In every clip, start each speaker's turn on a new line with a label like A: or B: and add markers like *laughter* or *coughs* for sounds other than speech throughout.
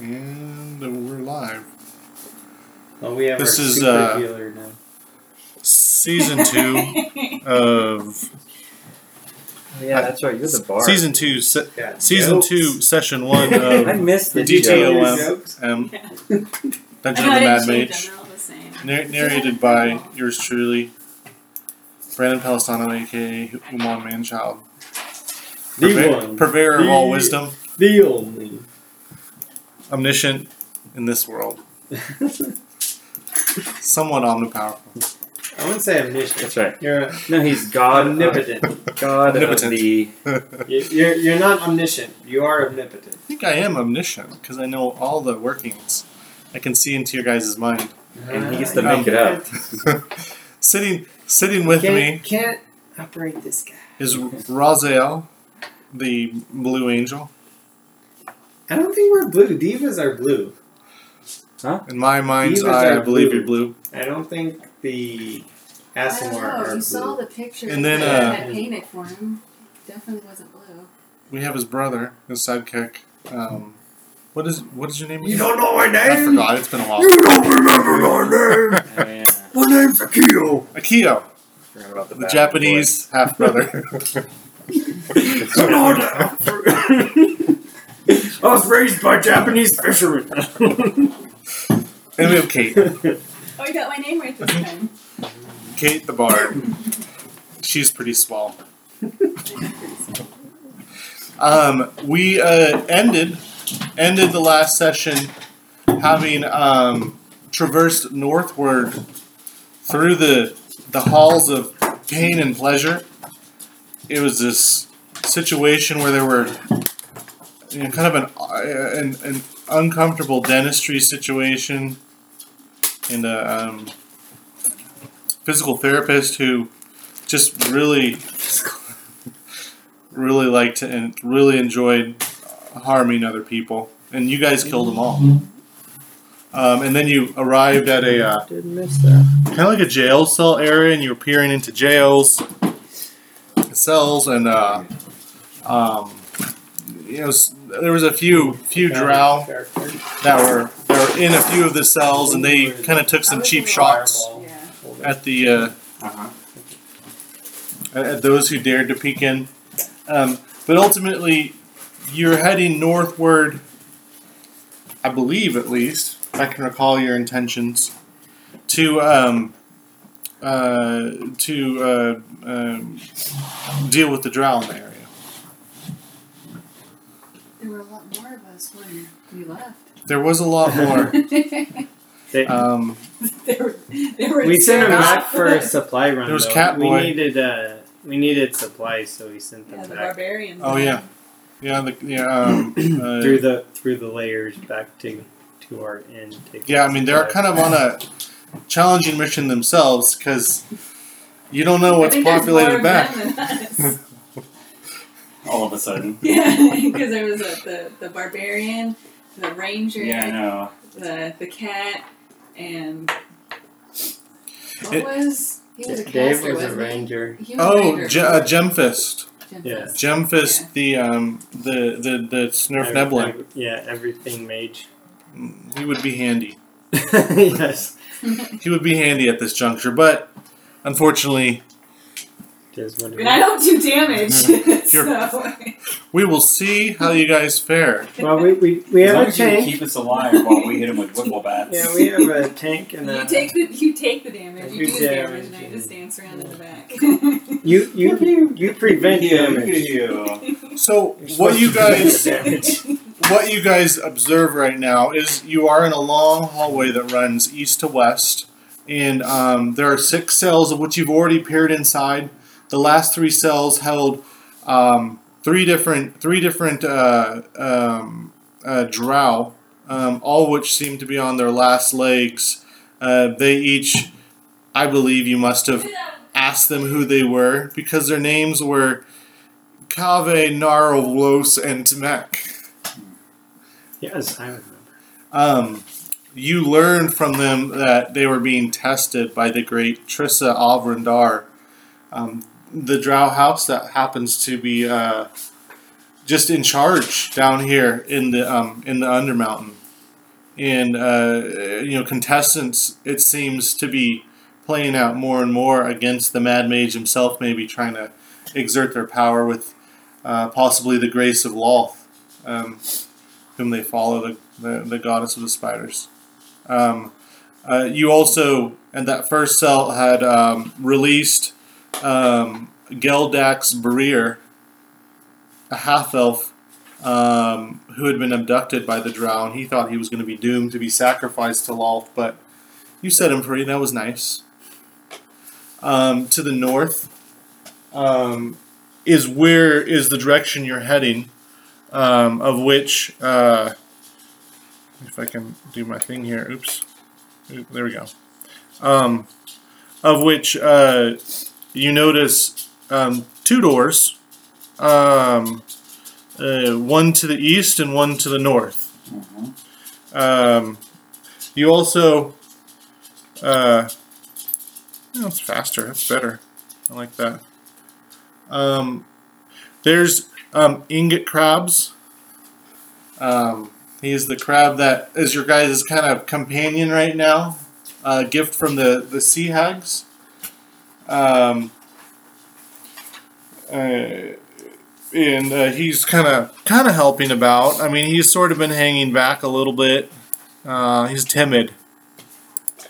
A: And we're live.
B: Well, Oh, we have
A: This
B: our
A: is,
B: super
A: uh,
B: healer now.
A: Season
C: *laughs*
A: two of
D: Yeah,
A: I-
D: that's right. You're the bar. *laughs*
A: season two, se-
B: Got
A: season
B: jokes.
A: two, session one
E: *laughs*
D: I
A: of um,
D: missed the
A: DTOM.
D: jokes.
B: Jokes.
A: um,
C: Yeah.
A: Dungeon of
C: I
A: the
C: know I
A: Mad
C: didn't change
A: Mage,
C: them, they're all the same.
A: nar- narrated by yours truly, Brandon Pelistano, aka Umon Manchild,
B: The
A: purve-
B: one.
A: purveyor of all
B: The-
A: wisdom,
B: the only.
A: omniscient in this world, somewhat omnipowerful. *laughs*
B: I wouldn't say omniscient.
D: That's right.
B: You're uh,
D: No, he's God.
B: *laughs*
D: Omnipotent.
B: omnipotent.
D: God
A: Omnipotent.
D: of the.
B: You- you're, you're not omniscient. You are omnipotent.
A: I think I am omniscient because I know all the workings. I can see into your guys' mind.
D: And he gets
B: Uh,
D: to make
B: you
D: it up.
A: *laughs* sitting sitting with
B: Can't,
A: me
B: can't operate this guy.
A: is Raziel, the blue angel.
B: I don't think we're blue. Divas are blue.
A: In my mind's
B: Divas
A: eye, I
B: are
A: believe
B: blue.
A: you're blue.
B: I don't think the
C: I don't
B: Asimar
C: know.
B: are
C: You
B: blue.
C: saw the picture.
A: And then,
C: that
A: uh,
C: had painted for him. Definitely wasn't blue.
A: We have his brother, his sidekick. Um, what is what is your name?
B: You
A: again?
B: don't know my
A: I
B: name.
A: forgot. It's been a
B: *laughs*
A: while.
B: don't remember my name.
D: Oh, yeah.
B: My name's Akio.
A: Akio,
D: Forgot about the,
A: the
D: bad
A: Japanese half brother.
D: *laughs*
B: You know that- I was raised by Japanese fishermen.
D: *laughs*
A: and we have Kate,
C: Oh, you got my name right this time.
A: Kate the bard. She's pretty small. Um, we uh, ended ended the last session having um, traversed northward through the the halls of pain and pleasure. It was this situation where there were you know, kind of an, uh, an an uncomfortable dentistry situation and a um, physical therapist who just
D: *laughs*
A: really really liked and really enjoyed harming other people. And you guys killed them all. Um, and then you arrived at a uh,
D: Didn't miss that.
A: kind of like a jail cell area, and you were peering into jails, cells, and uh, um, you know s- there was a few few drow that were that were in a few of the cells, and they kind of took some cheap shots
C: *laughs* Yeah.
A: at the uh, at- at those who dared to peek in. Um, but ultimately, you're heading northward. I believe, at least, if I can recall your intentions to um, uh, to uh, um, deal with the drow in the area.
C: There were a lot more of us when we left. *laughs*
A: There was a lot more.
B: They-
A: Um,
C: there were, there were
B: we sent them
C: zero.
B: back for
C: *laughs*
B: a supply run.
A: There was
B: though.
A: Catboy.
B: We needed uh, we needed supplies, so we sent them
C: Yeah, the
B: back
C: barbarians.
A: oh yeah, yeah, the, yeah. Um, uh,
B: through the through the layers back to to our end. to get
A: Yeah, I mean they're kind of on a challenging mission themselves because you don't know
C: I
A: what's
C: think there's more
A: populated
C: of
A: back.
C: them than *laughs* us.
E: all of a sudden.
C: yeah, because there was a, the the barbarian, the ranger,
E: Yeah, I know.
C: the the cat, and what
A: It-
C: was he was a
B: supplies. Dave
C: caster,
B: was a
C: wasn't he?
B: ranger.
C: He was a
A: Oh,
C: ranger.
A: Ge- uh, Gemfist,
C: Gemfest.
B: Yeah.
A: Gemfist, the um, the the the Snurf
B: Every-
A: Neblin.
B: every- yeah, everything
E: *laughs*
B: mage. *laughs*
A: He would be handy.
B: yes,
A: He would be handy at this juncture, but unfortunately,
B: Just wondering.
C: And I don't do *laughs* damage. so
A: we will see how you guys fare.
B: Well, we we, we
E: as
B: have
E: long
B: a
E: as you can
B: tank.
E: keep us alive while we hit him with whipple bats.
B: Yeah, we have a tank and
C: you
B: a
C: take the you take the damage.
B: You
C: You do the
B: damage,
C: damage, and I
B: yeah.
C: just dance around in the back.
B: you
C: *laughs*
B: you you prevent
E: Yeah, look
B: damage.
E: at you.
A: So,
B: You're
A: what
B: supposed
A: you
B: to prevent
C: *laughs*
A: guys
B: damage.
A: what you guys observe right now is you are in a long hallway that runs east to west, and um, there are six cells of which you've already peered inside. The last three cells held um, three different three different uh, um, uh, drow, um, all which seem to be on their last legs. Uh, they each, I believe, you must have asked them who they were because their names were Kave, Narvlos, and Tmek.
B: Yes, I remember.
A: Um, you learned from them that they were being tested by the great Trissa Avrindar, um, the Drow house that happens to be uh, just in charge down here in the um, in the Undermountain. and uh, you know contestants, it seems to be playing out more and more against the Mad Mage himself, maybe trying to exert their power with uh, possibly the grace of Loth, um, whom they follow, the, the, the goddess of the spiders. Um, uh, you also, and that first cell had um, released um, Geldax Breer, a half elf um, who had been abducted by the drown. He thought he was going to be doomed to be sacrificed to Lolth, but you set him free. That was nice. Um, to the north um, is where is the direction you're heading, um, of which, uh, if I can do my thing here, oops, Oop, there we go. Um, of which uh, you notice um, two doors. Um, uh, one to the east and one to the north. Um, you also. Uh, yeah, that's faster. That's better. I like that. Um, there's um, ingot crabs. Um, he is the crab that is your guys' kind of companion right now. Uh, gift from the, the sea hags. Um, uh, and uh, he's kind of kind of helping about. I mean, he's sort of been hanging back a little bit. Uh, he's timid.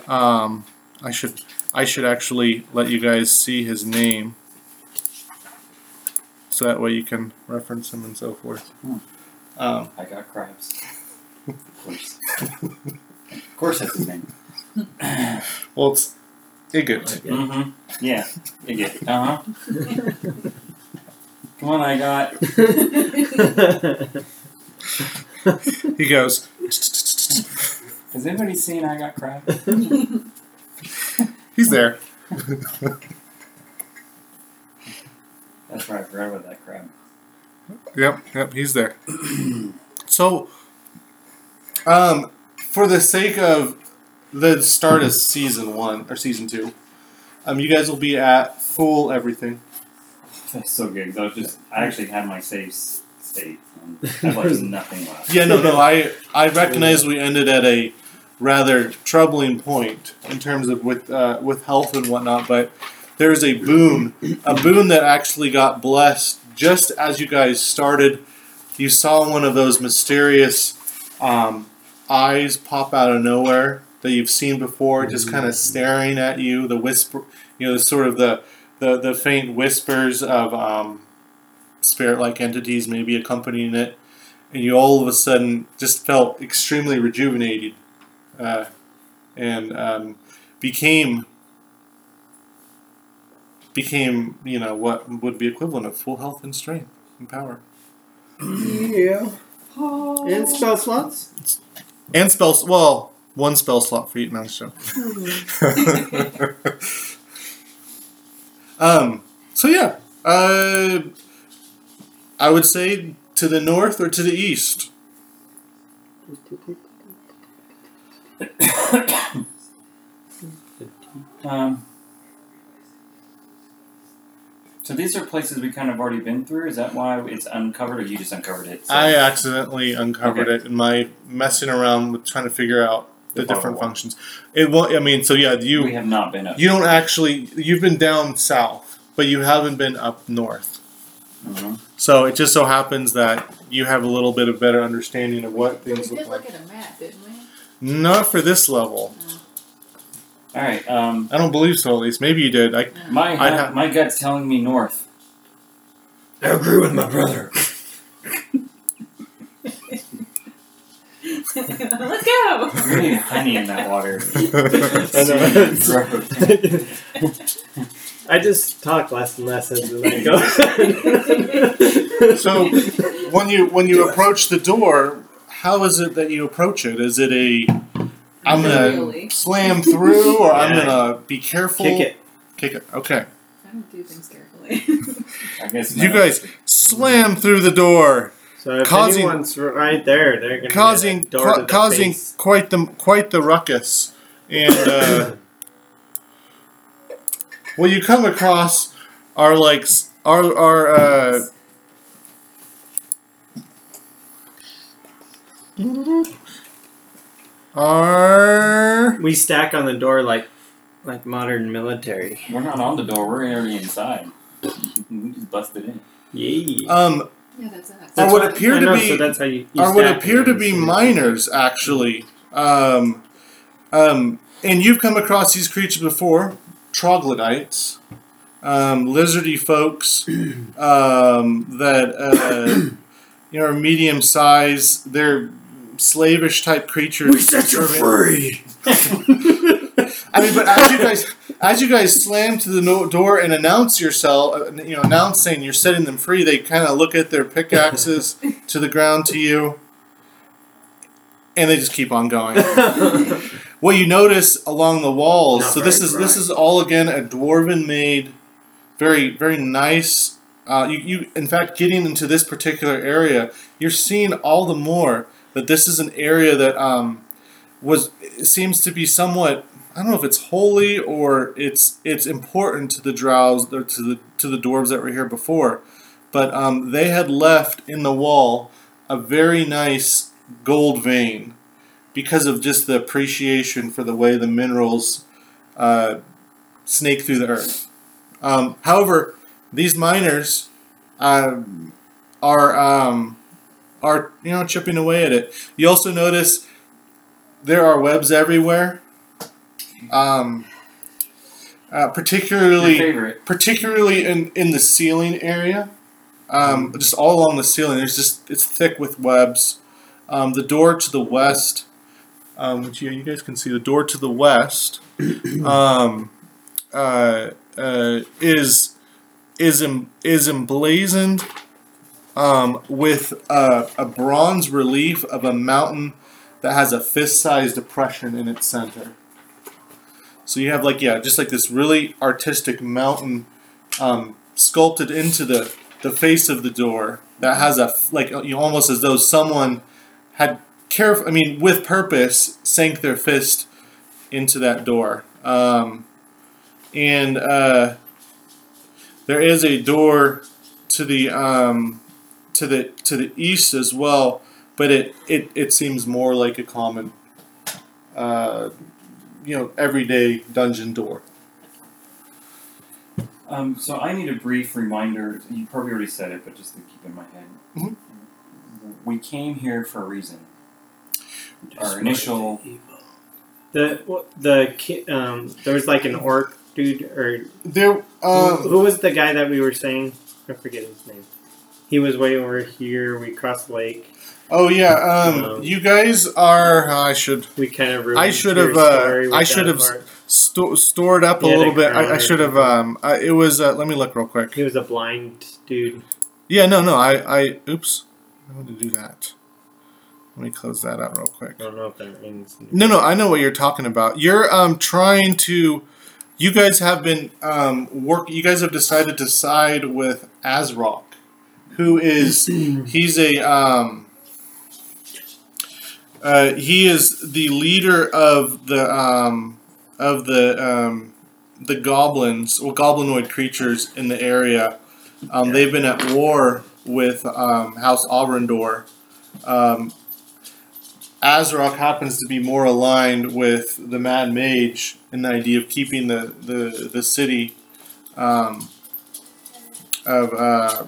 A: Um, I should I should actually let you guys see his name, so that way you can reference him and so forth. Um,
E: I got crabs. Of course. of course, that's his name.
A: well, it's Igot.
B: Yeah.
E: Mm-hmm. Yeah. Yeah. Uh huh. Come on, I got.
A: He goes.
E: Has anybody seen I got
B: *laughs*
E: crabs?
C: *laughs*
E: *laughs*
A: He's there.
E: That's right. I forgot about that crab.
A: Yep, yep, he's there. *clears throat* so, um, for the sake of the start of season one or season two, um, you guys will be at full everything.
E: That's so good. 'cause I was just. I actually had my safe s- state. And I have
A: *laughs*
E: like nothing left.
A: Yeah, no, no, I I recognize we ended at a rather troubling point in terms of with uh, with health and whatnot, but there is a boon, a boon that actually got blessed just as you guys started. You saw one of those mysterious um, eyes pop out of nowhere that you've seen before, just kind of staring at you. The whisper, you know, the sort of the the, the faint whispers of um, spirit-like entities maybe accompanying it and you all of a sudden just felt extremely rejuvenated uh, and um, became became you know what would be equivalent of full health and strength and power
D: Yeah.
C: Oh.
D: And spell slots?
A: and spells well one spell slot for each no, I'm just joking. *laughs* um so yeah uh, i would say to the north or to the east
E: Um. So these are places we kind of already been through. Is that why it's uncovered, or you just uncovered it? So-
A: I uh, accidentally uncovered it in my messing around with trying to figure out the
E: The bottom
A: different
E: one.
A: functions. It won't. I mean, so yeah,
E: we
A: you
E: have not been up.
A: you don't actually you've been down south, but you haven't been up north.
E: Mhm.
A: So it just so happens that you have a little bit of better understanding of what
C: We
A: things
C: did
A: look like.
C: look at a map, didn't
B: *laughs*
C: we? *laughs*
A: Not for this level.
E: All right. Um,
A: I don't believe so. At least maybe you did. I *laughs*
E: my
A: I ha-
E: my gut's telling me north.
D: I agree with my brother.
C: Let's go.
E: We need honey in
C: *laughs*
A: *laughs*
E: that water. *laughs* Gross.
B: I just talked last and last as we go.
A: *laughs* so when you when you approach the door, how is it that you approach it? Is it a I'm
C: Really?
A: gonna slam through, or I'm
B: Yeah.
A: gonna be careful.
B: Kick it.
A: Kick it. Okay.
C: I don't do things carefully. *laughs*
E: I guess
A: You
E: no.
A: guys slam through the door,
B: So if
A: Causing-
B: anyone's right there, they're gonna
A: causing
B: get a door to
A: qu-
B: the
A: causing
B: face.
A: quite the quite the ruckus. And uh, what you come across are like s- are are uh, Arr.
B: We stack on the door like like modern military.
E: We're not on the door. We're already inside. we just busted in.
B: Yeah.
A: Um,
C: Yeah, that's us.
A: Or
C: *laughs*
B: That's
A: would
B: what-
A: appear
B: I
A: to
B: know,
A: be-
B: So that's how you. you
A: are what
B: stack
A: appear to
B: them,
A: be
B: so-
A: miners, actually. Um, um, and you've come across these creatures before troglodytes, um, lizardy folks
B: *clears throat*
A: um, that, uh, you know, are medium size. They're slavish type creatures. serving- *laughs*
D: free.
A: I mean, but as you guys as you guys slam to the no- door and announce yourself, uh, you know, announcing you're setting them free, they kind of look at their pickaxes to the ground to you, and they just keep on going. What you notice along the walls,
B: Not
A: so this
B: very
A: is this is all again a dwarven made, very very nice. Uh, you, you in fact getting into this particular area, you're seeing all the more that this is an area that um, was it seems to be somewhat I don't know if it's holy or it's it's important to the drows or to the to the dwarves that were here before, but um, they had left in the wall a very nice gold vein because of just the appreciation for the way the minerals uh, snake through the earth. Um, however, these miners um, are um, are you know chipping away at it. You also notice there are webs everywhere. Um, uh,
E: Your
A: particularly
E: favorite.
A: particularly in, in the ceiling area, um, just all along the ceiling. There's just it's thick with webs. Um, the door to the west, um, which yeah, you guys can see, the door to the west um, uh, uh, is is em, is emblazoned um, with a, a bronze relief of a mountain that has a fist-sized depression in its center. So you have like yeah, just like this really artistic mountain um, sculpted into the the face of the door that has a f- like you know, almost as though someone had caref- I mean with purpose sank their fist into that door. Um, and uh, there is a door to the um, to the to the east as well, but it it, it seems more like a common uh, you know everyday dungeon door.
E: Um, so I need a brief reminder. You probably already said it, but just to keep in my head.
A: Mhm.
E: We came here for a reason. Our initial.
B: *laughs* The what- the ki- um there was like an orc dude or
A: There,
B: who,
A: um,
B: who was the guy that we were saying? I forget his name. He was way over here. We crossed the lake.
A: oh yeah, um,
B: Um,
A: you guys are. I should
B: We kind of ruined
A: I should
B: your
A: have, uh,
B: story with
A: I
B: that
A: should have-
B: part.
A: sto- store it up a
B: Yeah,
A: little
B: the
A: bit. I, I
B: crowd.
A: should have. Um, I, it was. Uh, let me look real quick.
B: He was a blind dude.
A: Yeah, no, no. I, I. Oops. I want to do that. Let me close that out real quick.
B: I don't know if that means.
A: No, no, I know what you're talking about. You're um trying to. You guys have been um work. You guys have decided to side with Azrock, who is he's a um. Uh, he is the leader of the um of the um the goblins or goblinoid creatures in the area. Um, they've been at war with um, House Aubrandor. Um, Azrock happens to be more aligned with the Mad Mage and the idea of keeping the the, the city um, of uh,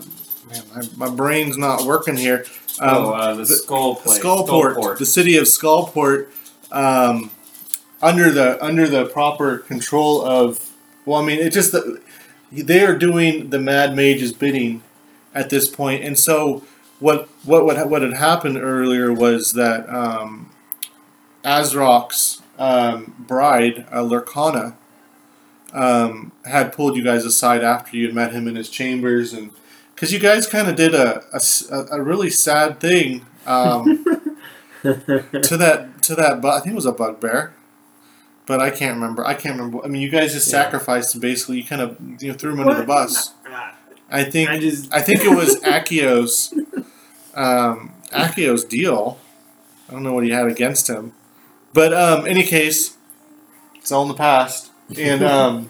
A: man, my, my brain's not working here. Um,
E: oh, uh, the,
A: the-
E: skull place.
A: Skullport, the city of Skullport, um, under the under the proper control of. Well, I mean, it just they are doing the Mad Mage's bidding at this point, and so what what what what had happened earlier was that um, Azrock's um, bride, uh, Lurkana, um, had pulled you guys aside after you had met him in his chambers and because you guys kind of did a, a s- a- a really sad thing um, to that to that bu- I think it was a bugbear, but I can't remember. I can't remember. I mean, you guys just
B: Yeah.
A: sacrificed him basically. You kind of you know threw him under the
B: What?
A: bus.
B: Ah,
A: I think
B: I just.
A: I think it was Akio's um, Akio's deal. I don't know what he had against him, but um, any case, it's all in the past. And
B: *laughs*
A: um,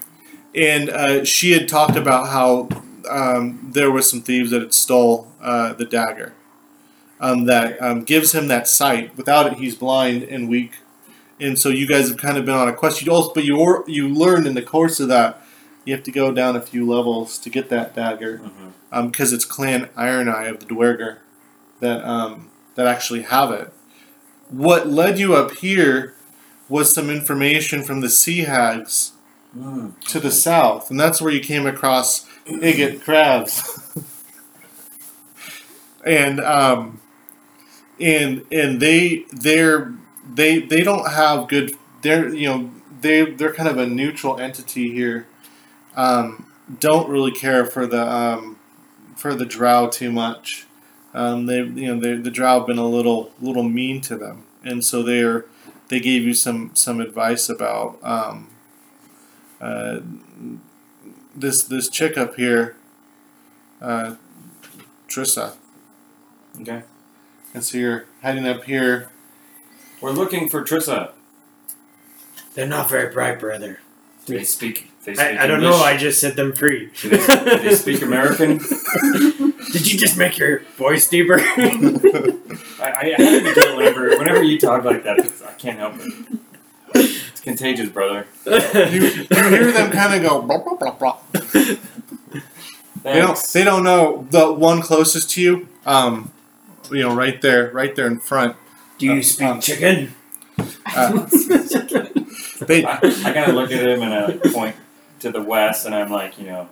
A: and uh, she had talked about how um, there was some thieves that had stole uh, the dagger um, that um, gives him that sight. Without it, he's blind and weak and so you guys have kind of been on a quest. You also, but you or, you learned in the course of that, you have to go down a few levels to get that dagger,
E: Mhm.
A: because it's Clan Iron Eye of the Dwerger, that um, that actually have it. What led you up here was some information from the Sea Hags
E: Mm.
A: to the south, and that's where you came across Igot Crabs. *laughs* and um, and and they they're they they don't have good they're you know they they're kind of a neutral entity here. Um, don't really care for the um, for the drow too much. Um, they you know they, the drow have been a little little mean to them, and so they're they gave you some some advice about um, uh, this this chick up here, uh, Trissa,
E: Okay.
A: and so you're heading up here.
E: We're looking for Trissa.
D: They're not very bright, brother.
E: Do they speak? They speak
B: I, I don't know.
E: English?
B: I just set them free.
E: do, they, do
B: *laughs*
E: they speak American?
D: Did you just make your voice
B: *laughs*
D: deeper?
E: I, I have to do it whenever, whenever you talk like that. It's, I can't help it. It's contagious, brother.
A: You, you hear them
D: *laughs*
A: kind of go. Blah, blah, blah, blah. They don't.
E: Thanks.
A: They don't know the one closest to you. Um, you know, right there, right there in front.
D: Do
A: Uh,
D: you speak
A: um,
B: *laughs*
D: chicken?
A: Uh, they *laughs*
E: I, I kind of look at him and I like, point to the west, and I'm like, you know,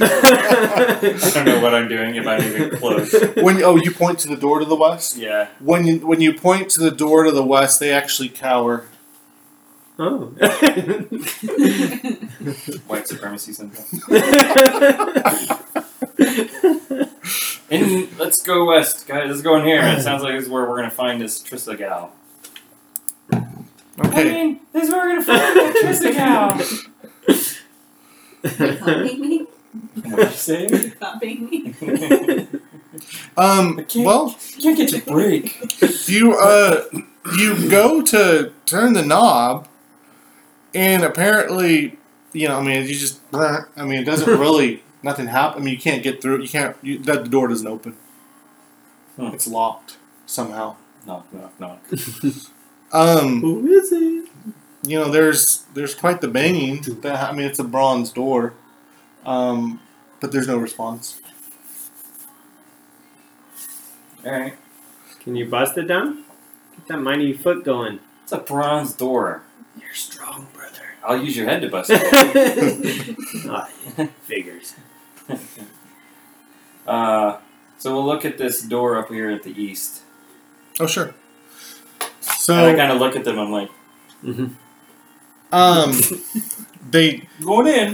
E: I don't know what I'm doing if I'm even close.
A: when oh you point to the door to the west.
E: Yeah.
A: When you when you point to the door to the west, they actually cower.
B: Oh.
C: *laughs*
E: White supremacy syndrome.
B: Oh.
E: *laughs*
B: *laughs*
E: And let's go west, guys. Let's go in here. It sounds like this is where we're gonna find this Trissa gal.
A: Okay.
E: mean, this is where we're gonna
B: find
E: this
B: Trissa gal.
C: You copying me?
E: What'd you say?
C: You copying me?
E: you
A: Um.
E: Okay.
A: Well,
E: can't get a break.
A: you uh you go to turn the knob and apparently you know i mean you just i mean it *laughs* doesn't really nothing happen i mean you can't get through you can't you, that the door doesn't open
E: Hmm.
A: it's locked somehow
E: Knock, knock, knock.
A: um
B: Who is it?
A: you know there's there's quite the banging that ha- i mean it's a bronze door um but there's no response
E: All right.
B: Can you bust it down? Get that mighty foot going.
E: It's a bronze door.
D: You're strong, brother.
E: I'll use your head to bust it. *laughs*
B: Ah, figures.
E: Uh, so we'll look at this door up here at the east.
A: oh sure
E: and I
A: so
E: kind of look at them. I'm like,
A: um they
E: going in.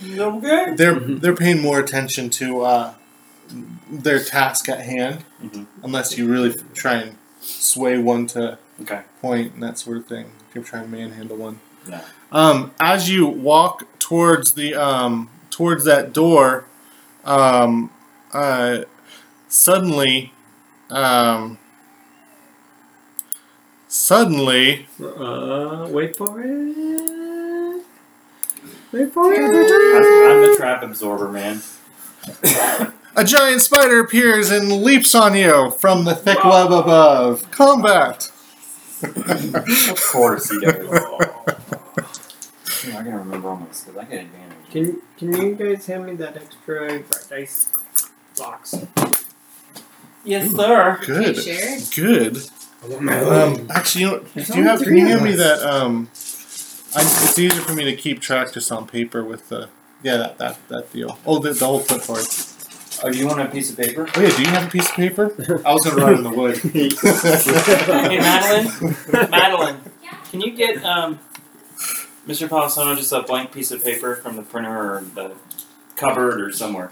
E: You okay?
A: they're
B: Mhm.
A: they're paying more attention to uh, their task at hand,
E: Mhm.
A: unless you really try and sway one to
E: Okay.
A: point and that sort of thing. If you try and manhandle one,
E: No.
A: Um, as you walk towards the um, towards that door, um, uh, suddenly, um, suddenly,
B: Uh, wait for it. Wait for *laughs*
E: I'm,
B: it.
E: I'm the trap absorber, man.
A: a giant spider appears and leaps on you from the thick
E: Wow.
A: web above. Combat.
E: Of course he *laughs* does. I'm not gonna remember all my because I get advantage.
B: Can Can you guys hand me that extra bright dice box?
E: Yes, sir.
A: Good.
C: Can you share it?
A: Good.
D: I want my
A: Um, actually, you know,
E: There's
A: do you have?
E: only
A: Can you
E: three of
A: hand me
E: us.
A: that? Um, I, it's easier for me to keep track just on paper with the. Yeah, that that, that deal. Oh, the, the whole clipboard.
E: Oh, you want a piece of paper?
A: Oh yeah, do you have a piece of paper? I was gonna write in the wood.
E: *laughs* Hey, Madeline. *laughs* Madeline,
C: Yeah.
E: can you get um, Mr. Palisano just a blank piece of paper from the printer or the cupboard or somewhere?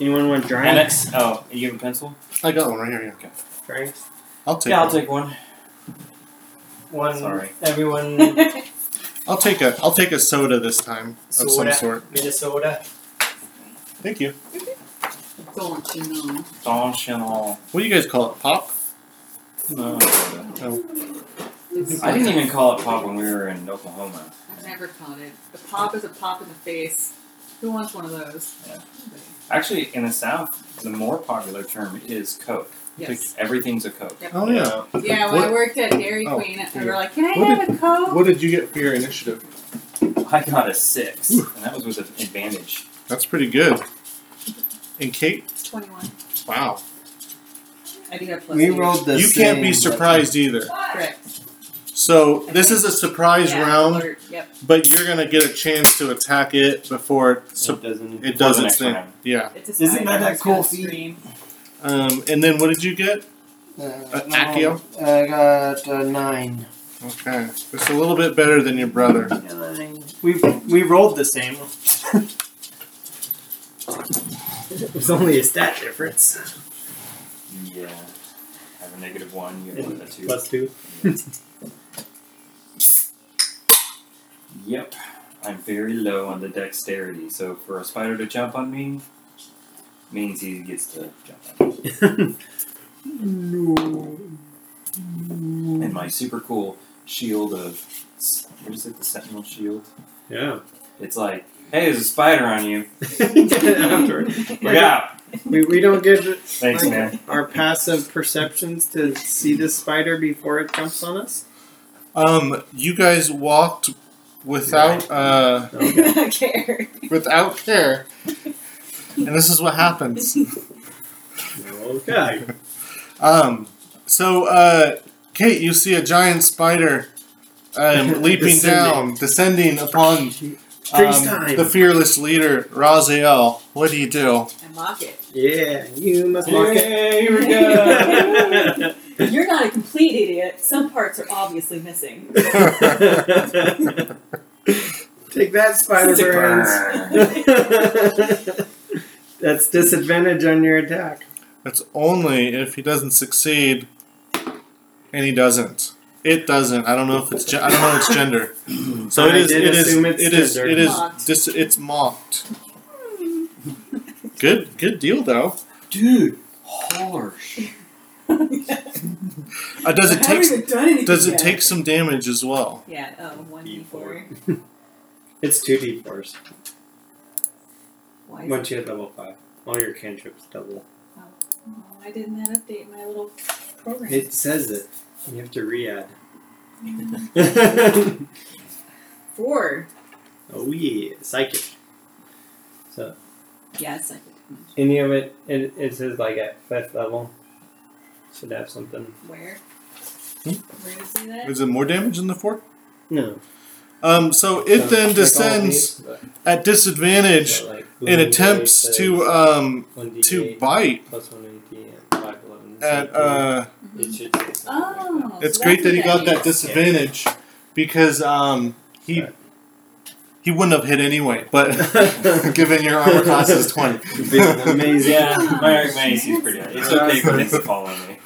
B: Anyone want dry?
E: Annex. Oh, you have a pencil?
A: *laughs* I got one right here. Yeah,
B: Dry?
A: I'll take.
E: yeah, I'll
A: one.
E: take one.
B: One.
E: Sorry.
B: Everyone.
A: I'll take a. I'll take a soda this time of some
B: Soda.
A: sort.
B: Minnesota.
A: Thank you.
C: Don't you know?
E: Don Chanel.
A: What do you guys call it? Pop?
E: No.
A: Oh.
E: I didn't even call it pop when we were in Oklahoma.
C: I've never called it. The pop is a pop in the face. Who wants one of those?
E: Actually, in the South, the more popular term is Coke.
C: Yes.
E: Everything's a Coke.
A: Oh yeah.
C: Yeah, when I
A: What-
C: worked at Dairy
A: Oh,
C: Queen, they
A: yeah.
C: were like, "Can I
A: What
C: have a coke?"
A: What did you get for your initiative?
E: I got a six, and that was with an advantage.
A: That's pretty good. And Kate,
C: Twenty-one.
A: wow,
C: I do have plus.
F: We
C: eight.
F: rolled the
A: you can't be
F: same, but-
A: surprised either.
C: Correct.
A: So this is a surprise
C: Yeah,
A: round,
C: alert. Yep.
A: but you're gonna get a chance to attack it before it,
F: So
A: su-
F: it doesn't.
A: it
E: Before
A: does
E: the
A: its
E: next
A: thing.
E: round.
A: Yeah.
C: It's a
F: Isn't
C: spider,
F: that that
C: it's gonna
F: cool feat?
C: scream.
A: Um, and then what did you get?
F: Uh,
A: Uh,
F: no,
A: Accio?
F: I got a nine.
A: Okay, it's a little bit better than your brother.
B: We we rolled the *laughs* same.
D: It's only a stat difference.
E: Yeah. I have a negative one, you have one, a two.
B: Plus *laughs* two.
E: Yep. I'm very low on the dexterity, so for a spider to jump on me means he gets to jump on me.
B: No.
E: And my super cool shield of. What is it? The Sentinel Shield?
B: *laughs* Yeah.
E: It's like, hey, there's a spider on you.
B: After
E: Look out!
B: we, we don't get
E: Thanks,
B: Like-
E: man.
B: our passive perceptions to see the spider before it jumps on *laughs* us.
A: Um, you guys walked without uh,
C: *laughs* I don't care.
A: without care, and this is what happens.
B: Okay.
A: Um, so uh, Kate, you see a giant spider
B: *laughs*
A: um, leaping down, descending upon um,
D: Freeze
A: the fearless leader Raziel. What do you
B: *laughs*
A: do?
C: I mock it.
B: Yeah, you must mock it.
E: Yay, here
B: *laughs*
E: we
C: go. You're not a complete idiot. Some parts are obviously missing.
A: *laughs*
B: *laughs* Take that, spider
E: Stick
B: burns.
E: burn.
B: *laughs* That's disadvantage on your attack.
A: That's only if he doesn't succeed, and he doesn't. It doesn't. I don't know if it's. Ge- I don't know its
B: *clears throat*
A: gender. So it
B: I
A: is.
B: did
A: It is.
B: assume it's
A: It is.
B: gender.
A: It is.
C: Mocked.
A: Dis- it's mocked. Good. Good deal though.
E: Dude, harsh.
A: Uh, does it
C: I haven't
A: take?
C: even done anything
A: Does it
C: yet.
A: take some damage as well?
C: Yeah. Oh, one
B: E
C: d four.
B: *laughs* It's two d4s
C: Why? Is
B: once you hit level five. All your cantrips double.
C: oh, I didn't that update my little program.
B: It says it. You have to *laughs* re-add. oh
C: Four.
B: yeah, psychic. So
C: Yes. I did.
B: any of it, it, it says like at fifth level. Should have something.
C: Where?
A: Hmm?
C: Where is it at?
A: Is it more damage than the fourth?
B: No.
A: Um. So it then descends at disadvantage and attempts to um to bite
B: plus one eighty and five eleven.
A: at uh.
B: it should say something like that.
C: Oh.
A: It's
C: so
A: great that
C: that's
A: he
C: what
A: got that
C: means.
A: disadvantage because um he. He wouldn't have hit anyway, but *laughs* given your armor class is
B: *laughs*
A: 20.
B: amazing.
E: *laughs* Yeah, my mace is pretty high. It's okay for this to fall on me.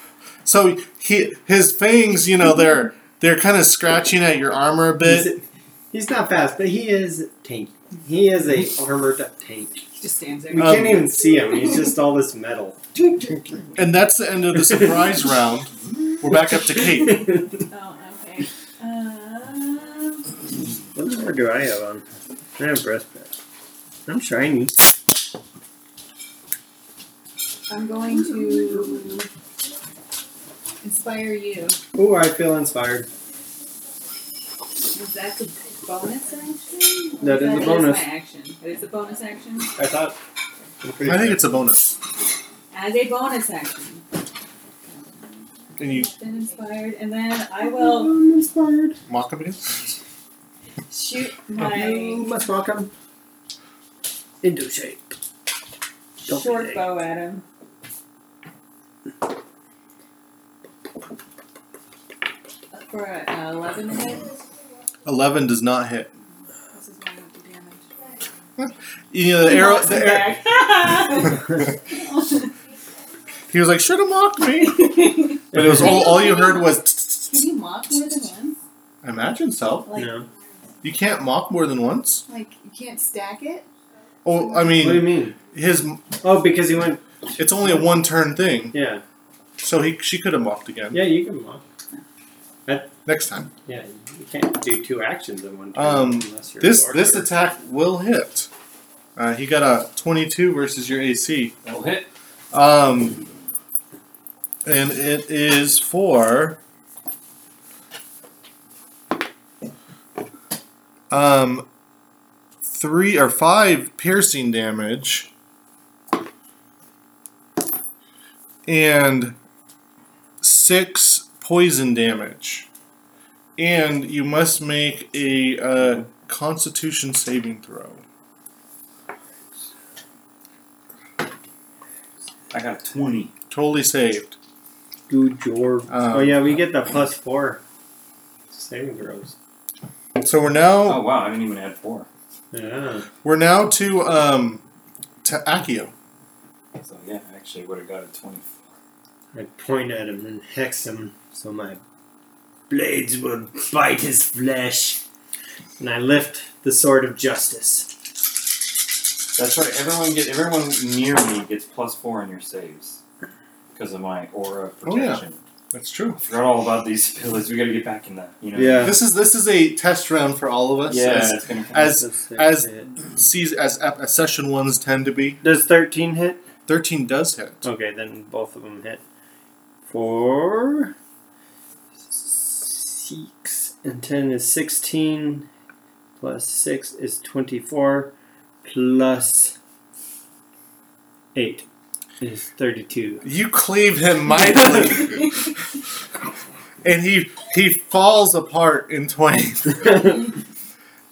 A: So he his fangs, you know, they're they're kind of scratching at your armor a
B: He's,
A: bit.
B: he's not fast, but he is tanky. He is a armored up tank.
C: He just stands there.
B: We
A: Um,
B: can't even see him. He's just all this metal.
A: And that's the end of the surprise round. We're back up to
B: *laughs*
A: Kate.
C: *laughs* Oh, okay. Um,
B: What number do I have on? I have breastplate. I'm shiny.
C: I'm going to inspire you.
B: Ooh, I feel inspired.
C: Is that the bonus action?
B: That is a
C: that
B: bonus.
C: Is my action. It is a bonus action.
B: I thought.
A: I think it's a bonus.
C: As a bonus action,
A: And you
C: been inspired, and then I will
B: I'm inspired.
A: mock him again?
C: shoot
B: You
C: my
B: must mock him into shape. Don't be
C: short
B: big.
C: bow at him. For a uh, eleven hit.
A: 11 does not hit.
C: This is going up to damage.
A: You know, the
C: He
A: arrow.
C: walks
A: The arrow
C: back. *laughs*
A: *laughs* he was like, should have mocked me.
C: Did
A: But it was all, all you heard was.
C: you mock more than once?
A: I imagine so.
C: Like,
B: No.
A: You can't mock more than once.
C: like you can't
A: *laughs*
C: stack it?
A: Oh, I
B: What do you
A: mean,
B: mean?
A: his
B: Oh, because he went.
A: it's only a one turn thing,
B: Yeah.
A: so he she could have mocked again
B: Yeah, you can mock.
A: next time.
B: Yeah, you can't do two actions in one turn
A: Um,
B: unless you're
A: This
B: a
A: this
B: warrior.
A: attack will hit. Uh, he got a 22 versus your AC.
E: That'll Oh, hit.
A: Um, and it is for. Um, three or five piercing damage. And six poison damage. And you must make a uh, constitution saving throw.
E: I got a 20.
A: Totally saved.
B: Good job.
A: Um,
B: oh yeah, we get the plus four saving throws.
A: So we're now.
E: Oh, wow. I didn't even add four.
B: Yeah.
A: We're now to um to Akio.
E: So, yeah, I actually would have got a 24.
B: I point at him and hex him so my
D: Blades would bite his flesh.
B: and I lift the sword of justice.
E: That's right. Everyone get everyone near me gets plus four on your saves because of my aura
A: Oh, yeah.
E: protection.
A: That's true.
E: I forgot all about these *laughs* pillars. We got to get back in that. You know.
B: Yeah.
A: This is this is a test round for all of us.
E: Yeah.
A: As,
E: it's gonna come.
A: as-
B: That's it.
A: as- seas- as, ep- as session ones tend to be.
B: does thirteen hit?
A: Thirteen does hit.
B: Okay, then both of them hit. Four, six, and ten is sixteen. Plus six is twenty-four. Plus eight is *laughs* thirty-two.
A: You cleave him mightily,
C: *laughs*
A: and he he falls apart in twain.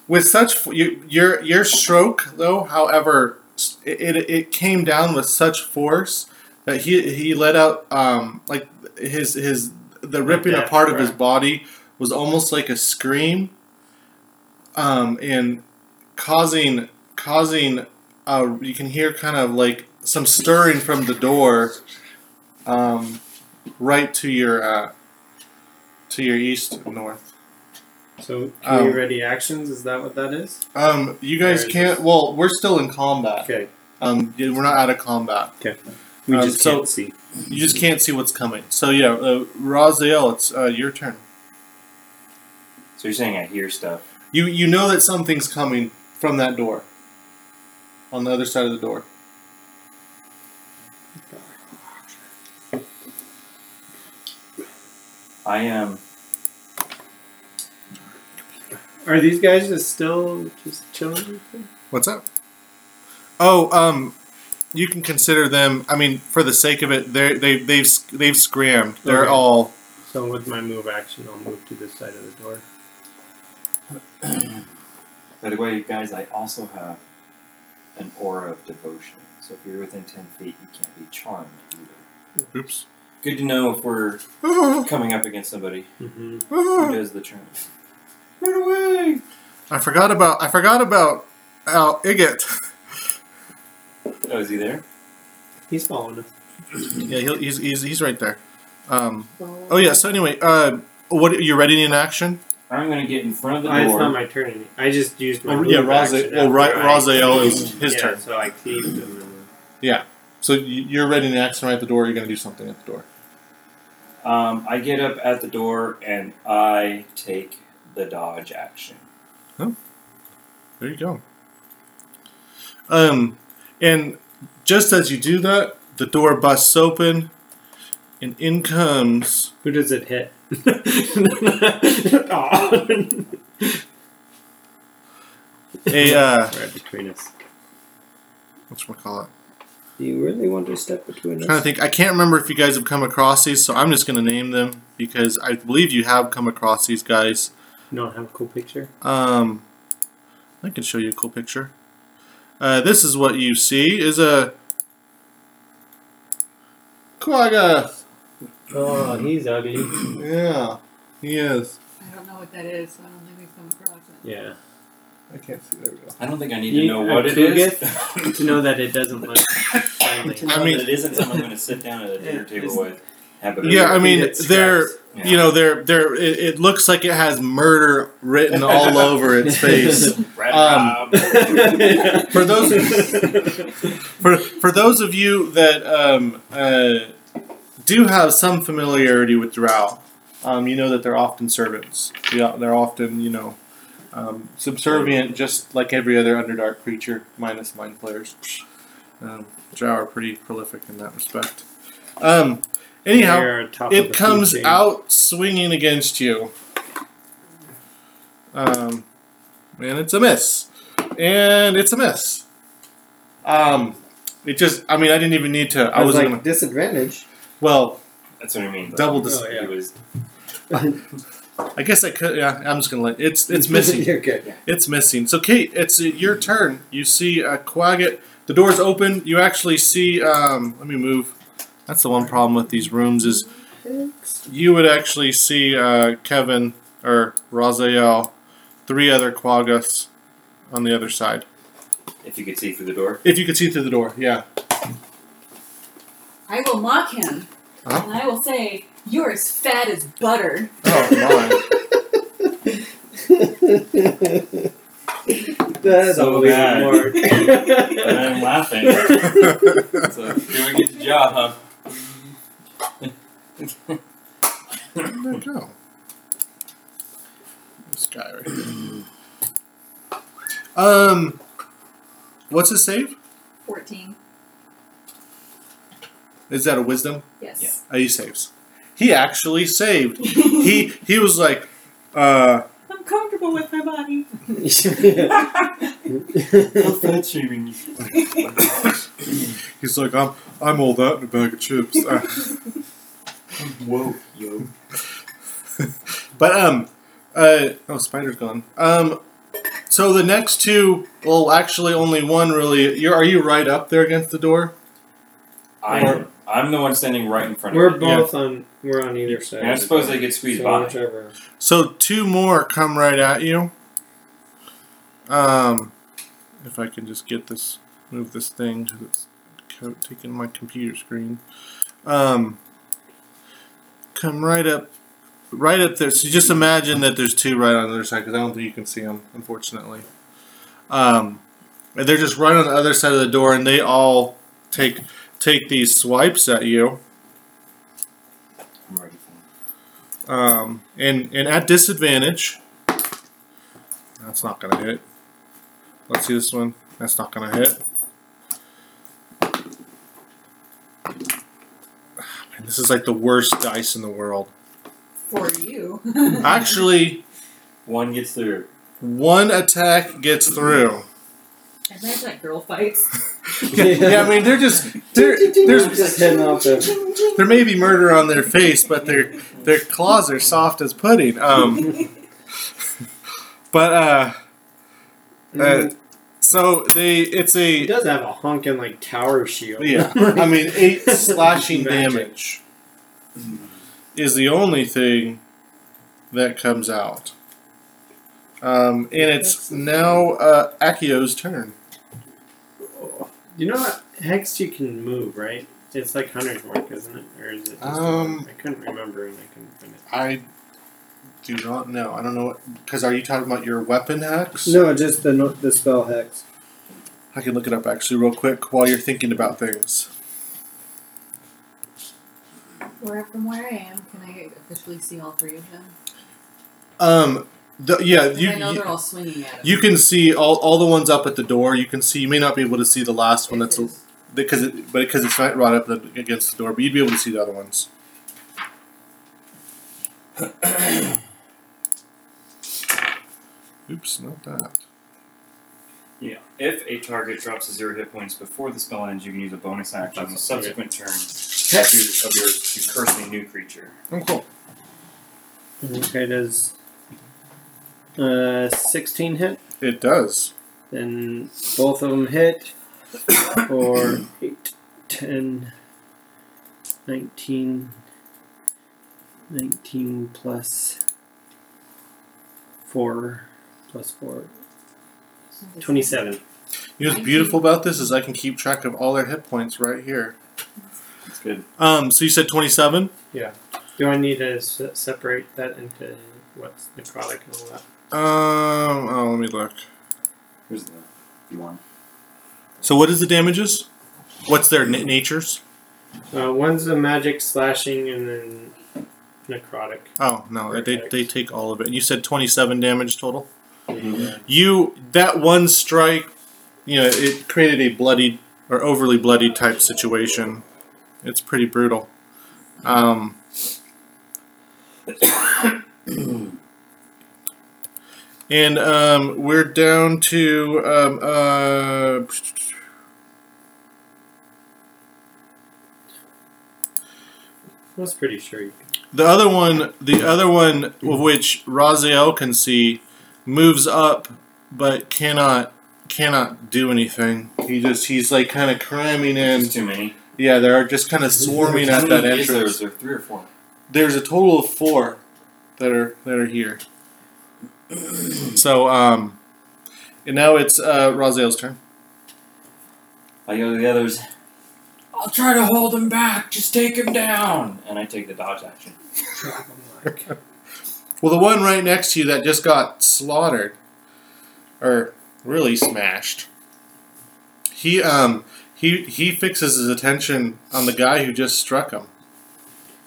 A: With such f- you, your your stroke though, however, s- it, it it came down with such force that he he let out um like his his the ripping
B: that,
A: apart of his
B: right.
A: body was almost like a scream, um and causing causing uh you can hear kind of like some stirring from the door, um right to your uh to your east and north.
B: So,
A: Um,
B: three ready actions. Is that what that is?
A: Um, you guys
B: Or-
A: can't. Well, we're still in combat.
B: Okay,
A: Um, yeah, we're not out of combat.
B: we
A: Um,
B: just
A: so-
B: can't see.
A: You just can't see what's coming. So yeah, uh, Raziel, it's uh, your turn.
E: so you're saying I hear stuff.
A: You you know that something's coming from that door. On the other side of the door.
E: I am.
B: Are these guys just still just chilling?
A: What's up? Oh, um, you can consider them. I mean, for the sake of it, they they they've sc- they've scrammed. They're
B: Okay.
A: all.
B: So, with my move action, I'll move to this side of the door.
E: By the way, guys, I also have an aura of devotion. So if you're within ten feet, you can't be charmed either.
A: Oops. *laughs*
E: Good to know if we're coming up against somebody
B: Mm-hmm.
A: Hmm.
E: who does the charm. Run away!
A: I forgot about I forgot about uh, Al Igot. *laughs*
E: Oh, is he there?
B: He's following us.
A: Yeah, he'll, he's, he's he's right there. Um, oh yeah. So anyway, uh, what you ready in action?
E: I'm gonna get in front of the
B: Oh, it's
E: door.
B: not my turn. any- I just used my.
A: Oh, yeah,
B: move
A: Raza-
B: action
A: well, Ra-
B: after I-
A: Razael is his
B: Yeah,
A: turn.
B: So I cleaved him. And,
A: So you- you're ready in action right at the door. You're gonna do something at the door.
E: Um, I get up at the door and I take the dodge action.
A: There you go. Um, and just as you do that, the door busts open, and in comes
B: who does it *laughs* hit? Aw.
A: a uh,
B: right between us.
A: what should call it?
D: Do you really want to step between
A: Trying to think. I can't remember if you guys have come across these, so I'm just gonna name them because I believe you have come across these guys.
B: You don't have a cool picture.
A: Um, I can show you a cool picture. Uh, this is what you see is a quagga.
B: Oh, he's ugly.
A: Yeah, he is.
C: I don't know what that is. So I don't think we've come across it.
B: Yeah.
A: I can't see. There we go.
E: I don't think I need
B: You-
E: to know
B: a
E: what it is. *laughs*
B: To know that it doesn't look friendly.
E: to know
A: I mean-
E: that it isn't someone I'm gonna sit down at a
A: *laughs*
E: dinner table with. Have a beer.
A: Yeah, I mean,
B: It's
A: they're
B: scratched.
E: Yeah.
A: you know they're they're it, it looks like it has murder written all over its face.
E: *laughs* Red
A: um,
B: *laughs*
E: Rob.
A: *laughs* For those for for those of you that um, uh, do have some familiarity with drow, um, you know that they're often servants. Yeah, they're often you know Um, subservient, just like every other Underdark creature, minus mind flayers. Um, Drow are pretty prolific in that respect. Um, anyhow,
B: They're top of the
A: it
B: food
A: comes
B: chain.
A: out swinging against you. Um, and it's a miss. And it's a miss. Um, it just, I mean, I didn't even need to.
F: I
A: I,
F: was
A: was
F: like
A: gonna,
F: disadvantage.
A: well,
E: That's what I mean. but
A: Double
E: it
A: dis-
B: Oh, yeah.
E: was-
A: I guess I could, yeah, I'm just gonna let, it's,
B: *laughs*
A: it's *laughs* missing.
F: You're good.
A: It's missing. So, Kate, it's uh, your turn. You see a quagget. The door's open. You actually see. Um, let me move. That's the one problem with these rooms is you would actually see uh, Kevin or Raziel, three other quaggas on the other side.
E: If you could see through the door.
A: If you could see through the door, yeah.
C: I will mock him,
A: Huh?
C: and I will say, "You're as fat as butter."
A: Oh
F: That's
E: So
F: always
E: bad.
F: more-
E: But
A: *laughs*
E: I'm laughing.
A: my!
E: so doing its job.
A: *laughs*
E: *laughs*
A: Where'd it go? This guy right there. Um, what's his save?
C: Fourteen.
A: Is that a wisdom?
C: *laughs* Yes.
A: Oh, he saves. He actually saved. He he was like, uh, *coughs*
C: I'm comfortable with my
A: *laughs*
C: body. *laughs*
E: fat *laughs* shaming.
A: he's like, I'm I'm all that in a bag of chips. Uh,
E: Whoa, yo.
A: but um, uh, oh, spider's gone. Um, so the next two, well, actually only one really. You're are you right up there against the door?
E: I'm, I'm the one standing right in front of
B: We're
E: it.
B: both on. We're on either side.
E: And I suppose they could squeeze
B: so
E: by.
B: whichever.
A: So two more come right at you. Um, if I can just get this, move this thing because it's co- taking my computer screen. Um, come right up, right up there. So just imagine that there's two right on the other side because I don't think you can see them, unfortunately. Um, and they're just right on the other side of the door, and they all take take these swipes at you.
E: I'm ready for
A: um, and and at disadvantage. That's not gonna hit. Let's see this one. That's not gonna hit. Man, this is like the worst dice in the world.
C: For you. *laughs*
A: Actually,
E: it. One gets through.
A: one attack gets through.
C: Imagine that girl fights.
A: Yeah, *laughs* yeah, I mean they're just they're,
F: There's
A: there's
F: just heading off the.
A: there may be murder on their face, but their their claws are soft as pudding. Um, *laughs* but uh, uh, so they it's
B: He
A: a
B: does have a honking like tower
A: *laughs*
B: shield. *laughs*
A: Yeah, I mean, *laughs* eight slashing damage is the only thing that comes out. Um, and it's now uh, Akio's turn.
B: You know what hex you can move, right? It's like hunter's mark, isn't it? Or is it? Just
A: Um,
B: I couldn't remember, and I couldn't find it.
A: I do not know. I don't know because are you talking about your weapon hex?
F: No, just the no- the spell hex.
A: I can look it up actually real quick while you're thinking about things.
C: Where from where I am, can I officially see all three of them?
A: Um, the, yeah, you.
C: I know
A: you
C: they're all swinging at
A: you can see all, all the ones up at the door. You can see. You may not be able to see the last one. That's a, because it, but because it's not right up the, against the door, but you'd be able to see the other ones. *coughs* Oops, not that.
E: Yeah. If a target drops to zero hit points before the spell ends, you can use a bonus action on the subsequent turn to, of your to curse a new creature.
A: Oh, cool.
B: Okay, does uh, sixteen hit?
A: It does.
B: Then both of them hit for 8, 10, 19, 19 plus 4, plus 4, 27.
A: You know what's beautiful about this is I can keep track of all their hit points right here.
E: That's good.
A: Um, so you said twenty-seven.
B: Do I need to se- separate that into what's necrotic and all that?
A: Um, oh, let me look.
E: Here's the you want.
A: So what is the damages? What's their na- natures?
B: Uh, one's a magic slashing and then necrotic.
A: Oh no, they
B: Perfect.
A: they take all of it. You said twenty-seven damage total. Mm-hmm. You that one strike, you know, it created a bloody or overly bloody type situation. It's pretty brutal. Um, *coughs* and um, we're down to um, uh,
B: I was pretty sure you could.
A: The other one, the other one of which Raziel can see, moves up, but cannot cannot do anything. He just he's like kind of cramming in.
E: There's too many.
A: Yeah, they're just kind of swarming
E: How
A: at
E: many
A: that
E: is there? Is
A: entrance.
E: there three or four?
A: There's a total of four that are that are here. *clears throat* So um, and now it's uh, Raziel's turn.
E: I go to the others. I'll try to hold him back. Just take him down. And I take the dodge action.
A: Well, the one right next to you that just got slaughtered, or really smashed. He um he he fixes his attention on the guy who just struck him,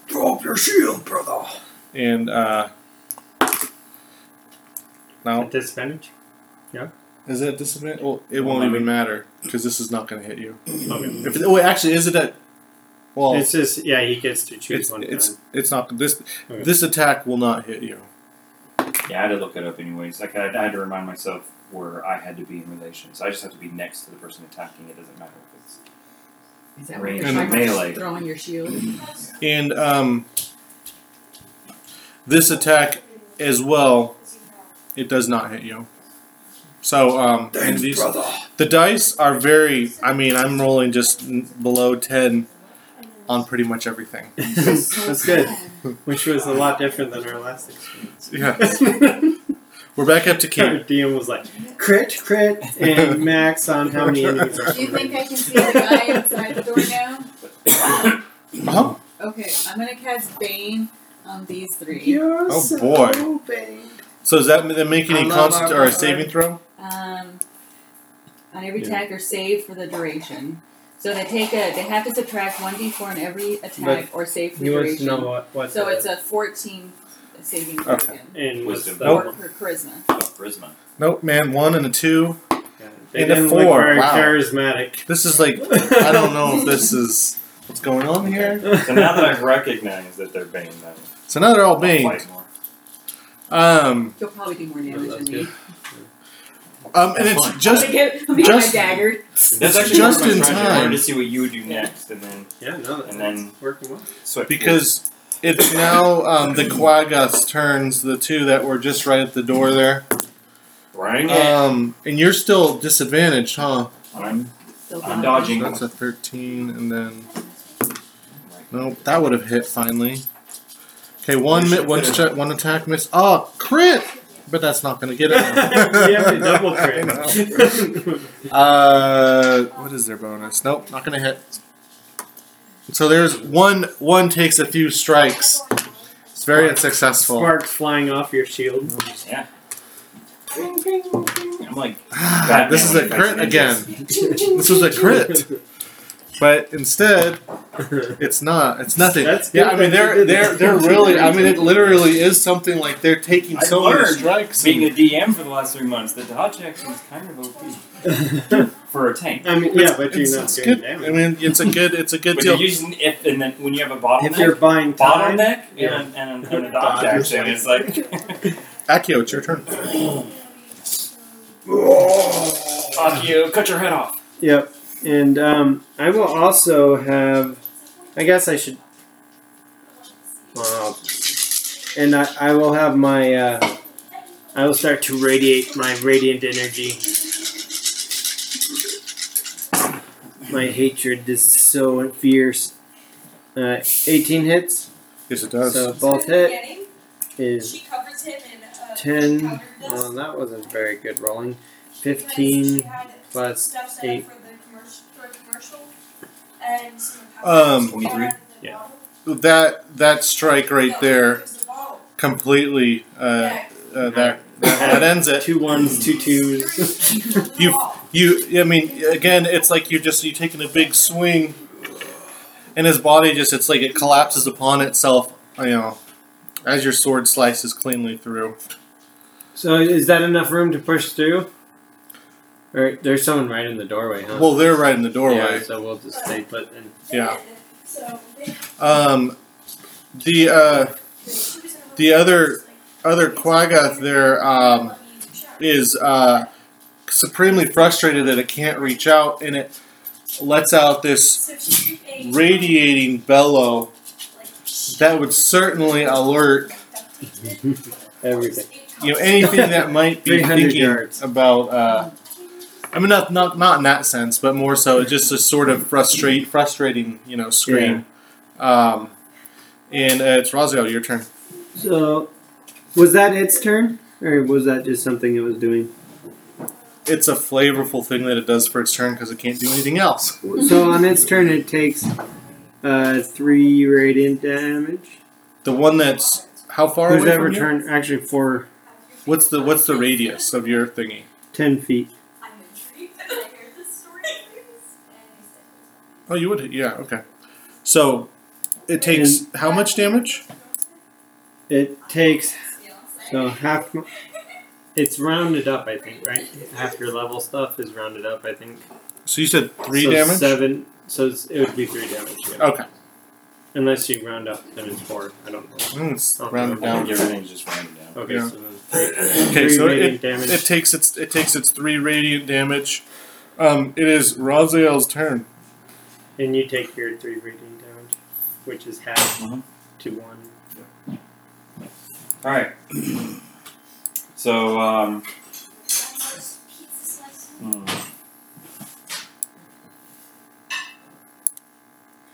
D: Drop your shield, brother.
A: and uh, now Oh.
B: At disadvantage?
A: is it a disadvantage? Well, it won't even matter because this is not going to hit you.
B: Okay.
A: If it, oh, wait, actually, is it at? Well,
B: Mm-hmm. It's just, yeah, he gets to choose
A: it's
B: one
A: it's, *laughs*
B: time.
A: it's not this
B: Okay.
A: this attack will not hit you.
E: Yeah, I had to look it up anyways. Like I, I had to remind myself where I had to be in relation. So I just have to be next to the person attacking. It doesn't matter if it's
C: Is that what you're
A: And
C: talking about? Just
E: melee.
C: Throwing your shield.
A: *laughs* And um, this attack as well, it does not hit you. So um, and
D: Thanks,
A: these-
D: brother.
A: the dice are very. I mean, I'm rolling just n- below ten on pretty much everything.
B: That's good. Which was a lot different than our last experience.
A: Yeah, *laughs* we're back up to
B: Our *laughs*
A: Keith.
B: DM was like, crit, crit, and max on how many enemies are.
C: Do you think I can see the guy inside the door now?
A: Uh-huh.
C: Okay, I'm gonna cast Bane on these three.
F: You're
A: Oh, boy. So does that m- make
C: I
A: any
C: love
A: const-
C: our-
A: or a saving throw?
C: Um, on every
B: Yeah.
C: attack or save for the duration. So they take a, they have to subtract one d4 on every attack or save for
B: He
C: the
B: wants to
C: duration.
B: know what, what
C: so
B: the-
C: it's a 14 saving throw
A: Okay.
C: again.
B: and what's
E: Wisdom.
B: the
A: Nope.
C: Or for charisma.
E: oh, charisma.
A: Nope, man. One and a two.
B: Yeah, They
A: And a
B: didn't look
A: four,
B: very
A: wow. *laughs*
B: charismatic.
A: This is like I don't know if this is what's going on here.
E: So
B: *laughs*
E: now that I've recognized that they're Bane, then
A: So now they're all
E: I'll
A: banged.
E: fight more.
A: Um,
C: You'll probably do more damage than me.
A: um, and it's just
C: I'm gonna get, I'm gonna get my
A: just-
C: dagger.
E: That's
A: It's
E: actually
A: just
E: part of
A: in
E: my strategy. I wanted
A: time
E: to see what you would do next, and then
B: yeah, no, that's
E: And then-
B: working well.
E: switch.
A: because it's now um, the Quagas turns the two that were just right at the door there.
E: right,
A: Um, and you're still disadvantaged, huh?
E: I'm
C: Still
E: I'm
C: dodge.
E: dodging.
A: That's a 13, and then nope, that would have hit finally. Okay, one mi- one st- one attack miss. Oh, crit! But that's not gonna get it.
B: *laughs* you have to *laughs* double
E: *laughs*
A: I know. *laughs*
B: crit.
A: Uh, what is their bonus? Nope, not gonna hit. So there's one. One takes a few strikes. It's very unsuccessful. *sighs*
B: Sparks flying off your shield.
E: Yeah. I'm like
A: Ah,
E: Batman
A: this is
E: when
A: a
E: he fights
A: crit
E: ninjas.
A: again. This was a crit,
B: *laughs*
A: but instead it's not. It's nothing.
B: That's
A: yeah,
B: good
A: I mean
B: that you
A: they're
B: did
A: they're
B: that.
A: they're really. I
B: *laughs*
A: mean it literally is something like they're taking
E: I
A: so many
E: learned
A: strikes.
E: Being
A: and-
E: a DM for the last three months, the dodge action is kind of OP for a tank.
B: I mean, yeah, but you're not
A: it's
B: doing
A: good. I
B: damage.
A: mean it's a good it's a good
E: But
A: deal.
E: you're using if and then when you have a
B: If you're
E: bottleneck,
B: buying time,
E: bottleneck
B: Yeah.
E: and, and, and a
B: Dodge.
E: dodge action, it's like
A: *laughs*
E: *laughs*
A: Akio, it's your turn.
E: fuck you, cut your head off.
B: Yep. And um, I will also have. I guess I should. Well, and I, I will have my. Uh, I will start to radiate my radiant energy. My hatred is so fierce. Uh, 18 hits,
A: Yes, it does.
B: so both hit is
G: She covers him in uh,
B: 10.
G: powdered dust.
B: Well, that wasn't very good rolling. 15 plus
G: Stuff set up
B: 8.
G: for the commercial, for a commercial. And some
A: Um,
G: powdered
E: 23?
G: dust and the
B: Yeah.
G: bottle.
A: that that strike right
G: No,
A: there
G: it was the bottle.
A: completely uh,
G: Yeah,
A: uh, that, that that ends it.
B: Two ones, two twos. *laughs*
G: seriously, it was the
A: You-
G: bottle.
A: You, I mean, again, it's like you're just you taking a big swing, and his body just it's like it collapses upon itself. You know, as your sword slices cleanly through.
B: So is that enough room to push through? Or there's someone right in the doorway, huh?
A: Well, they're right in the
B: yeah,
A: doorway.
B: so we'll just stay put and
A: Yeah.
G: So they,
A: Um, the uh,
G: she was in a
A: The
G: room,
A: other-
G: it's like,
A: other Quaggoth there um,
G: let me shower.
A: is uh, supremely frustrated that it can't reach out, and it lets out this
G: So she ate,
A: radiating bellow
G: like, she-
A: that would certainly alert
F: Everything.
A: you know anything that might
B: *laughs*
A: be
B: 300
A: thinking
B: yards.
A: about. Uh, I mean, not, not not in that sense, but more so just a sort of frustrate frustrating you know scream. Um, and uh, it's Raziel, your turn.
F: So, was that its turn, or was that just something it was doing?
A: It's a flavorful thing that it does for its turn because it can't do anything else.
B: *laughs*
F: So on its turn, it takes uh, three radiant damage.
A: The one that's how far
B: who's
A: away
B: that
A: from you?
B: return actually for
A: What's the what's the radius of your thingy?
F: Ten feet.
G: I'm intrigued that I heard this story.
A: Oh, you would. Yeah. Okay. So it takes how much damage?
F: It takes
B: so half it's rounded up, I think, right? Half your level stuff is rounded up, I think.
A: So you said three
B: so
A: damage.
B: Seven so it's, it would be three damage, yeah.
A: Okay.
B: Unless you round up then it's four. I don't know.
A: Mm, it's
B: Okay.
A: rounded
E: I
A: down.
E: think everything's just rounded down.
B: Okay,
A: Yeah.
B: so then three,
A: Okay.
B: three
A: So
B: radiant
A: it,
B: damage.
A: it takes its it takes its three radiant damage. Um, it is Raziel's turn.
B: And you take your three reading damage, which is half
A: Uh-huh.
E: Mhm.
B: to one.
E: *coughs* All right. So, um, hmm.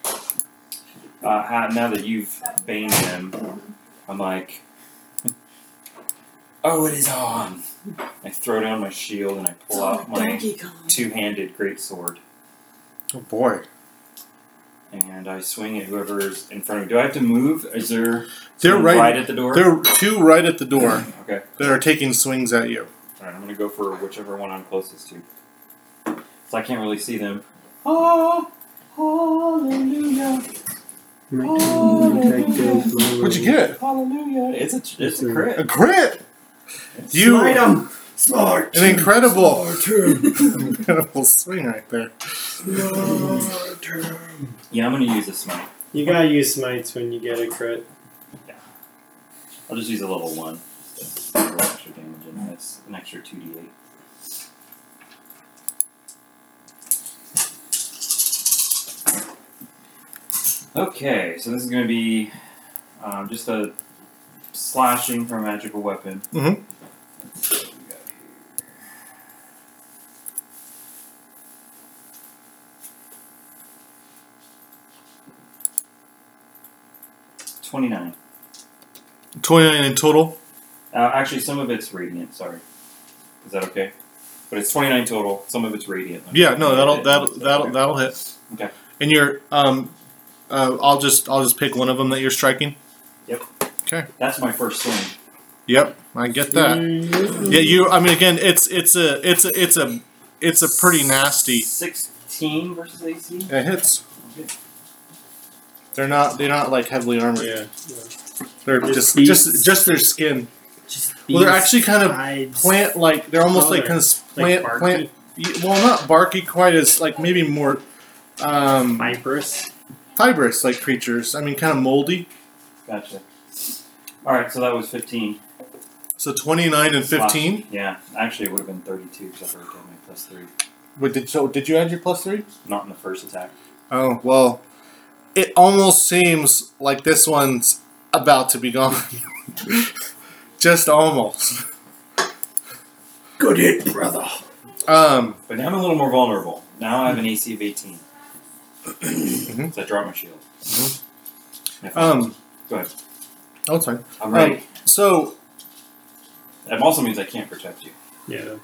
E: uh, ha- now that you've baned him, I'm like, *laughs* oh, it is on. I throw down my shield and I pull out my two-handed greatsword
A: Oh boy.
E: and I swing at whoever's in front of me. Do I have to move? Is there
A: They're
E: someone
A: right.
E: at the door?
A: There are two right at the door
E: Okay.
A: that are taking swings at you.
E: Alright, I'm gonna go for whichever one I'm closest to. So I can't really see them. Oh, hallelujah,
A: What'd you get?
E: hallelujah. It's a, it's a
A: A
E: crit.
A: crit. You
D: Smite 'em! Smart!
A: an incredible
D: Smart
A: *laughs* incredible swing right there.
E: Yeah, I'm gonna use a smite.
B: You gotta use smites when you get a crit.
E: I'll just use a level one. just to roll extra damage in. That's an extra 2d8. Okay, so this is gonna be um, just a slashing from a magical weapon.
A: Mhm.
E: Let's see what we got here. Twenty-nine.
A: Twenty nine in total.
E: Uh, actually, some of it's radiant. Sorry, is that okay? But it's twenty nine total. Some of it's radiant.
A: Yeah, no, that'll
E: Okay.
A: that'll that'll that'll hit.
E: Okay.
A: And you're um, uh, I'll just I'll just pick one of them that you're striking.
E: That's my first swing.
A: Yep, I get that. Yeah, you. I mean, again, it's it's a it's a it's a it's a pretty nasty.
E: Sixteen versus AC.
A: It hits.
E: Okay.
A: They're not they're not like heavily armored.
B: Yeah.
A: They're just
B: Just
A: just just their skin. Well, they're actually kind of plant like they're almost
B: Oh,
A: like
B: they're
A: kind of
B: like
A: plant plant. y- Well, not barky quite as like maybe more um
B: Vibrous.
A: fibrous like creatures. I mean, kind of moldy.
E: Gotcha. All right, so that was fifteen.
A: So 29 and 15.
E: Slash. Yeah, actually, it would have been thirty two because I already had my plus three.
A: Wait, did, so did you add your plus three?
E: Not in the first attack.
A: Oh, well, it almost seems like this one's about to be gone. *laughs* Just almost.
D: Good hit, brother.
A: Um,
E: But now I'm a little more vulnerable. Now I have an AC of eighteen. so I drop my shield.
A: Mm-hmm.
E: If I-
A: um,
E: Go ahead.
A: oh, it's fine.
E: I'm ready.
A: So
E: that also means I can't protect you.
B: Yeah.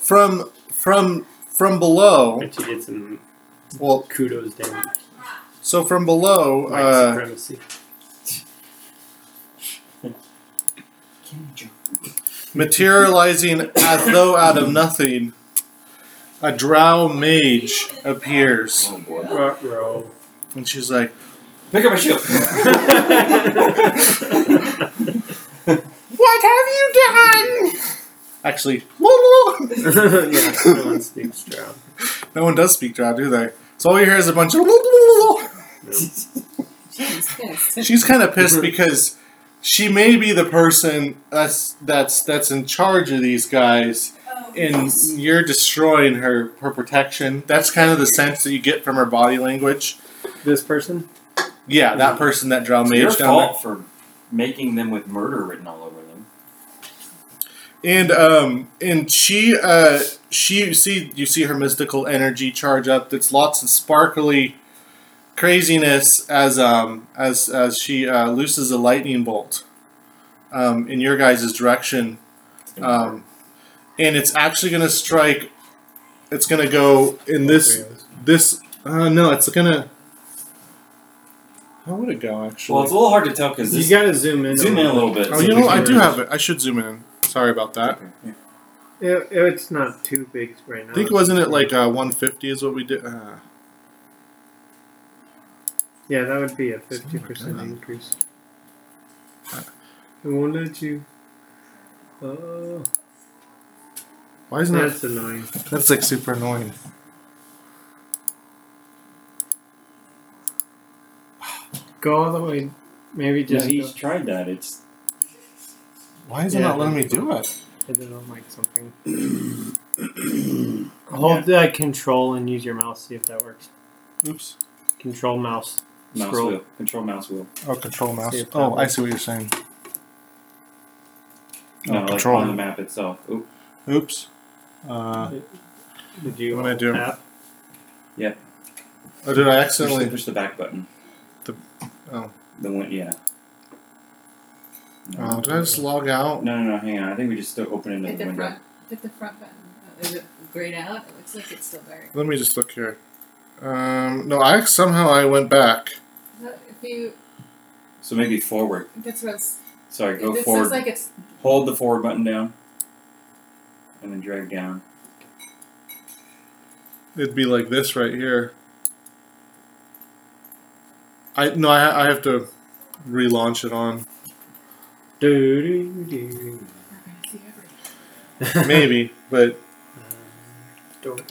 A: from from from below,
B: But you get some
A: well,
B: kudos damage.
A: so from below,
B: White
A: uh,
B: supremacy.
A: materializing as though out of nothing, a drow mage appears,
E: Oh boy.
B: Ruh,
A: *laughs*
B: row. *laughs*
A: and she's like,
E: Pick up
A: *laughs*
E: my shield. *laughs*
A: "What have you done?" actually. *laughs*
B: yeah, no one speaks drow.
A: No one does speak drow, do they? So all you hear is a bunch of. *laughs*
C: She's
E: *laughs*
C: pissed.
A: She's kind of
E: Mhm.
A: pissed because she may be the person that's that's that's in charge of these guys,
G: Oh,
A: and you're destroying her her protection. That's kind of the sense that you get from her body language.
B: This person?
A: Yeah, that person that drow
E: Mhm. It's your
A: mage down there.
E: fault for making them with murder written all over them.
A: and um and she uh she you see you see her mystical energy charge up that's lots of sparkly craziness as um as as she uh, looses a lightning bolt um in your guys' direction um and it's actually gonna strike it's gonna go in this this uh no it's gonna how would it go actually
E: Well, it's a little hard to tell because
B: You gotta zoom in.
E: zoom in a little bit.
A: oh
E: so
A: you
E: we
A: know what?
E: can
A: I do
E: hear
A: have it I should zoom in sorry about that
E: Okay.
B: It, it's not too big right now.
A: I think wasn't it like uh, 150 is what we did. Uh,
B: Yeah, that would be a 50% increase. It won't let you. Oh,
A: why isn't that?
B: that's annoying.
A: That's like super annoying.
B: Go all the way. Maybe just.
E: Yeah, he's tried that. It's
A: Why is it
B: Yeah.
A: not letting me do it?
B: I don't know, like
A: *coughs*
B: something. Hold the uh, control and use your mouse. See if that works.
A: Oops.
B: Control mouse.
E: mouse
B: Scroll.
E: wheel. Control mouse wheel.
A: Oh, control mouse.
B: See if that
A: Oh, I
B: works.
A: see what you're saying. Oh,
E: No, like
A: control.
E: on the map itself. Oop.
A: Oops. Uh,
B: Did you?
A: What do I do?
B: tap?
A: oh, did I
E: Push the,
A: accidentally?
E: push the back button.
A: The- oh.
E: The one. Yeah. No.
A: Oh, did I just log out?
E: no, no, no. Hang on. I think we just still open another
C: Hit the
E: window.
C: front. Hit the front button. Is it grayed out? It looks like it's still dark.
A: Let me just look here. Um, no, I somehow I went back.
C: But If you,
E: So maybe forward.
C: that's what I was,
E: Sorry, go
C: this
E: forward.
C: looks like it's
E: Hold the forward button down, and then drag down.
A: It'd be like this right here. I no, I, I have to relaunch it on.
B: Do, do, do.
C: we're gonna see everything.
A: Maybe, *laughs* but
B: Don't.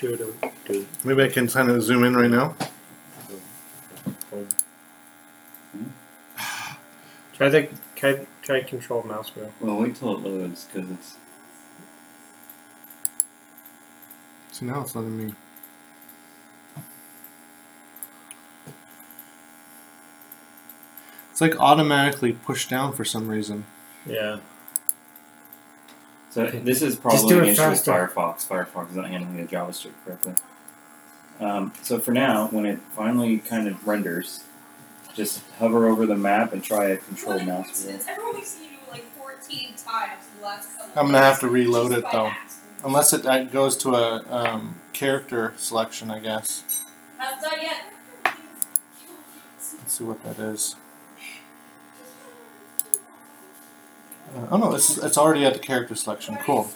B: Do, do, do.
A: maybe I can kind of zoom in right now.
B: *sighs* Try the try, try control mouse wheel.
E: Well, wait till it loads because it's
A: So now it's letting me. It's like automatically pushed down for some reason.
B: Yeah.
E: So
B: Okay.
E: this is
B: Just
E: probably
B: do
E: an
B: it
E: issue
B: faster.
E: with Firefox. Firefox is not handling the JavaScript correctly. Um, so for now, when it finally kind of renders, just hover over the map and try a control
G: What a
E: mouse wheel.
G: coincidence. I've only seen you like 14 times in the last couple
A: I'm gonna have
G: days,
A: to reload
G: just
A: it,
G: by
A: though.
G: accident.
A: Unless it uh, goes to a um, character selection, I guess.
G: Not done yet.
A: Let's see what that is. Uh, oh no, it's, it's already at the character selection. Cool.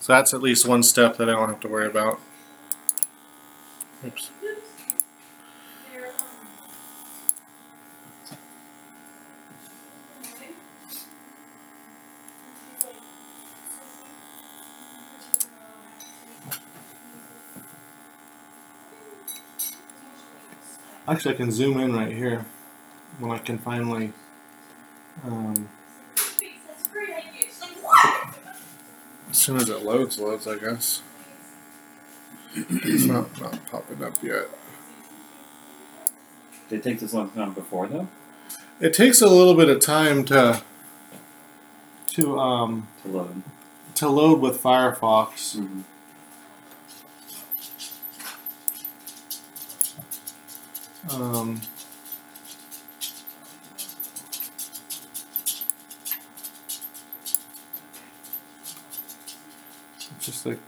A: So that's at least one step that I don't have to worry about. Oops. Actually, I can zoom in right here when I can finally. Um,
G: That's a great idea. She's like, what?
A: As soon as it loads, loads, I guess. *clears throat* it's not, not popping up yet.
E: Did it take this long time before though?
A: It takes a little bit of time to to um
E: To load.
A: to load with Firefox.
B: Mm-hmm.
A: Um, it's just like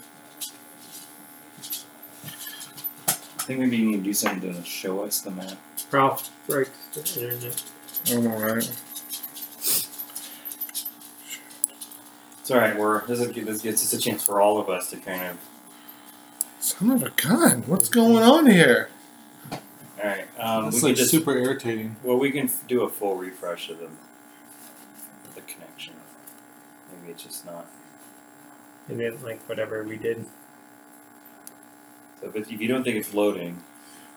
E: I think maybe you need to do something to show us the map.
B: Ralph breaks the internet.
A: I'm alright.
E: It's all right. We're this, is, this gets us a chance for all of us to kind of.
A: Son of a gun! What's going on here?
E: All right. Um, we
A: It's
E: can
A: like
E: just,
A: super irritating.
E: Well, we can f- do a full refresh of the the connection. Maybe it's just not
B: And then, like, whatever we did.
E: So if, it's, if you don't think it's loading,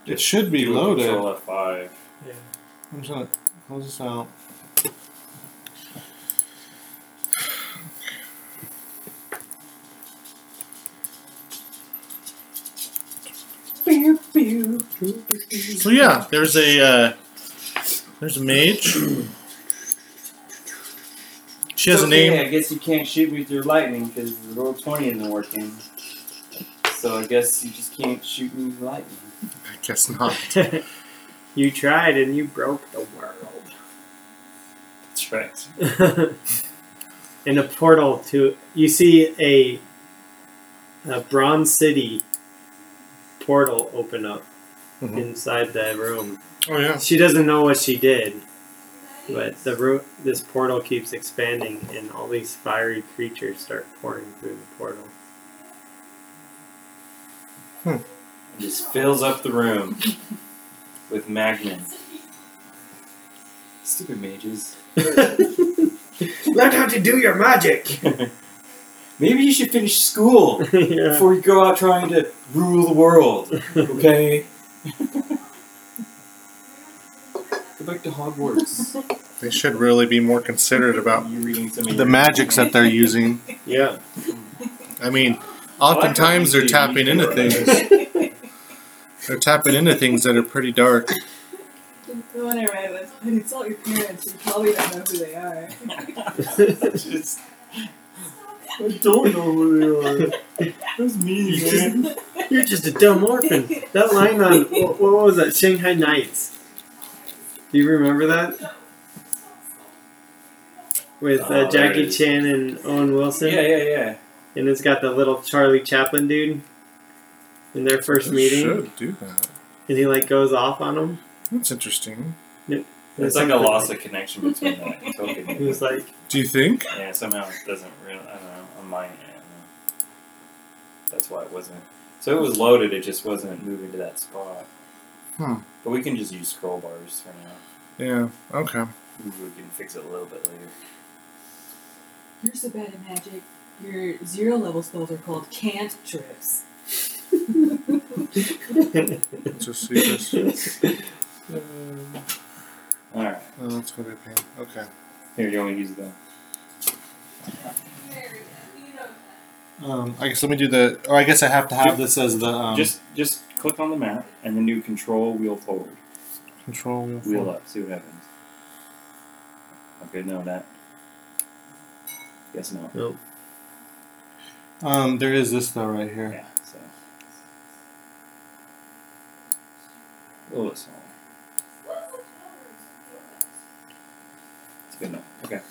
A: It should be
E: do a
A: loaded.
E: Control F5.
A: I'm just gonna close this out. So yeah, there's a uh, there's a mage. She has a name.
E: I guess you can't shoot with your lightning because the roll twenty isn't working. So I guess you just can't shoot me with lightning.
A: I guess not.
B: Yeah. *laughs* you tried and you broke the world.
E: That's right.
B: *laughs* In a portal to. You see a. A Bronze City portal open up
A: Mhm.
B: inside the room.
A: Oh yeah.
B: She doesn't know what she did,
G: Hmm.
B: but the ro- this portal keeps expanding, and all these fiery creatures start pouring through the portal. *laughs*
E: It just fills up the room *laughs* with magnum. Stupid mages.
D: Learn how to do your magic.
E: *laughs* Maybe you should finish school
B: yeah.
E: before you go out trying to rule the world. Okay. Go back to Hogwarts.
A: They should really be more considerate about
E: you reading so many
A: the magics that they're using.
B: yeah.
A: I mean, oftentimes they're tapping into things. They're tapping into things that are pretty dark.
C: The one I read was, when you tell your parents, you probably don't know who they are.
E: *laughs* Just- I don't know who they are. That's me, man.
B: You're just a dumb orphan. That line on what, what was that? Shanghai Nights. Do you remember that? With uh,
E: Oh, there it
B: Jackie
E: is.
B: Chan and Owen Wilson,
E: Yeah, yeah, yeah.
B: and it's got the little Charlie Chaplin dude in their
A: Oh,
B: first meeting,
A: Should do that.
B: and he like goes off on him.
A: That's interesting.
E: It's like a loss of connection between that. and Tolkien.
B: He
A: *laughs*
B: was like,
A: Do you think?
E: Yeah, somehow it doesn't really. I don't know. On my end, I don't know. that's why it wasn't. So it was loaded. It just wasn't moving to that spot.
A: Hmm.
E: But we can just use scroll bars for now.
A: Yeah. Okay.
E: We can fix it a little bit later.
C: You're so bad at magic. Your zero level spells are called cantrips.
B: *laughs*
A: Let's just see this.
E: All right.
A: Oh, that's gonna be a pain. Okay.
E: Here, you want to use the
G: Very good. You know
A: Um, I guess let me do the. Or I guess I have to have this as the um,
E: just just click on the map and then do control wheel forward,
A: control wheel.
E: wheel
A: forward.
E: up. See what happens. Okay, no, that. Guess not.
A: Um, there is this though right here.
E: Yeah. So. A little bit smaller. It's good enough. Okay.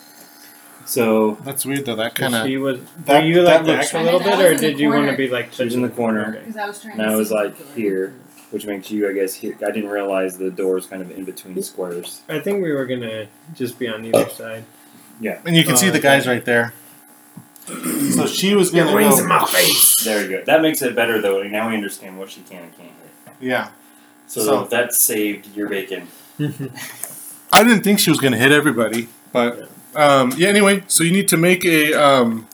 E: So
A: That's weird though. That kind of.
B: She was.
A: that-
B: were you
A: that
B: like back
A: looks-
B: a little
C: I mean,
B: bit,
C: I
B: or
C: was in
B: did
C: the
B: you want
C: corner.
B: to be like?
E: She was in the corner.
C: Because I was trying
E: now
C: to
E: it's
C: see if
E: like
C: you were-
E: here, which makes you, I guess, here. I didn't realize the door is kind of in between squares.
B: I think we were gonna just be on
A: Oh.
B: either side. *laughs*
A: And you can see
B: Uh,
A: the guys right there. So she was
D: Your
A: gonna
D: wings
A: go-
D: in my face.
E: There you go. That makes it better though. and Now we understand what she can and can't hit.
A: Yeah.
E: So,
A: So-
E: that saved your bacon.
A: I didn't think she was gonna hit everybody, but um, yeah. Anyway, so you need to make a um,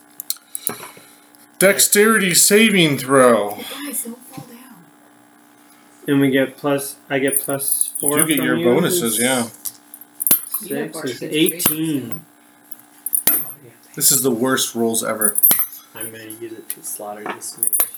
A: dexterity saving throw.
C: Hey, guys, don't fall down.
B: and we get plus. I get plus four.
A: you get
B: from
A: your
B: you.
A: bonuses, yeah.
C: You have
B: Six
C: bardic
B: is
C: inspiration,
B: eighteen.
C: so-
A: This is the worst rolls ever.
B: I'm gonna use it to slaughter this *laughs* mage.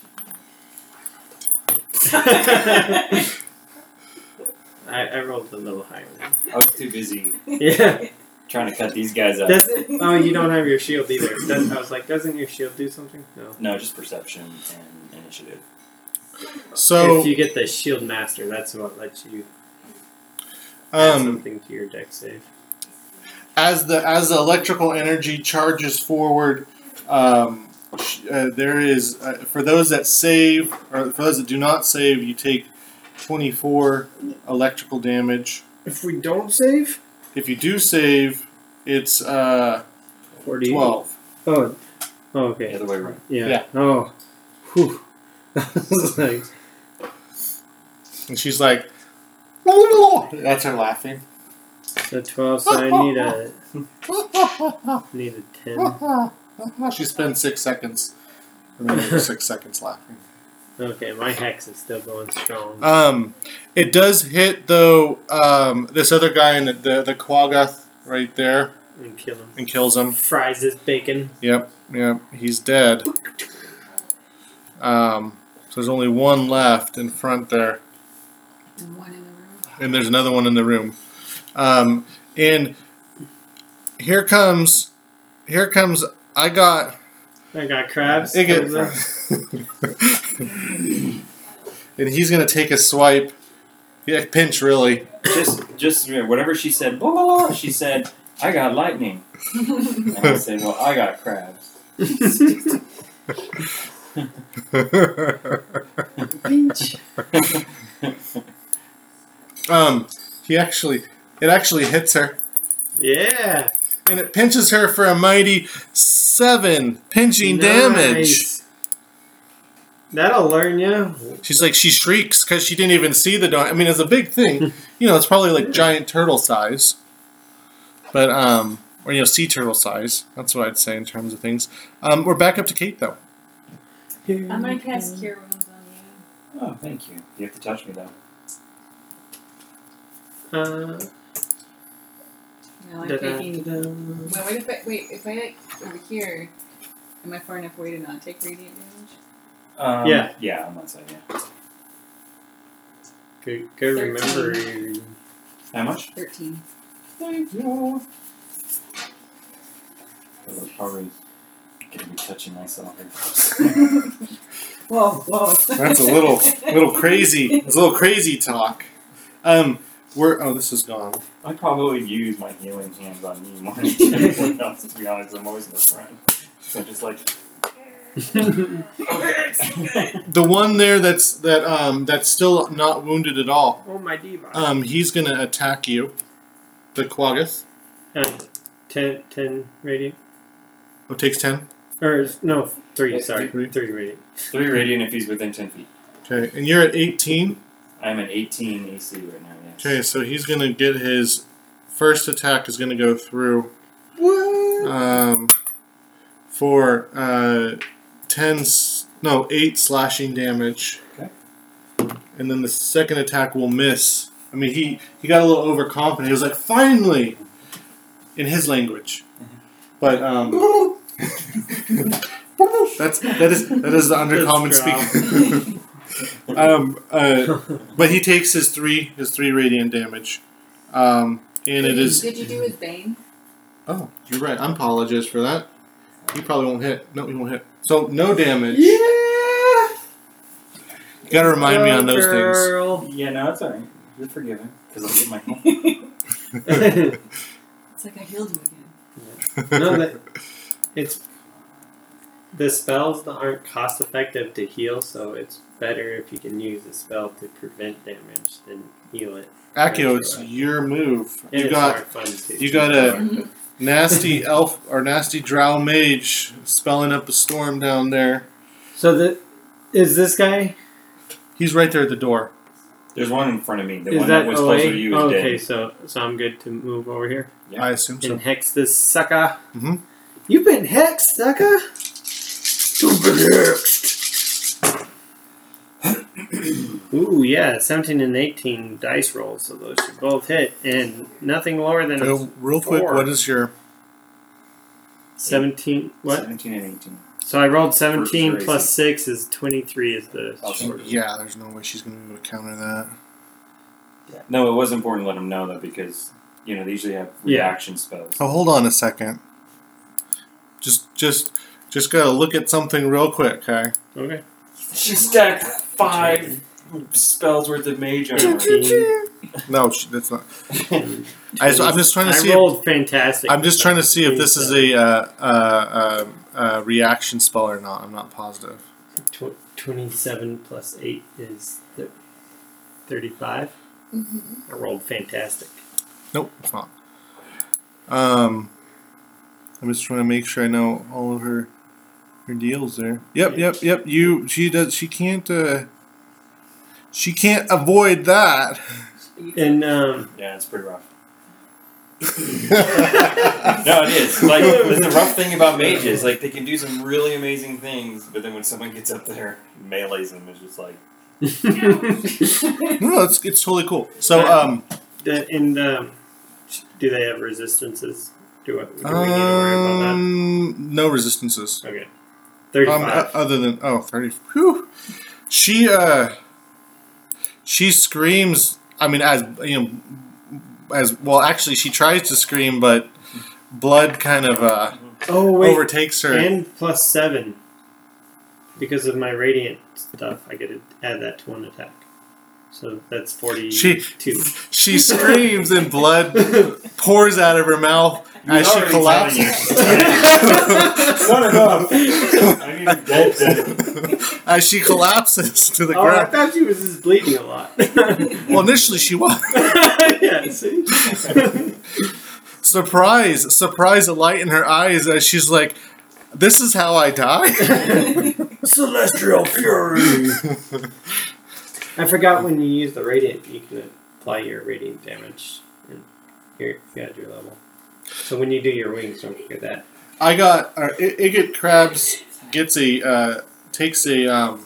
B: I, I rolled a little higher.
E: I was too busy
B: Yeah.
E: trying to cut these guys up.
B: Does it, oh, you don't have your shield either. Does, I was like, doesn't your shield do something? No.
E: No, just perception and initiative.
B: if
A: So
B: you get the shield master, that's what lets you add
A: um,
B: something to your deck save.
A: as the as the electrical energy charges forward, um, sh- uh, there is uh, for those that save or for those that do not save, you take twenty four electrical damage.
F: If we don't save,
A: If you do save, it's uh,
B: Forty.
A: twelve.
F: oh,
B: Oh,
E: The
B: okay.
E: other way
D: *laughs*
E: around.
F: yeah.
A: Yeah.
F: Oh,
B: *laughs*
F: Whew. I was like,
A: And she's like, that's her laughing.
B: So twelve. So I need a need a
F: *laughs*
B: ten.
A: she spends six seconds And then there's six seconds left.
B: Okay, my hex is still going strong.
A: Um, it does hit though. Um, this other guy in the the, the Quaggoth right there
B: and kill him.
A: and kills him.
B: Fries his bacon.
A: Yep, yep, he's dead. Um, so there's only one left in front there,
C: *laughs* And one in the room.
A: and there's another one in the room. Um, and here comes, here comes. I got.
B: I got crabs.
A: It get-
B: Those
A: *laughs* and he's gonna take a swipe, yeah, pinch really. *laughs*
E: Just, just remember, whatever she said, blah, blah, blah, she said, I got lightning. And I said, well, I got crabs. *laughs*
A: *laughs*
E: Oh,
A: um, he actually, it actually hits her.
B: are- Yeah.
A: and it pinches her for a mighty seven pinching damage.
B: Nice. That'll learn you.
A: She's like she shrieks because she didn't even see the dog. I mean, it's a big thing. you know, it's probably like giant turtle size, but um, or you know, sea turtle size. That's what I'd say in terms of things. Um, we're back up to Kate though.
C: I'm gonna cast Cure Wounds on you.
E: Oh, thank you. You have to touch me, though.
B: Uh,
C: No, I'm taking.
B: da-da-da-da.
C: Well, wait, if I, wait, if I like over here, am I far enough away to not take radiant damage?
E: Um,
B: Yeah.
E: Yeah, on that side, yeah.
B: Good, good remembering.
E: How much?
C: Thirteen.
E: Thank you. I'm probably gonna be touching *laughs* myself here.
C: Whoa, whoa.
A: That's a little, little
C: *laughs*
A: crazy. It's a little crazy talk. Um, we're oh, this is gone.
E: I probably use my healing hands on me more than anyone else, to be honest. I'm always in the front. So just like, *laughs*
A: The one there that's that um that's still not wounded at all.
B: oh my diva.
A: Um, he's gonna attack you, the Quaggoth.
B: Uh, ten, ten radiant.
A: Oh, takes ten.
B: Or no, three.
E: Yeah,
B: Sorry,
A: three. *laughs*
B: three radiant. *laughs*
E: three radiant if he's within 10 feet.
A: Okay, and you're at eighteen.
E: I'm at 18 AC right now, yes. *laughs*
A: Okay, so he's gonna get his first attack is gonna go through um for uh ten s- no eight slashing damage.
E: Okay.
A: And then the second attack will miss. I mean, he he got a little overconfident. He was like, "Finally," in his language, but um. That's that is that is the undercommon
B: That's
A: speaker. *laughs* um, uh, but he takes his three his three radiant damage, um, and it
C: Did you-
A: is.
C: Did you do his bane?
A: Oh, you're right. I apologize for that. He probably won't hit. No, he won't hit. So no damage.
B: Yeah.
A: You gotta remind me on those things.
E: Yeah, no, that's alright. You're forgiven. Because I'm getting my *laughs* hand.
B: *laughs*
A: *laughs*
B: things.
C: It's like I healed you again.
B: no, that, it's the spells that aren't cost effective to heal, so it's better if you can use a spell to prevent damage than heal it.
A: Akio, it's your move.
B: It
A: you
B: is
A: got
B: hard fun to
A: you got a nasty elf or nasty drow mage spelling up a storm down there.
F: So the is this guy?
A: He's right there at the door.
E: There's one in front of me. The
B: is
E: one
B: that
E: was
B: OA?
E: closer to you is
B: Oh,
E: dead.
B: okay, so so I'm good to move over here
E: Yeah.
A: I assume so.
B: and hex this sucker.
A: Mhm.
F: You've been hexed, sucker.
B: Ooh yeah, 17 and 18 dice rolls, so those should both hit, and nothing lower than
A: So,
B: a
A: real quick,
B: Four.
A: what is your
B: 17. What?
E: 17 and 18.
B: So I rolled 17
E: First
B: plus 6 is 23 is the
E: Oh,
B: shortest.
A: Yeah, there's no way she's gonna be able to counter that.
E: No, it was important to let him know though because you know they usually have
B: Yeah.
E: reaction spells.
A: Oh, hold on a second. Just, just, just gotta look at something real quick, okay?
B: Okay.
E: She stacked five spells worth of mage armor. *laughs*
A: No, sh that's not. I, am just trying to
B: I
A: see. If,
B: rolled fantastic.
A: I'm just trying to see if this is a uh, uh, uh, uh, reaction spell or not. I'm not positive.
B: Tw- 27 plus 8 is thir- 35. I rolled fantastic.
A: Nope, it's not. Um, I'm just trying to make sure I know all of her her deals there. Yep, yep, yep. You, she does. She can't. Uh, she can't avoid that. *laughs*
C: Mm-hmm.
B: And um, *laughs*
E: *laughs* Yeah, it's pretty rough. No, it is. *laughs* Like that's the rough thing about mages. Like they can do some really amazing things, but then when someone gets up there, melees them. It's just like
A: No, no, it's, it's totally cool. So, um,
B: The- and um, do they have resistances? Do, I, do we need to worry about
A: um, no resistances.
B: that? Okay.
A: Um,
B: 35.
A: o- other than oh 30 whew. she uh she screams i mean as you know as well actually she tries to scream but blood kind of uh
B: oh, wait.
A: overtakes her
B: And plus 7. Because of my radiant stuff, I get to add that to one attack. So that's Oh, 42.
A: she she screams and
B: *laughs*
A: blood pours out of her mouth as she
E: Already
A: collapses
B: *laughs*
E: telling you. Not enough. I need a dead dead.
A: *laughs* as she collapses to the
B: Oh, I
A: ground
B: thought she was just bleeding a lot. *laughs*
A: well initially she was
B: yeah, see?
A: surprise surprise a light in her eyes as she's like this is how i die
B: *laughs*
D: Celestial fury.
B: I forgot when you use the radiant, you can apply your radiant damage and your yeah, at your level. So when you do your wings, don't forget that.
A: I got uh, I- Igot Krabs gets a uh, takes a um,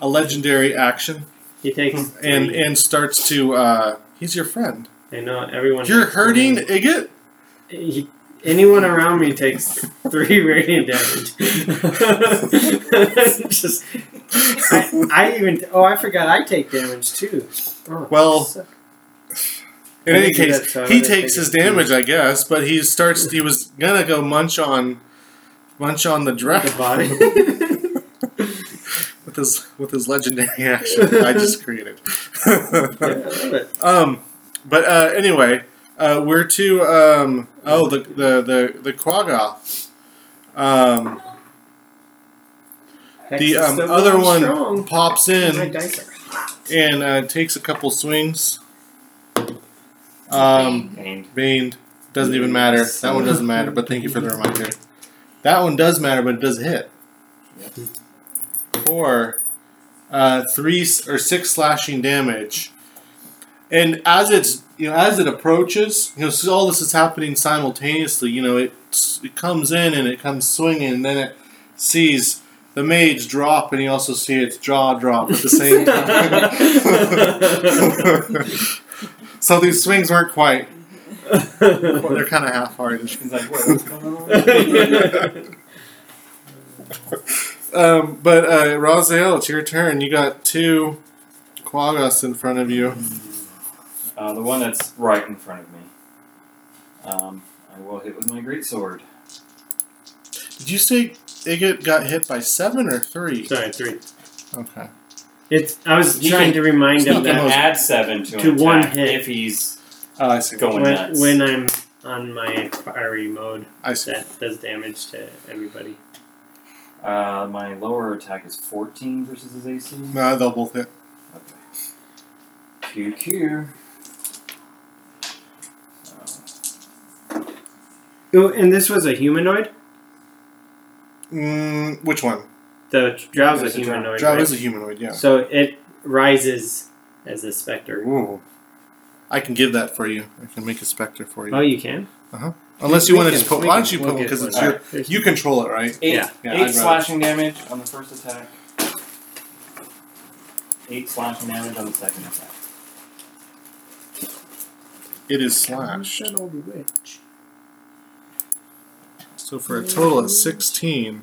A: a legendary action
B: He takes
A: *laughs* and
B: three.
A: and starts to uh, he's your friend.
B: I know everyone.
A: You're
B: takes
A: hurting
B: three.
A: Igot.
B: He- anyone around me takes three *laughs* radiant damage. Just, *laughs* I, I even oh I forgot I take damage too. Oh,
A: Well,
B: suck.
A: In
B: I
A: any
B: didn't do that,
A: case,
B: so I
A: he takes
B: didn't think
A: his
B: it was-
A: damage, I guess. But he starts. He was gonna go munch on munch on the
B: the
A: draft *laughs*
B: body.
A: with his with his legendary action that I just created.
B: *laughs* Yeah, I love it.
A: Um, but uh, anyway, uh, we're to um, oh the the the the Quaggoth. Um, the
B: Hexes
A: um,
B: still
A: other
B: going
A: one
B: strong.
A: pops
B: My
A: in
B: dice are-
A: and uh, takes a couple swings. Um,
E: Pained.
A: Bane doesn't even matter. That one doesn't matter. But thank you for the reminder. That one does matter, but it does hit. Four, uh, three s- or six slashing damage, and as it's you know as it approaches, you know so all this is happening simultaneously. You know it s- it comes in and it comes swinging, and then it sees the mage drop, and you also see its jaw drop at the same
B: *laughs*
A: time. *laughs* so these swings weren't quite. They're kind of half-hearted.
E: He's like, what? What's going on? *laughs*
A: Um, but uh, Raziel, it's your turn. You got two Quaggas in front of you.
E: Uh, the one that's right in front of me. Um, I will hit with my great sword.
A: Did you say Igot got hit by seven or three?
B: Sorry, three.
A: Okay.
B: It's. I was
E: You
B: trying
E: can-
B: to remind
E: You
B: him
E: can
B: that
E: add seven to, an
B: to one
E: attack
B: hit.
E: if he's
A: Oh, I see.
B: when,
E: going nuts.
B: when I'm on my fiery mode,
A: I see.
B: that does damage to everybody.
E: Uh, my lower attack is 14 versus his AC.
A: No, they'll both hit.
E: Okay. QQ. Uh,
B: Oh, and this was a humanoid.
A: Mm, which one?
B: The drow's a
E: It's a drow.
B: humanoid.
A: Drow
B: right?
A: is a humanoid, yeah.
B: So it rises as a specter.
A: Ooh. I can give that for you. I can make a specter for you.
B: Oh, you can.
A: Unless you
F: We
A: want to
F: can-
A: just put
F: we
A: Why
F: can-
A: don't you put
F: we'll
A: one?
F: get
A: Because it's
E: one.
A: your. You control it, right?
E: Eight,
B: Yeah.
A: Yeah, I'd
E: eight
A: rather-
E: slashing damage on the first attack. Eight slashing damage on the second attack.
A: It is slashed. So for a total of 16.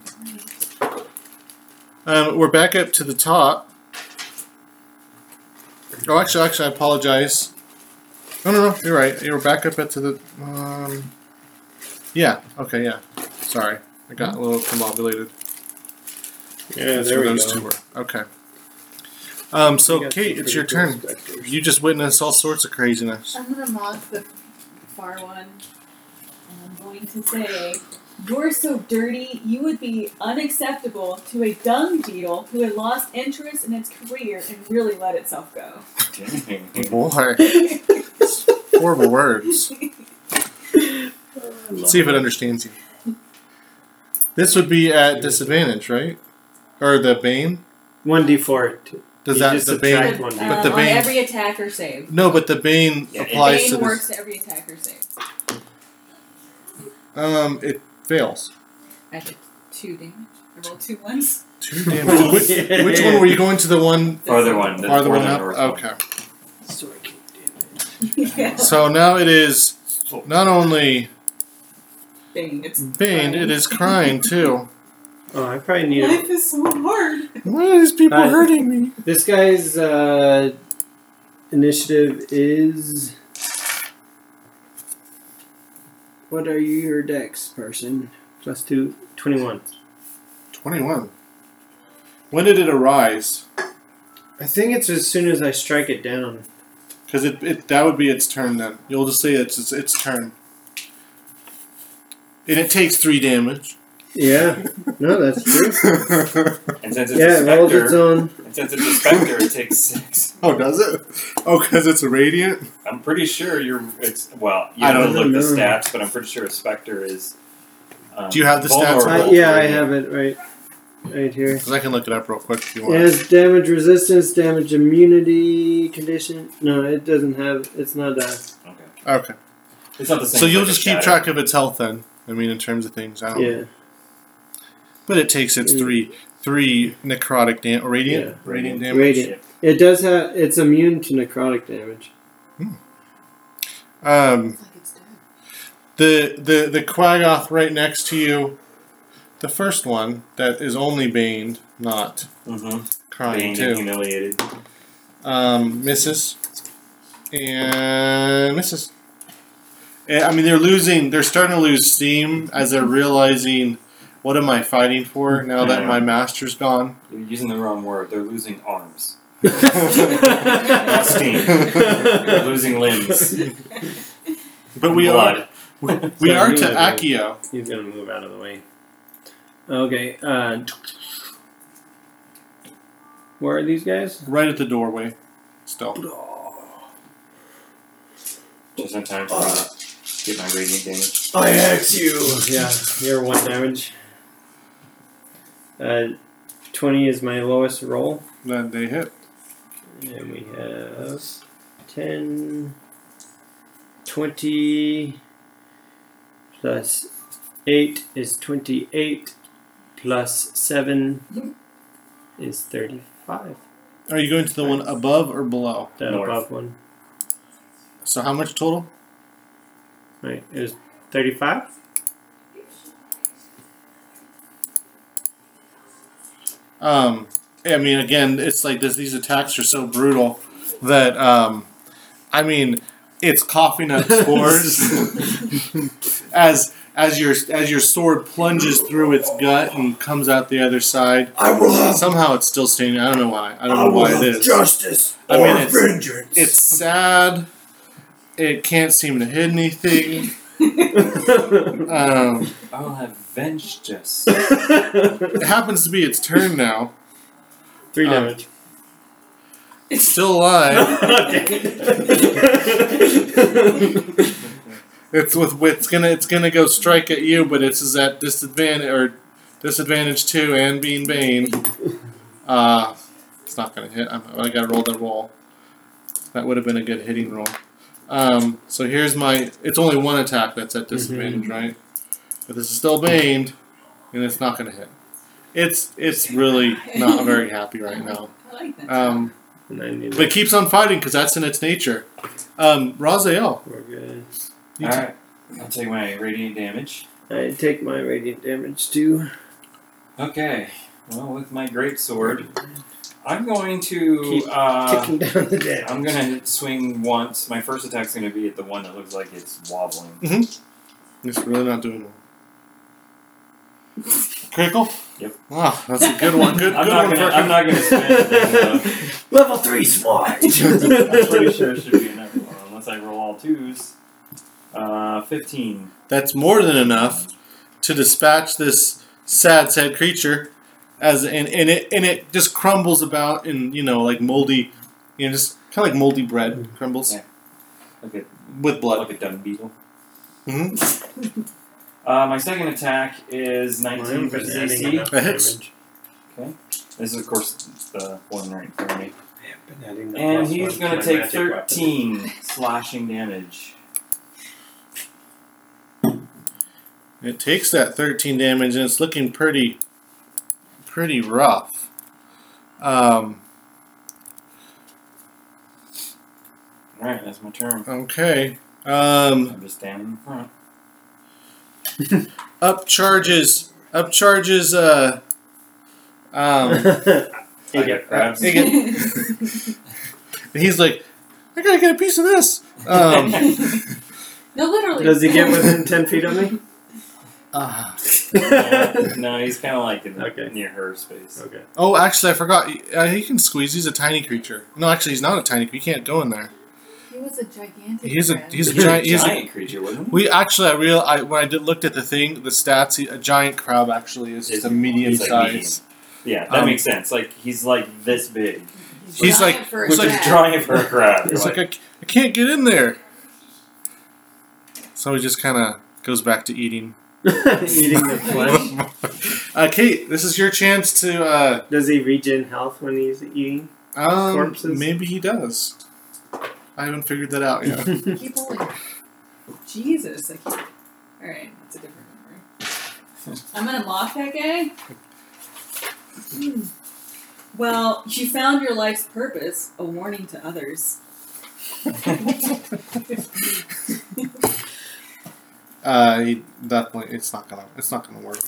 A: Um, we're back up to the top. Oh, actually, actually, I apologize. No, no, no, you're right. You're back up at to the. Um, yeah, okay, yeah. Sorry. I got a little combobulated.
B: Yeah,
A: That's where those two were. Okay. Um, so, Kate, it's your turn. You just witnessed all sorts of craziness.
C: *laughs* *laughs* I'm gonna mock the far one, and I'm going to say, "You're so dirty. You would be unacceptable to a dung beetle who had lost interest in its career and really let itself go."
A: Boy. Horrible words. Let's see if it understands you. This would be at disadvantage, right? Or the bane?
B: One d four.
A: Does
B: You
A: that
B: just
A: the bane?
B: subtract one d4.
A: But
C: Um,
A: the
C: on
A: bane-
C: every attacker save.
A: No, but the bane
E: Yeah, it-
A: applies
C: bane
A: to this.
C: works to every attacker save.
A: Um, it fails.
C: I did two damage. I rolled two ones.
A: Two damage. *laughs*
B: *laughs*
A: which, which one were you going to? The one
E: Farther one. The
A: farther one
E: further
A: up.
E: north
A: Okay.
C: *laughs* yeah.
A: So now it is not only
C: Bane. It's
A: Bane, it is crying *laughs* too.
B: Oh, I probably need a
C: Life is so hard.
A: Why are these people
B: Uh,
A: hurting me?
B: This guy's uh, initiative is
F: What are you, your dex person?
B: plus two, 21.
A: 21. When did it arise?
B: I think it's as soon as I strike it down.
A: Because it, it that would be its turn then. You'll just say it's its, its turn. And it takes three damage.
B: Yeah. No,
A: *laughs*
B: that's true.
E: And since it's
B: yeah,
E: a
B: it rolls its
E: specter,
B: own.
E: and since it's a specter, it takes six.
A: oh, does it? Oh, because it's radiant?
E: I'm pretty sure you're. It's well. You
A: I
E: have to
A: don't
E: look the
B: know.
E: stats, but I'm pretty sure a specter is. Um,
A: Do you have the stats?
E: vulnerable
B: I, yeah,
E: to
B: I
E: it.
B: have it right, right here.
A: Because I can look it up real quick if you
B: It
A: want.
B: has damage resistance, damage immunity condition. No, it doesn't have. It's not a.
E: Okay.
A: Okay.
E: It's not the same.
A: So you'll
E: as
A: just
E: a
A: keep
E: shadow.
A: track of its health then. I mean, in terms of things. I don't
B: Yeah.
A: But it takes its three three necrotic dam- radiant,
B: Yeah.
A: radiant
E: Radiant.
A: damage.
B: Radiant. It does have. It's immune to necrotic damage.
A: Um,
C: It's like it's
A: the
C: dead.
A: the the Quagoth right next to you, the first one that is only baned, not
E: Mhm.
A: crying
E: Being
A: too.
E: humiliated.
A: Um, misses and misses. Eh, I mean, they're losing. They're starting to lose steam as they're realizing, what am I fighting for now that my master's gone?
E: You're using the wrong word. They're losing arms.
A: *laughs*
D: *laughs*
A: Steam.
E: They're losing limbs.
A: *laughs* But we
E: Blood.
A: are we, we are to Accio.
B: He's gonna move out of the way. Okay. Uh, where are these guys?
A: right at the doorway. Still,
E: Just in time for me to uh, get my radiant damage.
D: I axe you.
B: Yeah, you're one damage. Uh, twenty is my lowest roll,
A: then they hit.
B: and we have 10, 20 plus eight is twenty-eight, plus seven is thirty-five.
A: Are you going to the one above or below?
B: That
E: North.
B: above one,
A: So how much total?
B: right? It was thirty-five.
A: Um, I mean, again, it's like this, these attacks are so brutal that, um, I mean, it's coughing
D: *laughs*
A: up spores *laughs* as as your as your sword plunges through its gut and comes out the other side.
D: I will have.
A: Somehow it's still standing. I don't know why. I don't
D: I
A: know
D: will
A: why it
D: have
A: is.
D: justice
A: I
D: or
A: mean, it's-
D: vengeance.
A: It's sad. It can't seem to hit anything. Um,
E: I'll have vengeance. *laughs*
A: it happens to be its turn now.
B: Three
A: Um,
B: damage.
A: It's still alive. It's with it's gonna it's gonna go strike at you, but it's is at disadvantage or disadvantage two and being bane. Uh it's not gonna hit. I'm, I gotta roll the roll. That would have been a good hitting roll. Um, so here's my. It's only one attack that's at disadvantage, right? But this is still baned, and it's not gonna hit. It's it's really not very happy right
C: *laughs*
A: now.
C: I like that.
A: Um,
B: *laughs* and I need
A: but it keeps on fighting because that's in its nature. Um, Raziel,
B: We're good.
A: you
E: Alright. I'll take my radiant damage.
B: I take my radiant damage too.
E: Okay. Well, with my great sword, I'm going to
B: Keep
E: uh,
B: Ticking down the damage.
E: I'm gonna swing once. My first attack's gonna be at the one that looks like it's wobbling.
A: It's really not doing well. Critical?
E: Yep.
A: Ah, that's a good one. Good,
E: *laughs* I'm
A: good
E: not
A: one.
E: gonna.
A: for-
E: I'm not gonna spend. anything, though.
D: Level
E: *laughs*
D: three
A: *laughs*
D: smart.
E: I'm pretty sure it should be enough unless I roll all twos. Uh, fifteen.
A: That's more than enough to dispatch this sad, sad creature. As and, and it and it just crumbles about in you know like moldy, you know just kind of like moldy bread crumbles
E: Mm-hmm. Yeah. Okay.
A: with blood.
E: Like a dung beetle.
A: hmm
E: *laughs* Uh, my second attack is
B: Mine
E: 19 for
B: was adding
E: CC.
B: enough
A: That hits.
B: damage.
E: This is, of course, the one right in front of me.
B: Been adding the plus
E: And
B: one
E: he's
B: to
E: going
B: my
E: to take
B: magic weapon.
E: 13 slashing damage.
A: It takes that 13 damage and it's looking pretty, pretty rough. Um,
E: Alright, that's my turn.
A: okay. Um,
E: I'm just standing in
A: *laughs*
E: front.
A: up charges, up charges, uh, *laughs* um,
E: I
H: Take
E: get
H: it.
E: crabs.
A: Take it. and he's like, I gotta get a piece of this. Um,
C: *laughs*
A: *laughs*
C: No, literally.
B: Does he get within 10 feet of me?
A: uh,
E: no, no, he's kind of like in the,
H: Okay.
E: near her space.
H: Okay.
A: oh, actually, I forgot. Uh, he can squeeze. He's a tiny creature. No, actually, he's not a tiny. He can't go in there.
C: he was a gigantic.
A: He's a
C: friend.
A: he's a
E: He was
A: giant. He's a
E: giant creature, wasn't
A: We actually, I real, I when I did, looked at the thing, the stats, he, a giant crab actually is just
E: Is-
A: a medium
E: he's like
A: size.
E: he? Yeah, that
A: Um,
E: makes sense. Like he's like this big,
A: he's
C: giant
A: like-
C: for a
A: he's
E: which
A: like
E: is
C: rat.
E: giant for a crab.
A: It's
E: You're
A: like I, c- I can't get in there. So he just kind of goes back to eating.
B: *laughs* Eating the flesh.
A: *laughs* uh, Kate, this is your chance to. Uh,
B: Does he regen health when he's eating?
A: um,
B: Corpses?
A: Maybe he does. I haven't figured that out yet.
C: Keep holding. Jesus. Like, Alright, that's a different number. I'm gonna mock that guy. Hmm. Well, you found your life's purpose, a warning
A: *laughs*
C: to others.
A: *laughs* uh, he definitely, it's not gonna, it's not gonna work.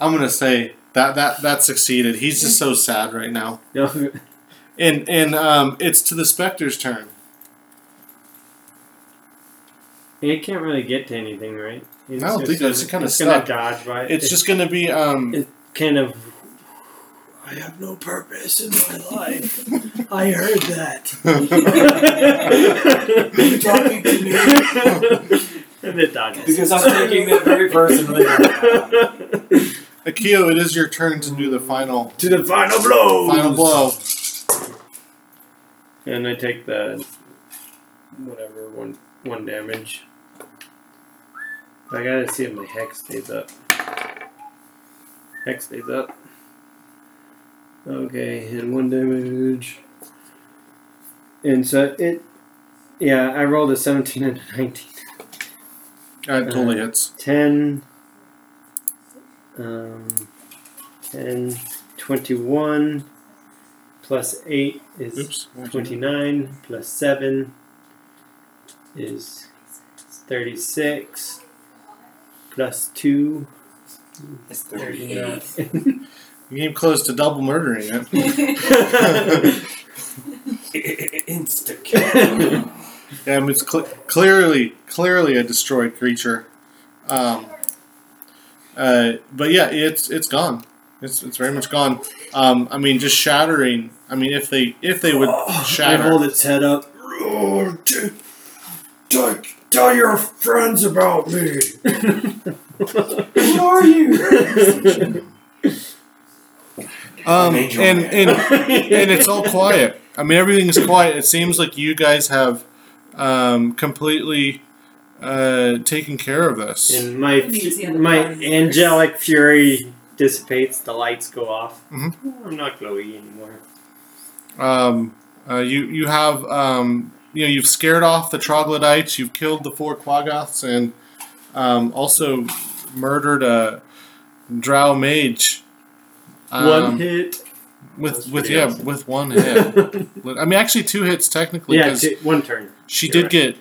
A: I'm gonna say that that that succeeded. He's just so sad right now.
B: No. *laughs*
A: And and um, it's to the specter's turn.
B: It can't really get to anything, right? It's
A: I don't think so. It's kinda
B: it's gonna
A: stuck.
B: dodge by.
A: It's just gonna be um. *laughs*
B: It- kind of.
D: I have no purpose in my life. I heard that. Are you talking to me?
B: and it dodges.
E: because I'm taking that very personally.
A: Akio, it is your turn to do the final
D: To the final blow.
A: final blow.
B: And I take the whatever one one damage. I gotta see if my hex stays up. Hex stays up. Okay, and one damage. And so it, yeah, I rolled a 17 and a 19.
A: Uh, it totally hits.
B: 10, um, 10, 21, plus 8 is
A: Oops.
B: 29 plus 7 is 36 plus 2 *laughs*
E: It's 38.
B: 39
A: You came close to double murdering it.
E: Insta kill.
A: Yeah, I mean, it's cl- clearly clearly a destroyed creature. Um, uh, but yeah, it's it's gone. It's, it's very much gone. Um, I mean, just shattering. I mean, if they if they would
B: Oh, I
A: shatter,
B: hold its head up
D: Oh, t- t- tell your friends about me. Who are you?
A: um,
E: Major
A: and
E: man.
A: and *laughs*
B: *laughs*
A: and it's all quiet. I mean, everything's quiet. It seems like you guys have um, completely uh, taken care of this.
B: and my
C: Let me see on
B: fu-
C: the
B: my
C: bottom.
B: angelic fury dissipates the lights go off Oh,
A: Mhm.
B: I'm not glowy anymore
A: Um, uh, you you have um, you know you've scared off the troglodytes. You've killed the four quaggoths and um, also murdered a drow mage.
B: one
A: um,
B: hit
A: with
B: That's
A: with
B: pretty
A: yeah
B: awesome.
A: with one
B: *laughs*
A: hit. I mean, actually two hits technically
B: yeah
A: because
B: t- one turn
A: she
B: you're
A: did
B: right.
A: get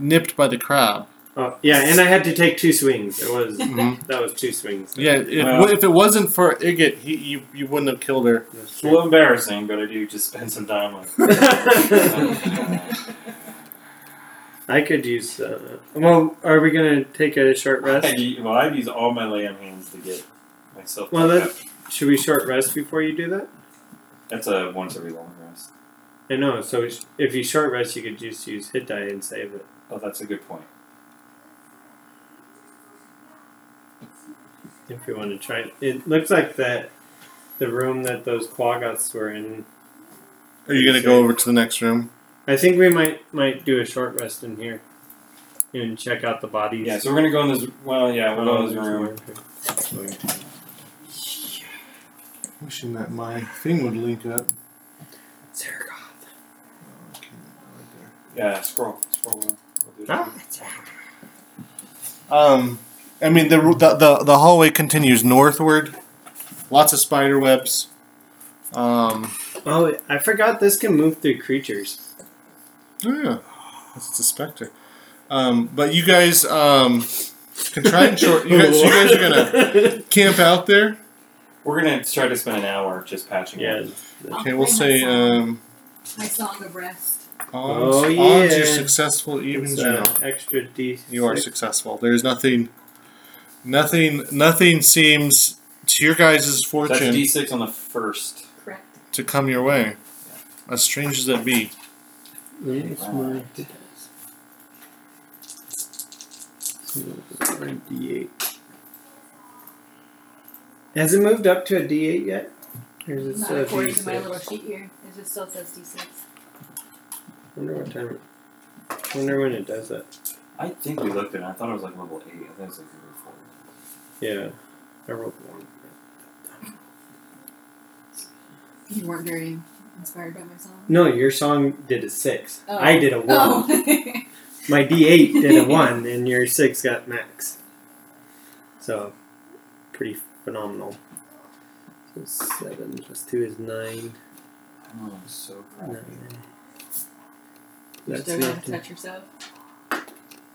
A: nipped by the crab.
B: oh, yeah and I had to take two swings it was
A: Mhm.
B: that was two swings
A: Yeah, if,
E: Wow.
A: if it wasn't for Igot, he, you you wouldn't have killed her.
E: *laughs* It's a little embarrassing, but I do just spend some time like.
B: *laughs* I could use. Uh, well, are we gonna take a short
E: I'd
B: rest?
E: u- well, I'd use all my lay on hands to get myself.
B: Well,
E: back
B: that- Should we short rest before you do that?
E: up. that's a once every long rest.
B: I know. So we sh- if you short rest, you could just use hit die and save it.
E: Oh, that's a good point.
B: If you want to try it, it looks like that the room that those quaggots were in.
A: Are you gonna go over to the next room?
B: I think we might might do a short rest in here and check out the bodies.
E: Yeah, so we're gonna go in this. Well, yeah, we'll go in
B: Oh,
E: this room.
B: there's more.
A: Wishing that my thing would link up.
E: Yeah, scroll, scroll. We'll do it.
B: Ah.
A: Um, I mean, the, the, the, the hallway continues northward. Lots of spider webs. Um,
B: Oh, I forgot this can move through creatures.
A: oh, yeah. It's a specter. Um, but you guys um, can try and short. You guys, you guys are going *laughs* to camp out there.
E: We're gonna try to spend an hour just patching.
B: Yeah.
E: it.
A: Okay, we'll say um,
C: My song of rest.
A: odds,
B: Oh,
A: odds you're
B: yeah.
A: successful, evens
B: It's,
A: you out.
B: uh, extra D.
A: You are successful. There's nothing, nothing, nothing seems to your guys'
E: That's
A: fortune
E: D6 on the first.
C: Correct.
A: to come your way. As strange as that be.
F: It's my. So, it's my D8.
B: Has it moved up to a D8 yet? Or is it
C: Not
B: still a
C: according to my little
B: D6?
C: sheet here. It just still says D6.
B: Wonder what time. Wonder when it does that.
E: I think we looked at it. I thought it was like level eight. I think it's like level four.
B: Yeah, I rolled one.
C: You weren't very inspired by my song.
B: No, your song did a six.
C: Oh.
B: I did a one.
A: *laughs*
C: Oh.
B: My D8 did a one, and your six got max. So, pretty phenomenal. So seven plus two is nine.
E: Oh, I'm so proud. of you.
B: Nine.
C: You're *laughs*
B: That's
C: still gonna
B: not.
C: touch yourself.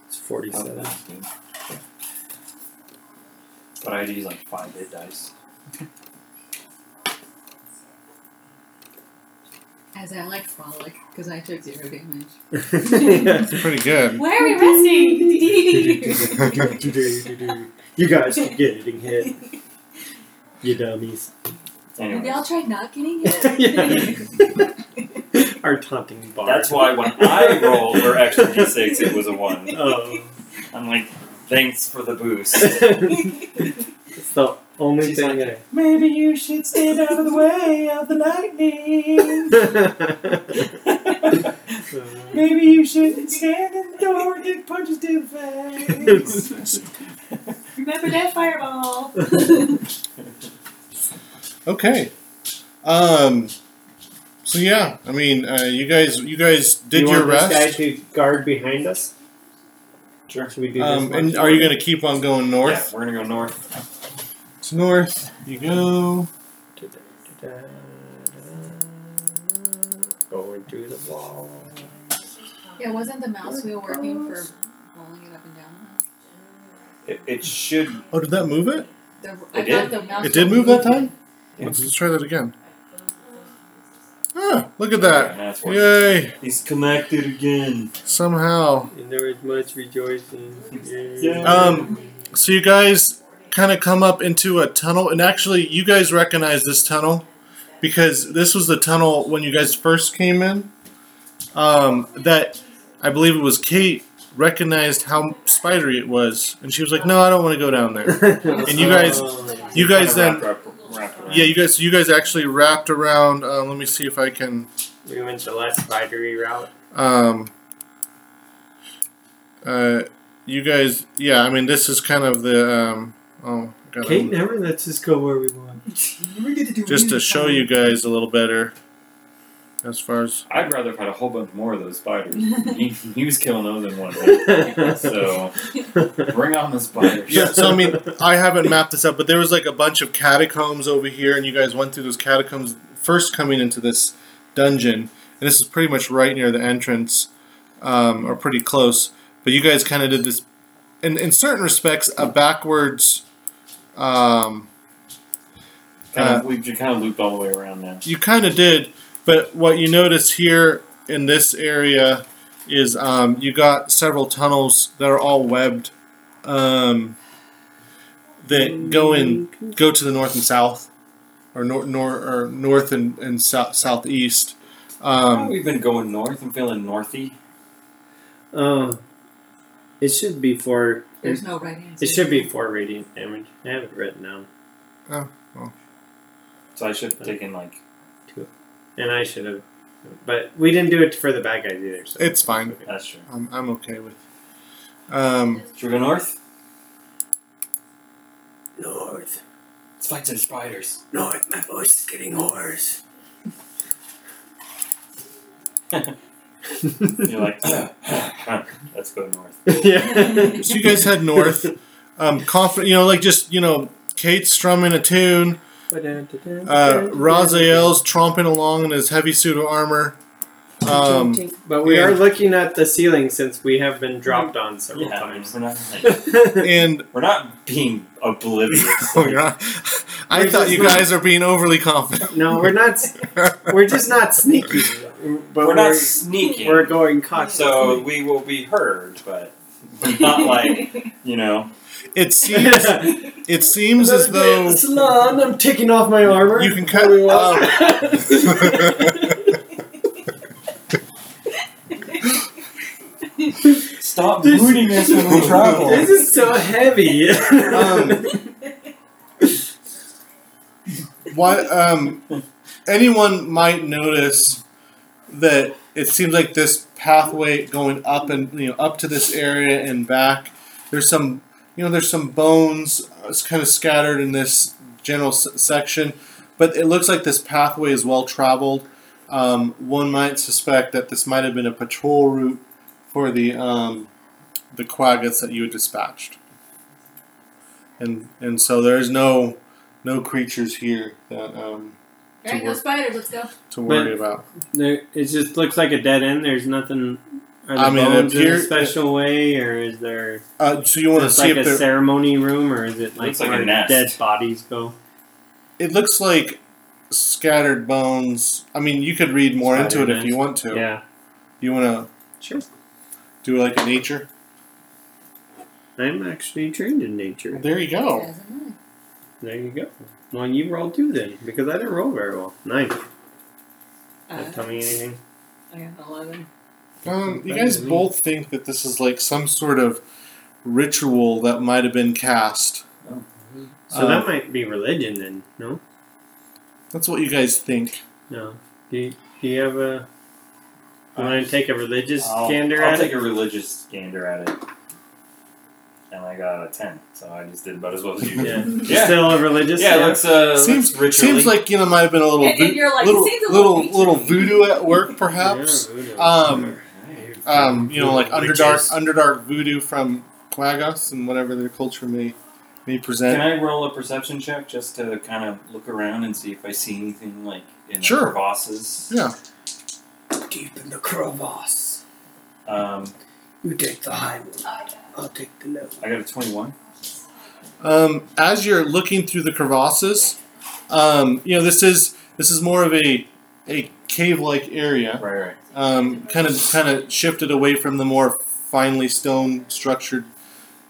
B: It's forty-seven.
E: *laughs*
B: *laughs*
E: But I'd use like five hit dice.
C: As I like frolic, because I took zero damage.
A: Pretty good.
C: Why are we resting? *laughs*
B: you guys keep getting hit, you dummies.
C: Have
E: Anyway,
C: y'all tried not
A: *laughs*
C: getting
E: *laughs*
B: Yeah.
C: it?
B: Our taunting bar.
E: that's why when I rolled for extra D6, it was a one.
B: Oh. *laughs*
E: I'm like, thanks for the boost.
B: it's the only
E: She's
B: thing
E: Maybe you should stay out of the way of the lightning.
B: *laughs* I.
E: *laughs* Maybe you shouldn't stand in the door and get punched in the
A: *laughs*
E: face.
C: Remember that fireball.
A: Okay. Um. So yeah, I mean, uh, you guys, you guys did
B: you
A: your
B: want
A: rest.
B: This guy to guard behind us.
E: Sure.
B: Should we do
A: um,
B: this?
A: and are you gonna keep on going
E: Yeah,
A: north?
E: we're gonna go north.
A: It's north. You go.
B: gonna going Oh, through the wall?
C: *laughs* yeah, wasn't the mouse wheel working for rolling it up and down?
E: It, it should.
A: Oh, did that move it?
C: The,
E: It
C: I
E: did.
C: thought the mouse
A: It did
C: wheel
A: move that
C: moved
A: time. Let's, let's try that again. Ah, look at
E: Yeah,
A: that!
E: that's working.
A: Yay!
E: He's connected again.
A: Somehow.
B: And there was much rejoicing.
E: Yeah.
B: *laughs*
A: Um, so you guys kind of come up into a tunnel, and actually, you guys recognize this tunnel because this was the tunnel when you guys first came in. Um, that I believe it was Kate recognized how spidery it was, and she was like, "No, I don't want to go down
B: *laughs*
A: there."
C: Oh,
B: and
A: you guys- You guys
E: Kinda
A: then,
E: wrapped up- wrapped around.
A: yeah, you guys, so you guys actually wrapped around. Uh, let me see if I can.
B: We went the less spidery route.
A: Um, uh, you guys, yeah, I mean, this is kind of the um. Oh, God, I'm-
B: Kate never lets us go where we want.
A: just to show you guys a little better as far as
E: I'd rather have had a whole bunch more of those spiders. he, he was killing those in one hit.
B: so,
E: So bring on the spiders.
A: yeah so i mean *laughs* i haven't mapped this up but there was like a bunch of catacombs over here and you guys went through those catacombs first coming into this dungeon and this is pretty much right near the entrance um, or pretty close but you guys kind of did this in, in certain respects a backwards um,
E: kind
B: uh,
E: of, we kind of looped all the way around now.
A: You kind of did, but what you notice here in this area is um, you got several tunnels that are all webbed um, that go in go to the north and south, or nor, nor or north and, and south southeast. Um,
E: We've been going north. I'm feeling northy.
B: *laughs* um, it should be for.
C: *laughs* There's no right answer.
B: It
C: *laughs*
B: should be four radiant damage. I have it written down,
E: So I should have taken like
B: and I should have, but we didn't do it for the bad guys either. So
A: it's fine.
E: that's true.
A: I'm, I'm okay with. Um,
E: Should we go north?
D: North.
E: Let's fight some spiders.
D: North, my voice is getting hoarse.
E: You're like *laughs* Huh, Let's go north.
A: *laughs*
B: *laughs*
I: yeah.
A: so you guys head north, um, confident. You know, like just you know, Kate strumming a tune, uh, Raziel's tromping along in his heavy suit of armor. Um,
B: But we
A: Yeah.
B: are looking at the ceiling since we have been dropped on several
E: Yeah,
B: times. *laughs*
E: we're not, like,
A: and *laughs*
E: we're not being oblivious.
A: oh, you're not- I
B: We're
A: thought
B: just
A: you
B: not-
A: guys are being overly confident. *laughs*
B: no, we're not. s- We're just not sneaky. *laughs* But
E: we're,
B: we're
E: not sneaking.
B: We're going cautiously.
E: so we will be heard, but we're not like
C: *laughs*
E: you know.
A: It seems it seems as though
B: Salon, I'm taking off my armor. *laughs*
A: you can cut. uh, um, *laughs*
E: Stop
B: This-
E: booting us when we
B: *laughs*
E: travel.
B: this is so heavy.
A: *laughs* Um, Why? Um, anyone might notice that it seems like this pathway going up and you know up to this area and back. There's some you know there's some bones uh, it's kind of scattered in this general s- section, but it looks like this pathway is well traveled. Um, one might suspect that this might have been a patrol route for the um, the quaggots that you had dispatched, and and so there's no no creatures here that um,
J: Alright, no
A: work.
J: spiders, let's go.
A: to worry about.
B: *laughs* there, it just looks like a dead end. There's nothing. Are the
A: I mean, it
B: bones in a
A: appear-
B: special way, or is there
A: Uh, so you want to
B: just
A: see
B: like
A: if
B: a
A: there?
B: ceremony room, or is it like,
E: Looks like a
B: where
E: nest.
B: dead bodies go?
A: It looks like scattered bones. I mean, you could read more into it if
B: Spider-Man.
A: you want to.
B: Yeah,
A: You want to
B: sure.
A: do like a nature?
B: I'm actually trained in nature.
A: There you go.
C: "Mm,
B: There you go. Well, you roll two then, because I didn't roll very well. Nine.
J: Uh,
B: Don't tell
A: Uh,
B: me anything.
J: I got an 11.
A: Um, you
B: Better
A: guys
B: than me.
A: both think that this is like some sort of ritual that might have been cast.
B: So
A: Um,
B: that might be religion then. No,
A: That's what you guys think.
B: no. Do you, do you have a? You
E: Uh,
B: want to take a religious
E: I'll,
B: gander
E: I'll
B: at
E: take
B: it?
E: a religious gander at it. And I got a 10, so I just did about as well as you
B: Yeah.
E: *laughs*
C: *laughs*
E: did.
B: You're Still a religious.
E: Yeah, it looks, uh,
A: seems
E: looks ritually.
A: seems like you know might have been a little
J: And- and
A: voo-
J: you're like,
A: little
J: seems a little
A: little
J: creature.
A: little voodoo at work, perhaps. Um, um, you know, like underdark underdark voodoo from Quagos and whatever their culture may may present.
E: Can I roll a perception check just to kind of look around and see if I see anything like in
A: Sure.
E: the crevasses?
A: Yeah.
D: Deep in the crevasse.
E: Um,
D: You take the high one. I'll take the low.
E: I got a 21.
A: Um, as you're looking through the crevasses, um, you know this is this is more of a a cave-like area,
E: Right, right.
A: um, kind of kind of shifted away from the more finely stone structured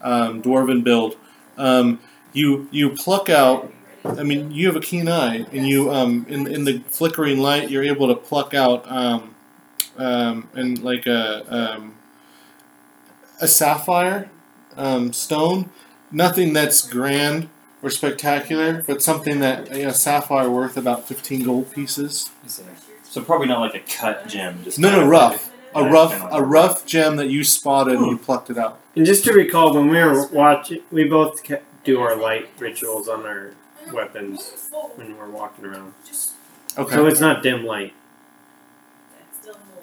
A: um, dwarven build. Um, you you pluck out. I mean, you have a keen eye, and you um, in in the flickering light, you're able to pluck out um, um, and like a um, a sapphire um, stone. Nothing that's grand or spectacular, but something that a sapphire worth about fifteen gold pieces.
E: I see. So probably not like a cut gem. Just
A: No,
E: kind
A: no,
E: of
A: rough a
E: Yeah,
A: rough
E: kinda like
A: a rough gem that you spotted and
B: Hmm.
A: you plucked it out.
B: And just to recall, when we were watching, we both ca- do our light rituals on our weapons when we're walking around. So
A: Okay.
B: it's not dim light.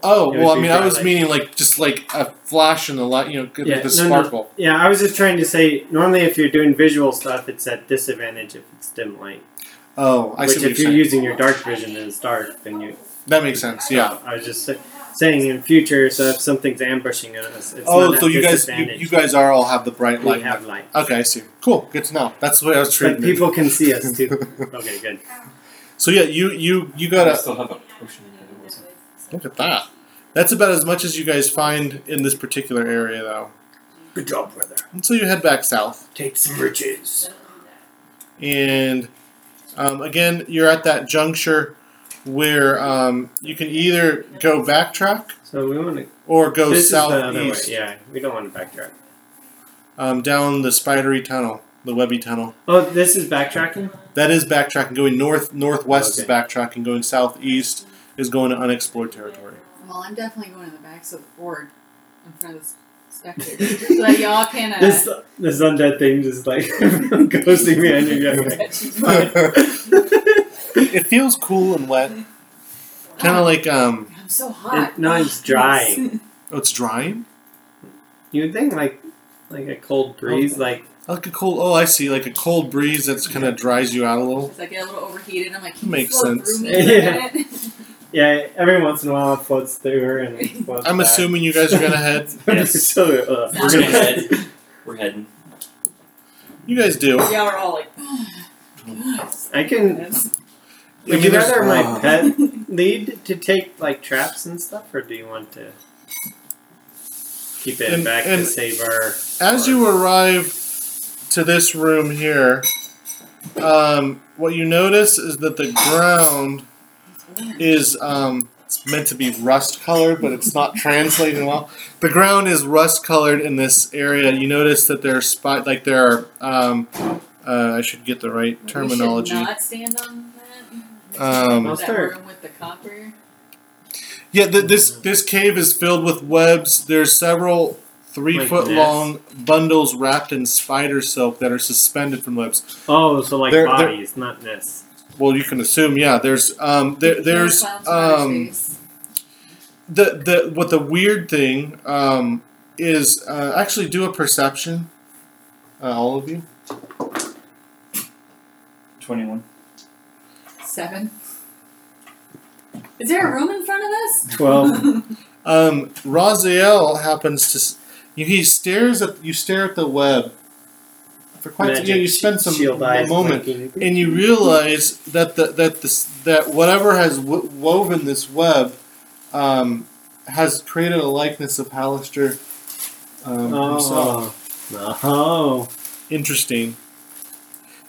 A: Oh
B: It
A: well,
B: would
A: I
B: be
A: mean, I
B: kinda
A: was
B: like-
A: meaning like just like a flash in the light, you know, like
B: Yeah,
A: the
B: no, no.
A: sparkle.
B: Yeah, I was just trying to say. Normally, if you're doing visual stuff, it's at disadvantage if it's dim light.
A: Oh, I
B: Which,
A: see what you're
B: if you're
A: saying.
B: using your dark vision in the dark, then you.
A: that makes sense. Yeah.
B: I was just sa- saying in future, so if something's ambushing us, it's
A: oh,
B: not
A: so
B: at
A: you guys, you,
B: disadvantage.
A: you guys are all have the bright
B: we
A: light.
B: have light.
A: Okay, I see. Cool. Good to know. That's the way I was
B: But
A: treating it.
B: people can see us
A: *laughs*
B: too. Okay, good.
A: So yeah, you you you
E: I
A: gotta
E: still have a potion. that it wasn't-
A: look at that. That's about as much as you guys find in this particular area, though.
D: Good job, brother.
A: And so you head back south.
D: Take some riches.
A: and um, again you're at that juncture where um, you can either go backtrack
B: So we want to.
A: or go
B: this is the other way.
A: southeast
B: Yeah, we don't want to backtrack.
A: um, down the spidery tunnel the webby tunnel
B: Oh, this is *laughs* backtracking.
A: that is backtracking going north northwest is
B: Okay.
A: backtracking going southeast is going to unexplored
B: *laughs*
A: territory
C: Well, I'm definitely going to the backs of the board in front of the
A: *laughs*
C: spectators so that y'all can. Uh,
B: This this undead thing just like *laughs* ghosting me under your
A: *laughs* it feels cool and wet kind of like um
C: I'm so hot. *laughs*
B: It- no, it's dry.
A: oh, it's drying
B: You would think like like a cold breeze,
A: Okay.
B: like
A: Like a cold. Oh, I see. Like a cold breeze that's kind of dries you out a little.
C: Because I get a little overheated. I'm like, can
A: Makes
C: you float
A: sense. *laughs*
C: through me for a
B: Yeah.
C: minute? *laughs*
B: yeah. Every once in a while, it floats through her and it floats
A: I'm
B: back. *laughs*
A: assuming you guys are gonna head.
E: Yes.
B: So, uh,
E: *laughs* We're
B: *laughs*
E: gonna head. We're heading.
A: You guys do.
C: Yeah, we're all like, "Oh
B: I can.
A: I
B: Would
A: mean,
B: you
A: there's-
B: rather
A: uh,
B: my
C: *laughs*
B: pet lead to take like traps and stuff, or do you want to keep it
A: And-
B: back
A: and-
B: to save our?
A: As you arrive to this room here, um, what you notice is that the ground is um, it's meant to be rust colored, but it's not translating well. The ground is rust colored in this area. You notice that there are spot like there are. Um, uh, I should get the right terminology.
C: We should not stand on that.
A: Um,
B: I'll
C: that
B: start.
C: room with the copper.
A: Yeah, th- this this cave is filled with webs. There's several three
B: Like
A: foot
B: this?
A: long bundles wrapped in spider silk that are suspended from webs.
B: Oh, so like
A: They're- they're-
B: bodies, not this.
A: Well, you can assume, yeah. There's um, there, there's
C: Clowns on our
A: um,
C: face.
A: the the what the weird thing um is uh, actually do a perception, uh, all of you.
E: 21.
C: seven. Is there a room in front of us?
B: Twelve.
C: *laughs*
A: Um, Raziel happens to s- you. He stares at you. Stare at the web for quite.
B: *laughs* Magic
A: yeah, you spend some
B: shield eyes
A: moment.
B: blinking.
A: and you realize that the that this that whatever has w- woven this web um, has created a likeness of Hallister um, himself.
B: Oh. Oh.
A: Interesting.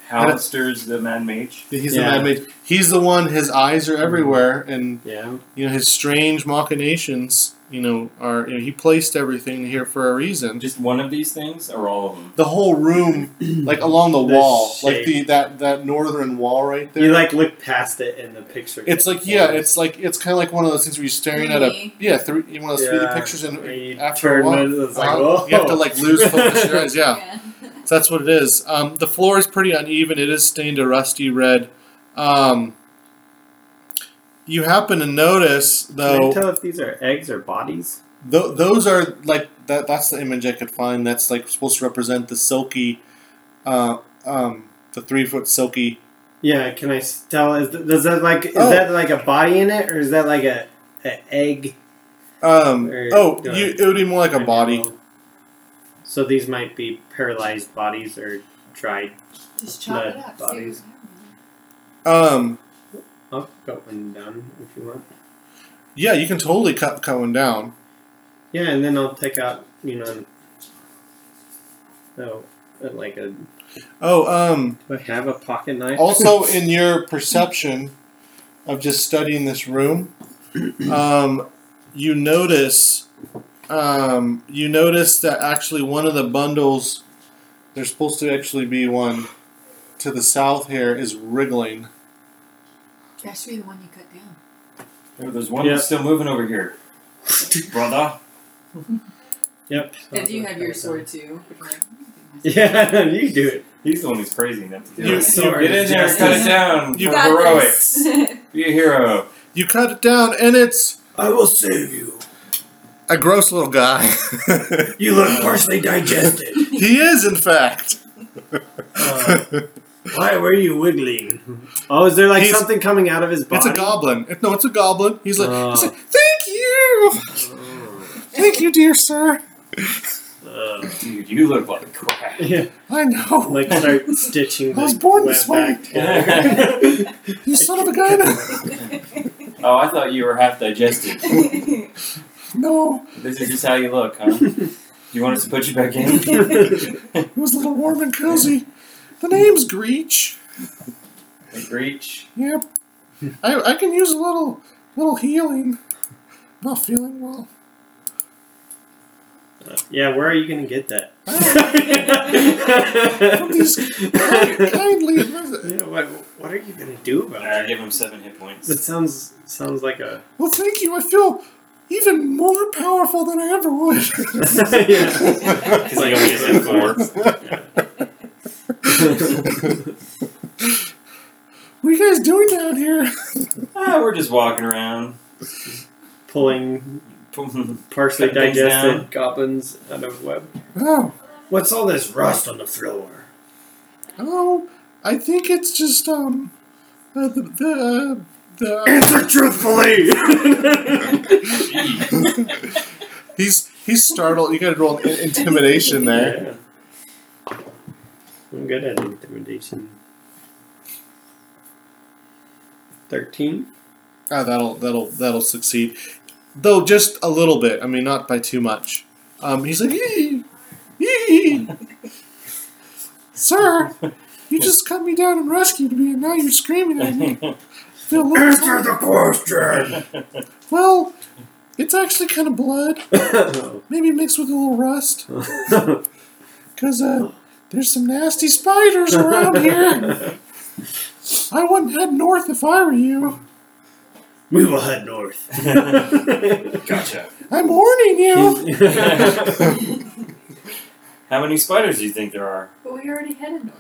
E: Hallister's the man mage.
A: He's
B: Yeah.
A: the mad mage. He's the one. His eyes are everywhere, and
B: Yeah.
A: you know his strange machinations. You know are you know, he placed everything here for a reason.
E: Just one of these things, or all of them?
A: The whole room, like along the
B: The
A: wall, like
B: shape.
A: the that that northern wall right there.
B: You like look past it in the picture.
A: It's like yeah, it's like it's kind of like one of those things where you're staring at a
C: Three.
A: yeah, three, one of those three D
B: Yeah,
A: pictures,
B: Where
A: and
B: you
A: after
B: turn
A: a while,
B: it, it's like,
A: uh-huh, you have to
B: whoa.
A: like lose focus in
B: *laughs*
A: your eyes. Yeah,
C: Yeah. *laughs*
A: so that's what it is. Um, the floor is pretty uneven. It is stained a rusty red. Um, you happen to notice
B: Can I
A: though
B: tell if these are eggs or bodies?
A: Th- those are like that. That's the image I could find. That's like supposed to represent the silky, uh, um, the three foot silky.
B: Yeah. Can I s- tell? Is th- does that like is
A: Oh.
B: that like a body in it, or is that like a an egg?
A: Um,
B: Or-
A: oh,
B: go
A: you,
B: ahead.
A: it would be more like a
B: I
A: body.
B: know. So these might be paralyzed bodies or dried.
C: Just chop it
B: Blood
C: up.
B: bodies.
C: See
A: Um,
B: I'll cut one down if you want.
A: yeah, you can totally cut cut one down.
B: Yeah, and then I'll take out you know. No, like a. Do
A: Oh, um,
B: I have a pocket knife?
A: also in your perception of just studying this room, um, you notice, um, you notice that actually one of the bundles, there's supposed to actually be one to the south here, is wriggling.
C: That should be the one you cut down.
E: Oh, there's one
B: Yeah.
E: that's still moving over here. Brother.
B: Yep.
C: If you have your sword too.
B: *laughs*
C: "Oh,
B: Yeah, you do it.
E: He's the one who's crazy enough to do
A: You-
E: it.
B: Sorry.
E: Get in there, cut it down.
A: *laughs* You-
E: You're
K: Got
E: heroic.
K: this.
E: Be a hero.
A: You cut it down, and it's
D: I will save you.
A: a gross little guy. *laughs*
D: You look partially digested.
A: he is, in fact.
D: Why were you wiggling?
B: Oh, is there like
A: He's-
B: something coming out of his
A: It's
B: body?
A: a goblin. It- No, it's a goblin. He's like,
B: Oh.
A: he's like, thank you, thank you, dear sir.
B: Uh,
E: Dude, you look
A: *laughs*
E: like
B: *laughs*
E: crap.
B: yeah,
A: I know.
B: like
A: *laughs*
B: start stitching.
A: I was
B: the
A: born
B: web
A: this way.
B: back together.
A: you son of a gun.
E: Oh, I thought you were half digested.
A: No,
E: This is just how you look,
A: *laughs*
E: huh? Do you want us to put you back in?
C: *laughs*
A: it was a little warm and cozy. The name's Greech.
E: Breach.
A: Yep. I, I can use a little little healing. Not feeling well.
B: yeah, where are you gonna get that?
A: From these
B: *laughs*
A: kindly visit.
B: yeah, what, what are you gonna do about
E: I
B: that?
E: give him seven hit points. *laughs*
B: That sounds sounds
A: *laughs*
B: like a.
A: Well, thank you. I feel even more powerful than I ever would.
B: Yeah.
E: Because he only has like four.
A: What are you guys doing down here?
E: Ah, we're just walking around,
B: Pulling partially
E: Cut things down.
B: digested goblins out of web.
A: Oh,
D: What's all this rust on the floor?
A: oh, I think it's just um, the the the. the uh,
D: Answer truthfully.
A: *laughs* he's he's startled. You got to roll an intimidation there.
B: Yeah. I'm good at intimidation. 13?
A: Ah, that'll that'll that'll succeed, though just a little bit. I mean, not by too much. Um, he's like, "Yee, yee, sir,
D: *laughs*
A: you just cut me down and rescued me, and now you're screaming at me. I feel a little
D: Answer
A: tired."
D: the question.
A: Well, it's actually kind of blood, maybe mixed with a little
D: *laughs*
A: rust, because uh, there's some nasty spiders around here.
D: *laughs*
A: I wouldn't head north if I were you.
D: We will head north.
E: *laughs*
A: *laughs*
E: Gotcha. *laughs*
A: I'm warning you.
D: *laughs*
E: How many spiders do you think there are?
L: But we already headed north.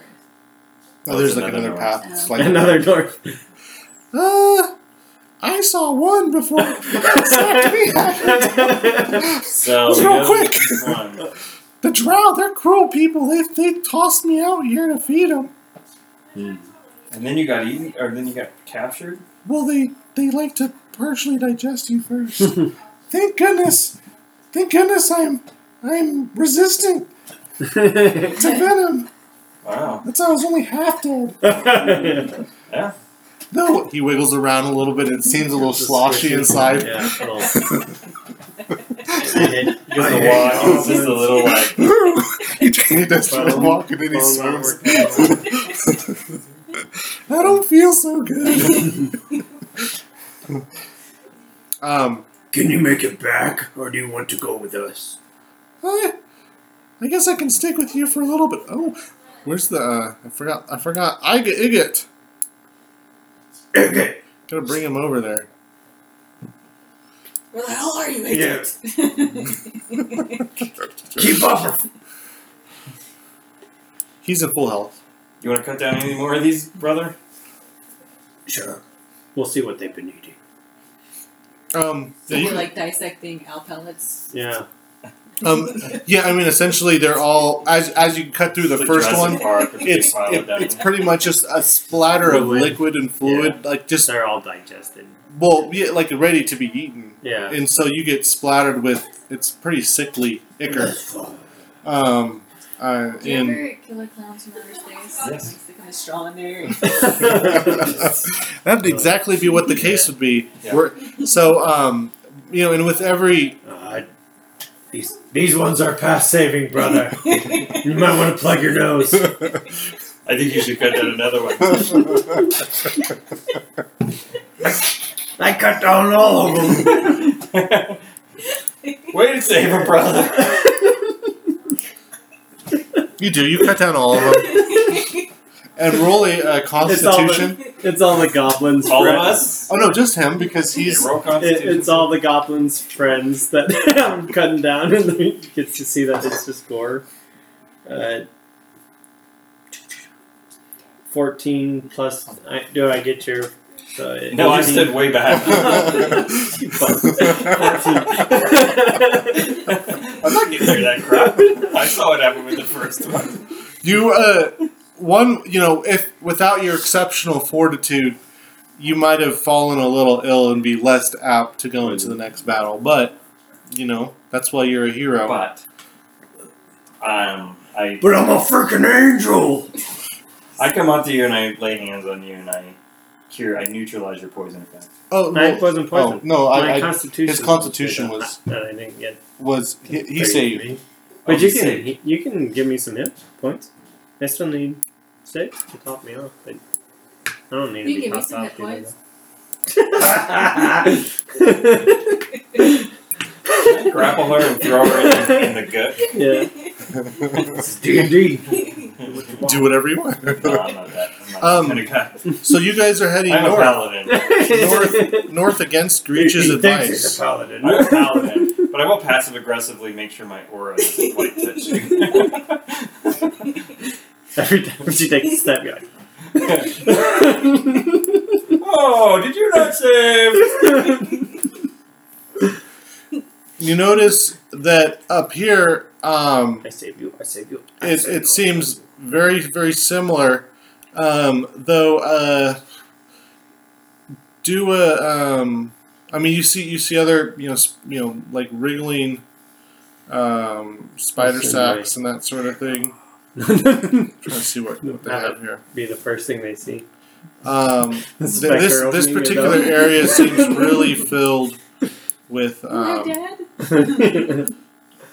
A: Oh, there's like
E: Another
A: another
E: one.
A: path.
L: Oh.
A: slightly-
B: Another north.
A: Uh, I saw one before. *laughs* the
E: So
A: Let's
E: we
A: go
E: know
A: quick.
E: there's one.
A: drow, they're cruel people. They, they tossed me out here to feed them.
E: Hmm. And then you got eaten, or then you got captured.
A: Well, they, they like to partially digest you first. thank goodness, thank goodness I'm I'm resistant to venom.
E: Wow.
A: That's how I was only half dead.
E: Yeah.
A: No, he wiggles around a little bit. It seems a little sloshy inside.
B: Yeah,
D: *laughs*
B: well,
E: He goes
D: I
E: to
D: hate
E: walk.
D: all
E: He's just a
D: this.
E: little
A: *laughs*
E: like.
A: he does the walk and then he
B: well, not
A: swims.
B: working out.
A: I don't feel so good. *laughs* um,
D: Can you make it back, or do you want to go with us?
A: I, Oh, I guess I can stick with you for a little bit. Oh, where's the? Uh, I forgot. I forgot. I get Igot.
D: Okay.
A: Gotta bring him over there.
L: Where the hell are you,
D: Yeah.
L: agent?
C: *laughs*
D: Keep up.
A: He's in full health.
E: You want to cut down any more of these, brother?
D: Sure.
B: We'll see what they've been eating.
A: Um,
L: So
A: yeah, you-
L: we're like dissecting owl pellets.
B: Yeah.
A: um, yeah. I mean, essentially, they're all as as you cut through the first
E: Jurassic
A: one.
E: Park, with the big
A: It's
E: pile
A: it,
E: of dung.
A: it's pretty much just a splatter of
B: Fluid.
A: liquid and fluid, like just
B: They're all digested.
A: well, yeah, like ready to be eaten. *laughs*
B: Yeah.
A: and so you get splattered with it's pretty sickly ichor.
D: That's fine.
A: Um, uh,
L: Do you
A: in
L: ever killer clowns from outer space?
E: Yes.
L: They kind of straw in there.
A: *laughs* that'd exactly be what the case would be.
E: Yeah.
A: We're,
C: *laughs*
A: so um, you know, and with
E: *laughs*
A: every
D: Uh, these these ones are past saving, brother. you might want to plug your nose.
E: I think you should cut down another
A: *laughs*
E: one.
D: I cut down all of them.
E: Way to save a brother.
A: you do, you cut down all of them. And roll a uh, Constitution.
B: It's all the goblins.
E: All of
B: friends.
E: us.
A: Oh no, just him because he's
E: Roll
B: It,
E: Constitution.
B: it's all the goblins' friends that *laughs* I'm cutting down, and then he gets to see that it's just gore. Uh, Fourteen plus. I, do I get your? Uh,
E: No, I
B: 18? *laughs*
E: stood way
A: *laughs*
E: back. *laughs* I'm not getting near that crap. I saw what happened with the first one.
A: you. Uh, one, you know, if without your exceptional fortitude, you might have fallen a little ill and be less apt to go into the next battle. But you know, that's why you're a hero.
E: But um, I
D: But I'm a freaking angel.
E: I come up to you and I lay hands on you and I cure, I neutralize your poison effect.
A: Oh,
B: I
A: well,
B: wasn't
A: Oh,
B: poisoned.
A: no,
B: My
A: I, I
B: constitution.
A: his constitution was-
B: That Uh, I didn't get.
A: was he, he
B: thirty
A: saved.
B: three.
E: Oh,
B: But you
E: he
B: can
E: saved.
B: you can give me some hit points. I still need six to top me off, but I don't need
L: You
B: to be
L: give me
B: topped
L: some
B: off.
L: hit
B: either,
L: points.
B: *laughs* though.
E: *laughs* Grapple her and throw her in, the- in the gut.
B: *laughs*
C: *laughs*
E: *laughs*
B: yeah.
D: It's D&D.
A: *laughs* Do whatever you want. *laughs*
E: No, Oh, I'm not that. I'm not
A: Um,
E: that kind of guy.
A: so you guys are heading
E: I'm a
A: north,
E: paladin.
A: north, north against Greech's
D: He- he thinks
A: advice.
D: he's a paladin.
E: I'm a paladin, but I will passive aggressively make sure my aura doesn't quite touch you.
B: Every time she takes a step, you're like,
E: oh, did you not save?
A: you notice that up here, um,
B: I save you. I save you. I
A: it,
B: save you.
A: it seems very very similar um, though uh, do a um, i mean you see you see other you know sp- you know like wriggling um, spider
B: Listen,
A: sacks and that sort of thing trying to see what, what they have here
B: Be the first thing they see.
A: um,
B: *laughs*
A: th-
B: The specter
A: this this
B: opening it
A: particular
B: up.
A: area seems
B: *laughs*
A: really filled with
C: Am I
A: um,
C: dead?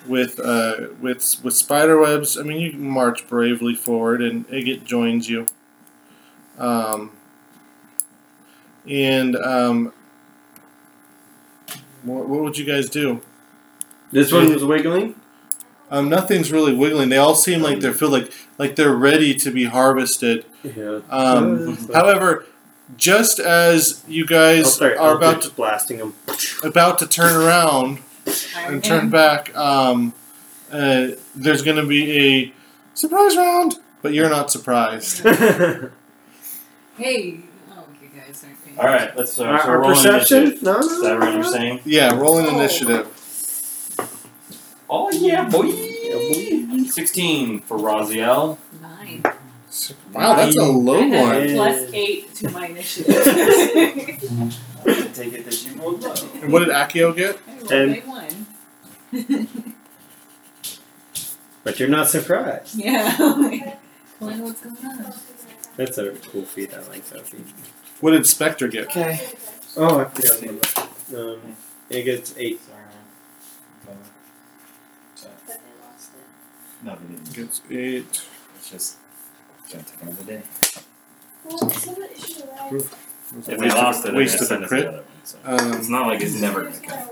A: with uh, with with spider webs. I mean, you can march bravely forward, and Iggit joins you. Um, and um, what, what would you guys do?
F: This one was wiggling.
A: Um, nothing's really wiggling. They all seem like they're filled, like like they're ready to be harvested.
B: yeah.
A: Um,
F: I'll
A: however, just as you
B: Oh,
A: guys
F: start
A: are about
F: just blasting them.
A: to, about to turn around, and turn back, um, uh, there's going to be a surprise round, but you're not surprised.
L: Hey, oh, you guys aren't paying
E: All right, let's uh,
F: our
E: so
F: our
E: roll
F: perception?
E: Initiative.
F: No, no,
E: Is that what
F: no,
E: you're
F: no.
E: saying?
A: Yeah, roll an
L: Oh.
A: initiative.
E: Oh yeah, boy. Sixteen for Raziel.
L: Nine.
A: Wow, that's a
C: I
A: low
C: have
A: one.
C: plus eight to my *laughs*
E: *laughs*
C: initiative.
E: Take it that you rolled low.
A: And what did Akio get?
F: Ten.
C: Oh, one. *laughs*
F: But you're not surprised.
C: yeah. *laughs* like,
L: Well, what's going on?
B: That's a cool feat. I like that feat.
A: What did Spectre get?
F: Okay. Oh, I forgot the number. Um, it gets eight.
E: No, they didn't.
A: Gets eight.
E: It's just gonna take another
D: *laughs*
E: day.
A: Waste of- waste of a crit.
E: It's
A: Um,
E: not like it's never gonna come.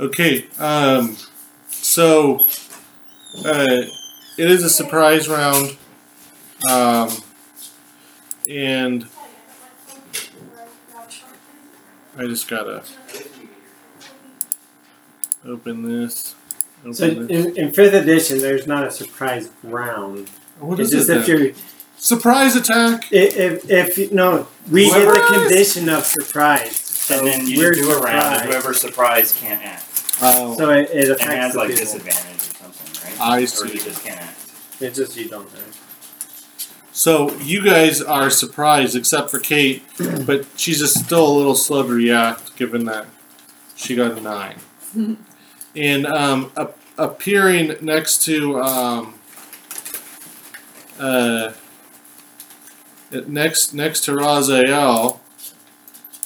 A: okay, um, so uh, it is a surprise round, um, and I just gotta open this. Open
F: So
A: this.
F: in, in fifth edition, there's not a surprise round.
A: What
F: it's
A: is
F: just
A: it?
F: if
A: then?
F: you're
A: Surprise attack!
F: if if, if you, no, we get the
A: Surprise!
F: condition of surprise. So
E: And then you
F: we're
E: do a round, and
F: surprised.
E: whoever surprised can't act.
A: Oh,
F: So it, it
E: And
F: affects
E: has
F: the
E: like
F: people.
E: disadvantage or something, right?
A: I
E: Or you
A: see.
E: just can't act.
F: It's just you
E: *laughs*
F: don't know.
A: So you guys are surprised, except for Kate, but she's just still a little slow to react, given that she got a nine. and um, ap- appearing next to um, uh, next next to Raziel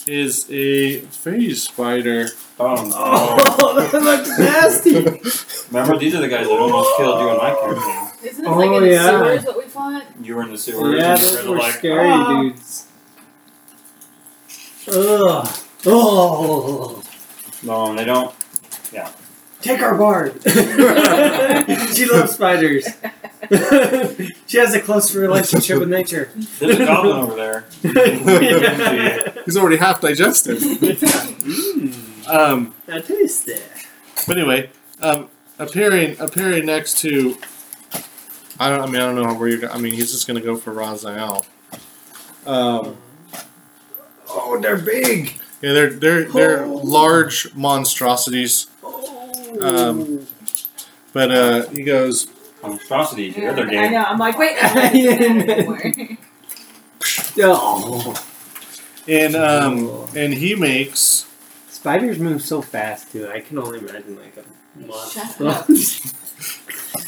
A: is a phase spider.
E: Oh no.
F: that looks *laughs* nasty.
E: *laughs* Remember, these are the guys that almost killed you and my character.
L: Isn't it
F: Oh,
L: like in the
F: yeah.
L: sewers what we fought?
E: You were in the sewer.
F: yeah,
E: and
F: those
E: they're
F: were
E: like,
F: scary
E: "Ah."
F: dudes. Ugh. Oh.
E: No, and they don't.
F: Take our
B: *laughs*
F: bard. *laughs* she loves spiders. she has a close relationship with
B: *laughs*
F: nature. *laughs*
E: There's a goblin over there.
A: *laughs* He's already half digested.
C: *laughs*
F: Mm,
A: Um,
F: I taste it.
A: But anyway, um, appearing appearing next to, I don't. I mean, I don't know where you're. go- I mean, he's just gonna go for Raziel. Um,
D: Oh, they're big.
A: yeah, they're they're they're large monstrosities. Um, But uh, he goes,
E: Monstrosity, the
C: *laughs*
E: other
C: I
E: game.
C: know. I'm like, wait,
F: I didn't-
C: anymore.
F: Oh.
A: and um, and he makes.
F: Spiders move so fast, too. I can only imagine like a
B: *laughs*
C: *laughs*
L: Shut
F: monster.
L: up.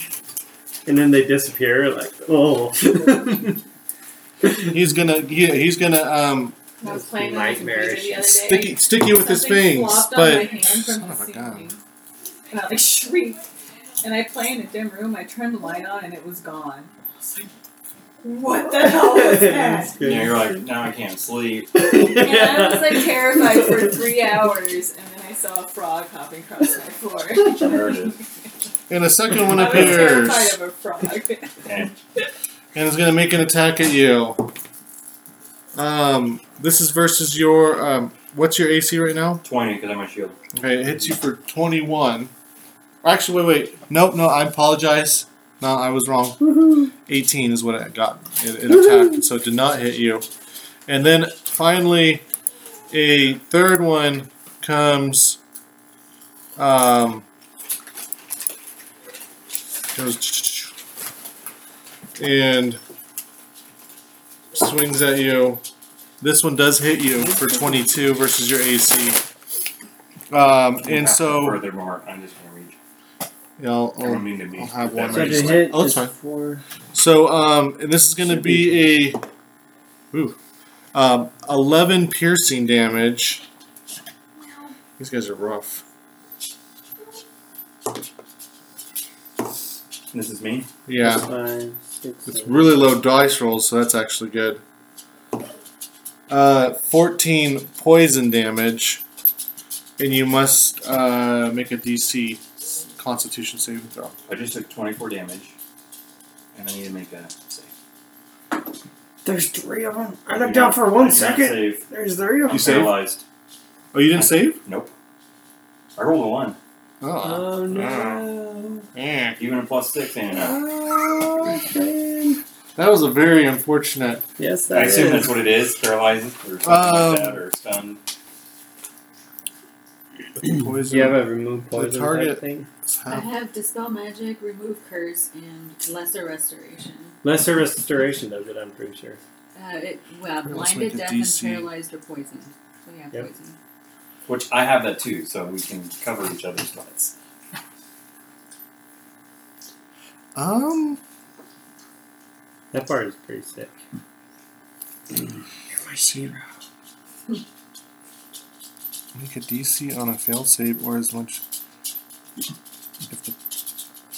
F: and then they disappear. Like oh.
A: He's gonna. Yeah, he's gonna um,
C: I was playing on the computer the other day.
A: sticky sticky with his
C: Something
A: fangs,
C: flopped on my
A: but
C: hand from the
A: Oh my
C: ceiling. And I *laughs* like shrieked. And I play in a dim room, I turned the light on and it was gone. I was like, what the
F: Oh,
B: *laughs*
A: *laughs*
C: hell was that?
F: That's
E: You
F: good.
E: know, you're like, now I can't sleep.
C: And I was like terrified
A: *laughs*
C: for three hours and then I saw a frog hopping across my floor.
E: There it is.
A: and a second *laughs* one
C: I was terrified
A: appears
C: of
A: *laughs*
C: a frog.
E: And
A: and is gonna make an attack at you. Um, this is versus your um, What's your AC right now?
E: 20 because I'm a shield.
A: Okay, it hits you for 21. Actually, wait, wait. Nope, no, I apologize. No, I was wrong. 18 is what it got. It, it attacked, so it did not hit you. And then finally, a third one comes. Um, goes and swings at you. This one does hit you for 22 versus your AC. Um, and so,
E: Furthermore, I'm just going to reach.
A: you know,
E: I don't
A: I'll-
E: mean to be.
A: I'll have
B: *laughs*
E: that's
A: one
E: what
A: ready.
E: you
A: Just-
E: said.
A: oh, that's
B: is
A: fine.
B: four.
A: So, um, and this is going to be a ooh, um, 11 piercing damage. These guys are rough.
E: This is me.
A: Yeah,
B: Five, six,
A: it's
B: seven.
A: really low dice rolls, so that's actually good. Uh, 14 poison damage, and you must uh, make a DC Constitution saving throw.
E: I just took 24 damage, and I need to make a save.
D: There's three of them. I
E: I
D: looked
E: do
D: out
E: not-
D: for
E: I
D: one
E: do not
D: second.
E: Save.
D: There's three of
E: I'm
D: them.
A: save?
E: paralyzed.
A: Oh, you didn't save?
E: Nope. I rolled a one.
A: Oh,
D: Oh no.
A: Eh.
E: Even a plus six ain't enough.
D: Oh, man.
A: that was a very unfortunate. *clears throat*
B: Yes,
E: I
B: that
E: assume
B: is.
E: that's what it is. Paralyzed or something
A: Um,
E: like that, or stunned.
A: poison.
B: Do you have a remove poison type
A: target-
B: thing?
A: Oh.
C: I have dispel magic, remove curse, and lesser restoration.
B: Lesser restoration does it, I'm pretty sure.
C: Uh, it, well,
A: Let's make
C: blinded,
A: a
C: deaf,
A: DC.
C: and paralyzed or poisoned. So yeah,
B: Yep.
C: poison.
E: Which I have that too, so we can cover each other's butts.
A: Um.
B: That part is pretty sick.
A: I see. Make a DC on a fail save or as much. If the,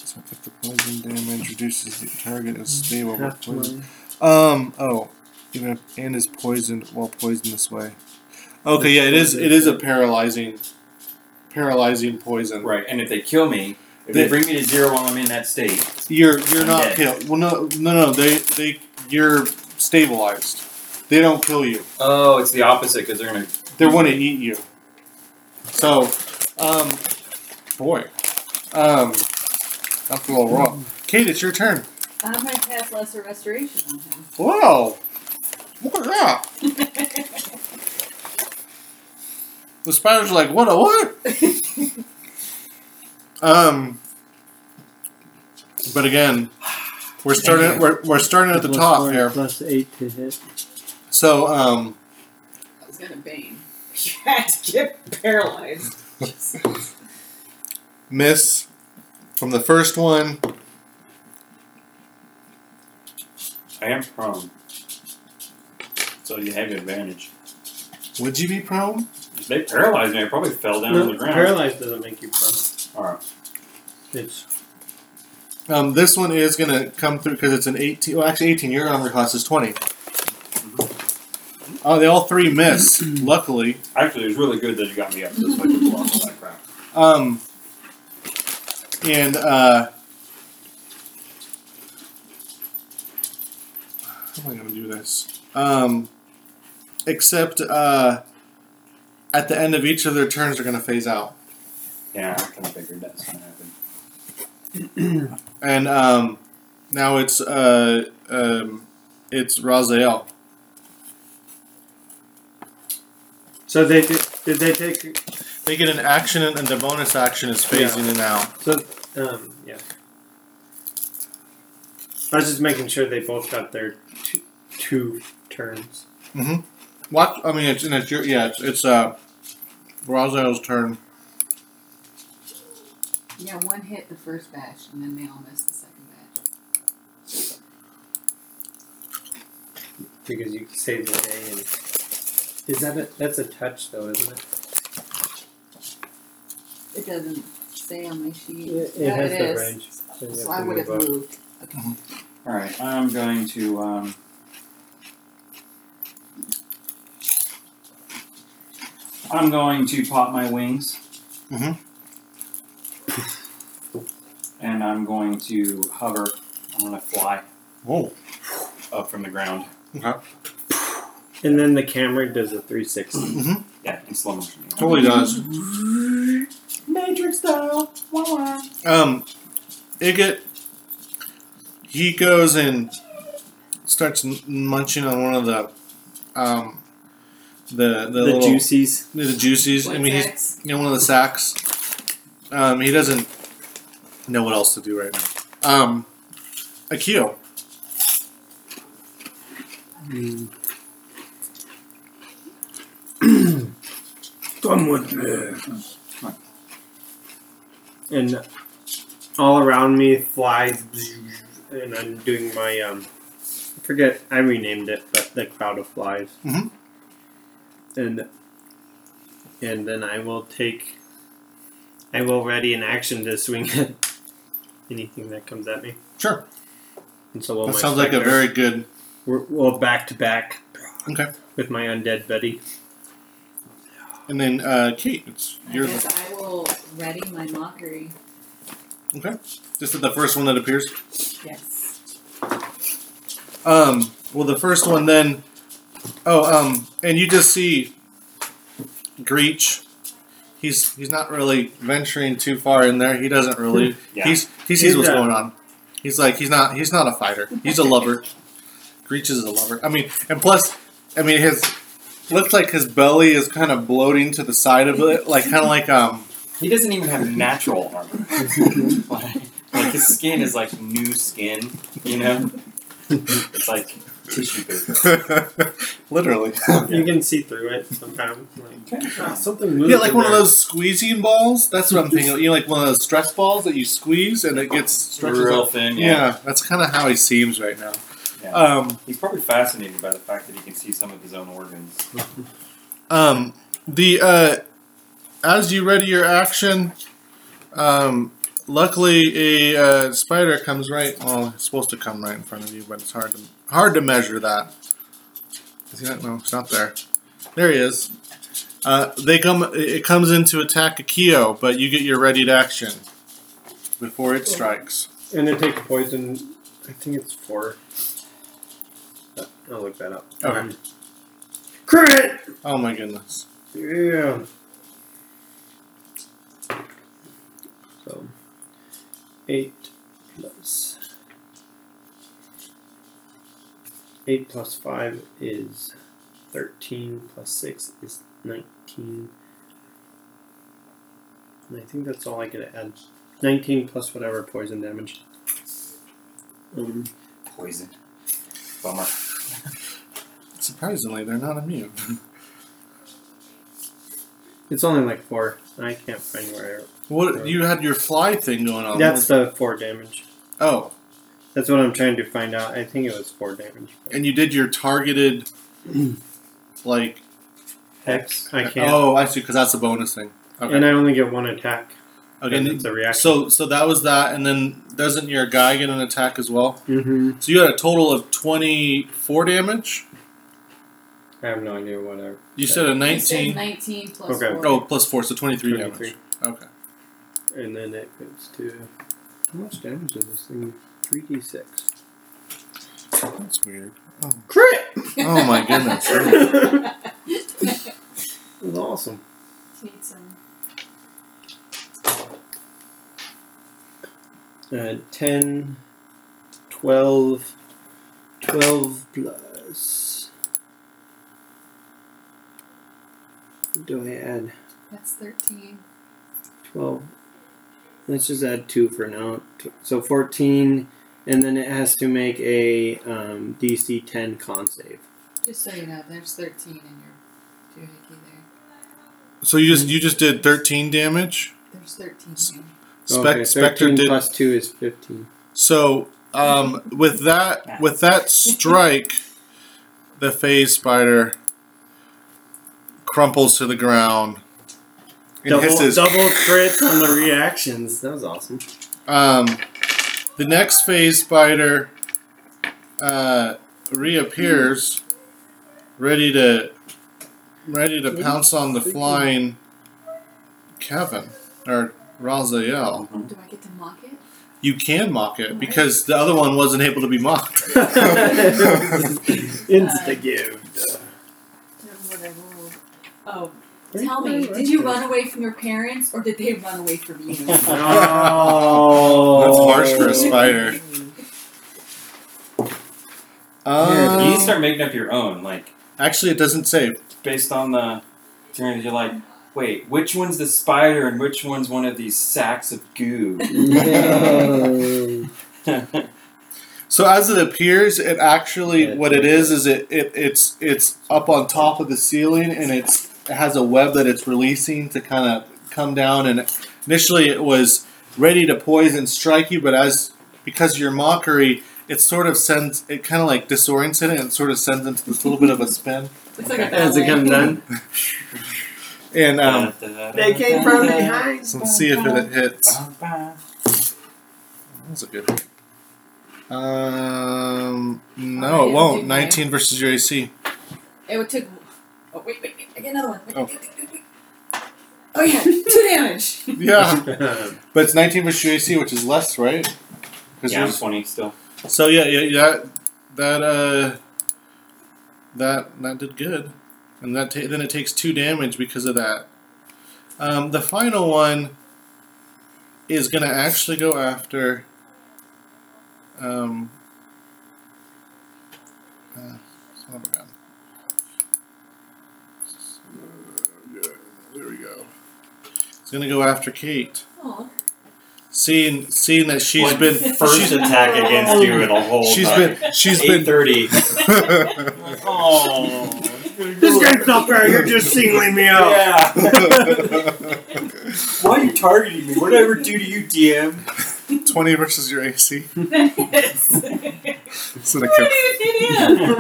A: so if the poison damage reduces the target is stable with
B: Half
A: poison. Um. Oh. Even if and is poisoned while poisoned this way. Okay. Yeah. It is. It is a paralyzing. Paralyzing poison.
E: Right, and if they kill me, if they,
A: They-
E: bring me to zero while I'm in that state,
A: You're you're not
E: Okay.
A: killed. Well, no, no, no. They they you're stabilized. They don't kill you.
E: oh, it's the opposite because they're gonna.
A: They want to eat you. So, um, boy, um, that's a little rough. Kate, it's your turn.
C: I'm gonna cast lesser restoration on him.
A: Whoa, look at that.
C: *laughs*
A: The spiders are like, what a what? *laughs* Um, but again, we're starting. We're, we're starting at the
B: Plus
A: top
B: four,
A: here.
B: Plus eight to hit.
A: So, um,
C: I was gonna bane.
D: You had to get paralyzed.
A: miss from the first one.
E: I am prone, so you have advantage.
A: Would you be prone?
E: If they paralyze me, I probably fell down on
B: No,
E: the ground.
B: paralyzed doesn't make you prone.
E: All right,
B: It's
A: Um, this one is going to come through because it's an 18. Well, actually, 18. Your armor class is 20. Oh, they all three miss, luckily.
E: actually, it's really good that you got me up this way to block all that crap.
A: Um, and, uh, how am I going to do this? Um, except, uh, at the end of each of their turns, they're going to phase out.
E: Yeah, I kind of figured that's gonna happen.
A: And, um, now it's, uh, um, it's Raziel.
B: so they did, did they take
A: They get an action and and the bonus action is phasing it out.
B: so um yeah. I was just making sure they both got their two, two turns.
A: What? I mean, it's, and it's your, yeah, it's, it's uh, Rosal's turn.
C: Yeah, one hit the first batch, and then they all missed the second batch.
B: Because you saved the day and is that a, that's a touch though, isn't it?
C: It doesn't say on my sheet.
B: It,
C: yeah,
B: has
C: it
B: the
C: is.
B: range. so you
C: So
B: have
C: I
B: to
C: would have
B: move up.
C: moved.
E: All right, I'm going to. Um, I'm going to pop my wings.
A: Mhm.
E: And I'm going to hover. I'm going to fly
A: Oh, Whoa.
E: up from the ground.
A: Okay.
B: And then the camera does
A: *laughs*
B: a 360.
E: Yeah, in slow motion.
A: Totally does.
M: Matrix style. Wah, wah.
A: Um, Igot, he goes and starts n- munching on one of the, um, the the,
B: the
A: little
B: juicies.
A: the juicies. I mean, he's
C: Latex.
A: you know one of the sacks. Um, he doesn't know what else to do right now. Um, Akio,
D: Come with me.
B: And all around me flies. And I'm doing my. um I forget. I renamed it, but the cloud of flies.
A: Mhm.
B: And. And then I will take. I will ready an action to swing *laughs* at anything that comes at me.
A: sure.
B: And so will
A: That
B: my
A: sounds like a
B: specter.
A: very good.
B: We're, well, back to back.
A: Okay.
B: With my undead buddy.
A: And then uh, Kate, it's
C: I
A: your
C: guess I will ready my mockery.
A: just the first one that appears.
C: Yes.
A: Um, well, the first one then. Oh, um, and you just see Greech. He's he's not really venturing too far in there. He doesn't really.
E: Yeah.
A: He's he sees
B: He's
A: what's
B: a-
A: going on. He's like he's not he's not a fighter. He's a lover. Greech is a lover. I mean, and plus, I mean his looks like his belly is kind of bloating to the side of it, like kind of like um. *laughs*
E: He doesn't even have natural armor. like, *laughs* like his skin is like new skin, you know? it's like tissue paper.
A: Literally, *laughs*
B: You can see through it sometimes. Like, "Ah, something moves.
A: yeah, like
B: in
A: one of
B: there."
A: those squeezing balls. That's what I'm thinking. of. You know, like one of those stress balls that you squeeze and it gets stretches out.
E: Real thin,
A: Yeah, that's kind of how he seems right now.
E: Yeah.
A: Um,
E: He's probably fascinated by the fact that he can see some of his own organs.
A: um, the uh, as you ready your action, um, luckily a uh, spider comes right. Well, it's supposed to come right in front of you, but it's hard to hard to measure that. Is he not? No, it's not there. There he is. Uh, they come. It comes in to attack Akio, but you get your readied action before it strikes.
B: And they take poison. I think it's four. But I'll look that up.
A: Okay.
B: Um, crit!
A: Oh my goodness!
B: Yeah. So, eight plus. Eight plus five is thirteen. Plus six is nineteen. And I think that's all I could add. Nineteen plus whatever poison damage. Um,
E: Poison. Bummer.
A: Surprisingly, they're not immune. *laughs*
B: it's only like four. I can't find where.
A: What you had your fly thing going
B: I,
A: on?
B: that's the four damage.
A: oh,
B: That's what I'm trying to find out. I think it was four damage.
A: and you did your targeted, like
B: Hex. I can't.
A: oh, I see, because that's a bonus thing. Okay,
B: And I only get one attack.
A: okay.
B: and
A: and-
B: it's a reaction.
A: So so that was that, and then doesn't your guy get an attack as well?
B: mm-hmm.
A: So you had a total of twenty four damage.
B: I have no idea what I.
A: You said a
C: You said
A: nineteen.
C: 19 plus
B: Okay.
C: 4.
A: Oh, plus four, so twenty three damage.
B: 23.
A: Okay.
B: And then it goes to. How much damage does this thing? 3d6.
A: That's weird.
B: Crit!
A: Oh my goodness.
B: that was awesome.
C: *laughs* Need some-
B: Uh, 10, 12, 12 plus. What do I add?
C: That's 13.
B: 12. Let's just add 2 for now. Tw- So 14, and then it has to make a um, DC 10 con save.
C: Just so you know, there's 13 in your doohickey there.
A: So you just you just did thirteen damage.
C: There's 13 here.
A: Spec-
B: okay, 13
A: Spectre did
B: plus 2 is 15.
A: So um, with that with that strike, the phase spider crumples to the ground and
B: Double,
A: hisses.
B: double crits on the reactions. That was
D: *laughs*
B: awesome.
A: Um, the next phase spider uh, reappears, ready to ready to pounce on the flying Kevin or Raziel.
C: Do I get to mock it?
A: You can mock it because the *laughs*
B: *laughs*
A: other one wasn't able to be mocked.
L: *laughs*
B: Insta give.
C: Oh, tell me, did you run away from your parents or did they run away from you?
A: That's
F: No.
A: harsh
B: *laughs*
A: for
D: Oh.
A: a spider.
E: you
A: Um,
E: start making up your own, like
A: actually, it doesn't save.
E: based on the turns. You're like, wait, which one's the spider and which one's one of these sacks of goo?
C: Um,
F: No.
A: So as it appears, it actually what it is is it, it it's it's up on top of the ceiling and it's it has a web that it's releasing to kind of come down and initially it was ready to poison and strike you, but as because of your mockery, it sort of sends it kind of like disorients it and it sort of sends into this little bit of a spin
L: It's like a
F: As it
L: ballet.
F: comes down.
A: and um.
F: They came from behind.
A: So let's see if it hits. That's a good one. Um, no, it won't. 19 versus your AC.
L: It would take. Oh wait, wait, wait! I get another one. Wait,
A: Oh.
L: wait, wait, wait, wait. oh yeah, two damage.
A: *laughs* Yeah.
B: *laughs*
A: But it's 19 versus your AC, which is less, right? 'Cause
E: Yeah, I'm
A: yours-
E: 20 still.
A: So yeah, yeah, yeah. That uh, that that did good, and that ta- then it takes two damage because of that. Um, the final one is gonna actually go after. Um, uh, son of a gun. There we go. It's gonna go after Kate,
C: Aw.
A: seeing seeing that she's
E: Like, *laughs*
A: been
E: first attack against you in a whole.
A: she's been she's been
E: 830. oh.
F: This guy's not fair. You're just singling me out.
E: Yeah. *laughs* Why are you targeting me? What did I ever do to you, DM?
A: *laughs* 20 versus your AC.
C: Yes.
A: It's gonna
C: What
A: kill.
C: did you do?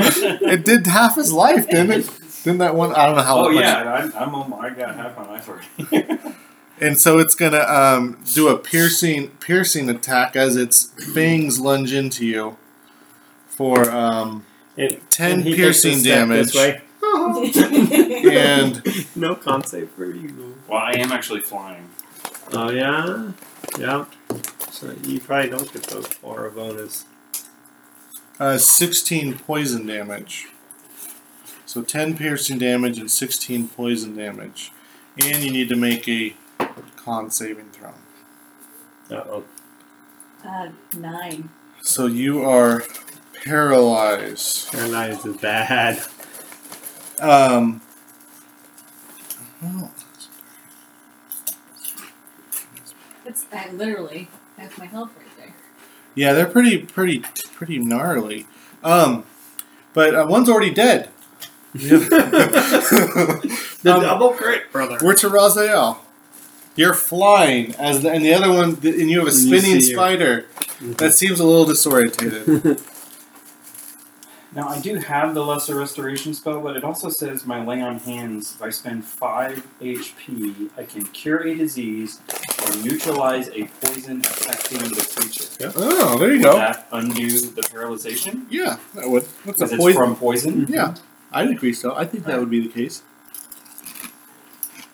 A: It did half his life, didn't it? Didn't that one? I don't know how
E: oh
A: much.
E: yeah, I'm, I'm on. I got half my life already. *laughs*
A: And so it's gonna um, do a piercing piercing attack as its fangs lunge into you for um,
F: And,
A: 10
F: and he takes a
A: piercing
F: step
A: damage.
F: This way.
A: *laughs* and
F: No con save for you.
E: well, I am actually flying.
F: Oh yeah, yeah. So you probably don't get the aura bonus.
A: uh, 16 poison damage. So 10 piercing damage and 16 poison damage. And you need to make a con saving throw.
F: Uh oh.
C: *laughs* Uh, nine.
A: So you are paralyzed.
F: Paralyzed is bad.
A: *laughs*
B: *laughs*
A: Um,
C: That's I literally have my health right there.
A: yeah, they're pretty, pretty, pretty gnarly. Um, but uh, one's already dead. *laughs*
F: The
A: Um,
F: double crit, brother.
A: We're to Raziel. You're flying as the, and the other one, th- and you have a
F: And you Mm-hmm.
A: spinning
F: see her.
A: spider that seems a little disorientated.
E: Now I do have the lesser restoration spell, but it also says my lay on hands. If I spend five HP, I can cure a disease or neutralize a poison affecting the creature.
A: oh, there you
E: Would
A: go.
E: that undo the paralyzation?
A: Yeah, that would. That's a
E: Because it's
A: poison.
E: from poison.
A: yeah, I'd agree. So I think that would be the case.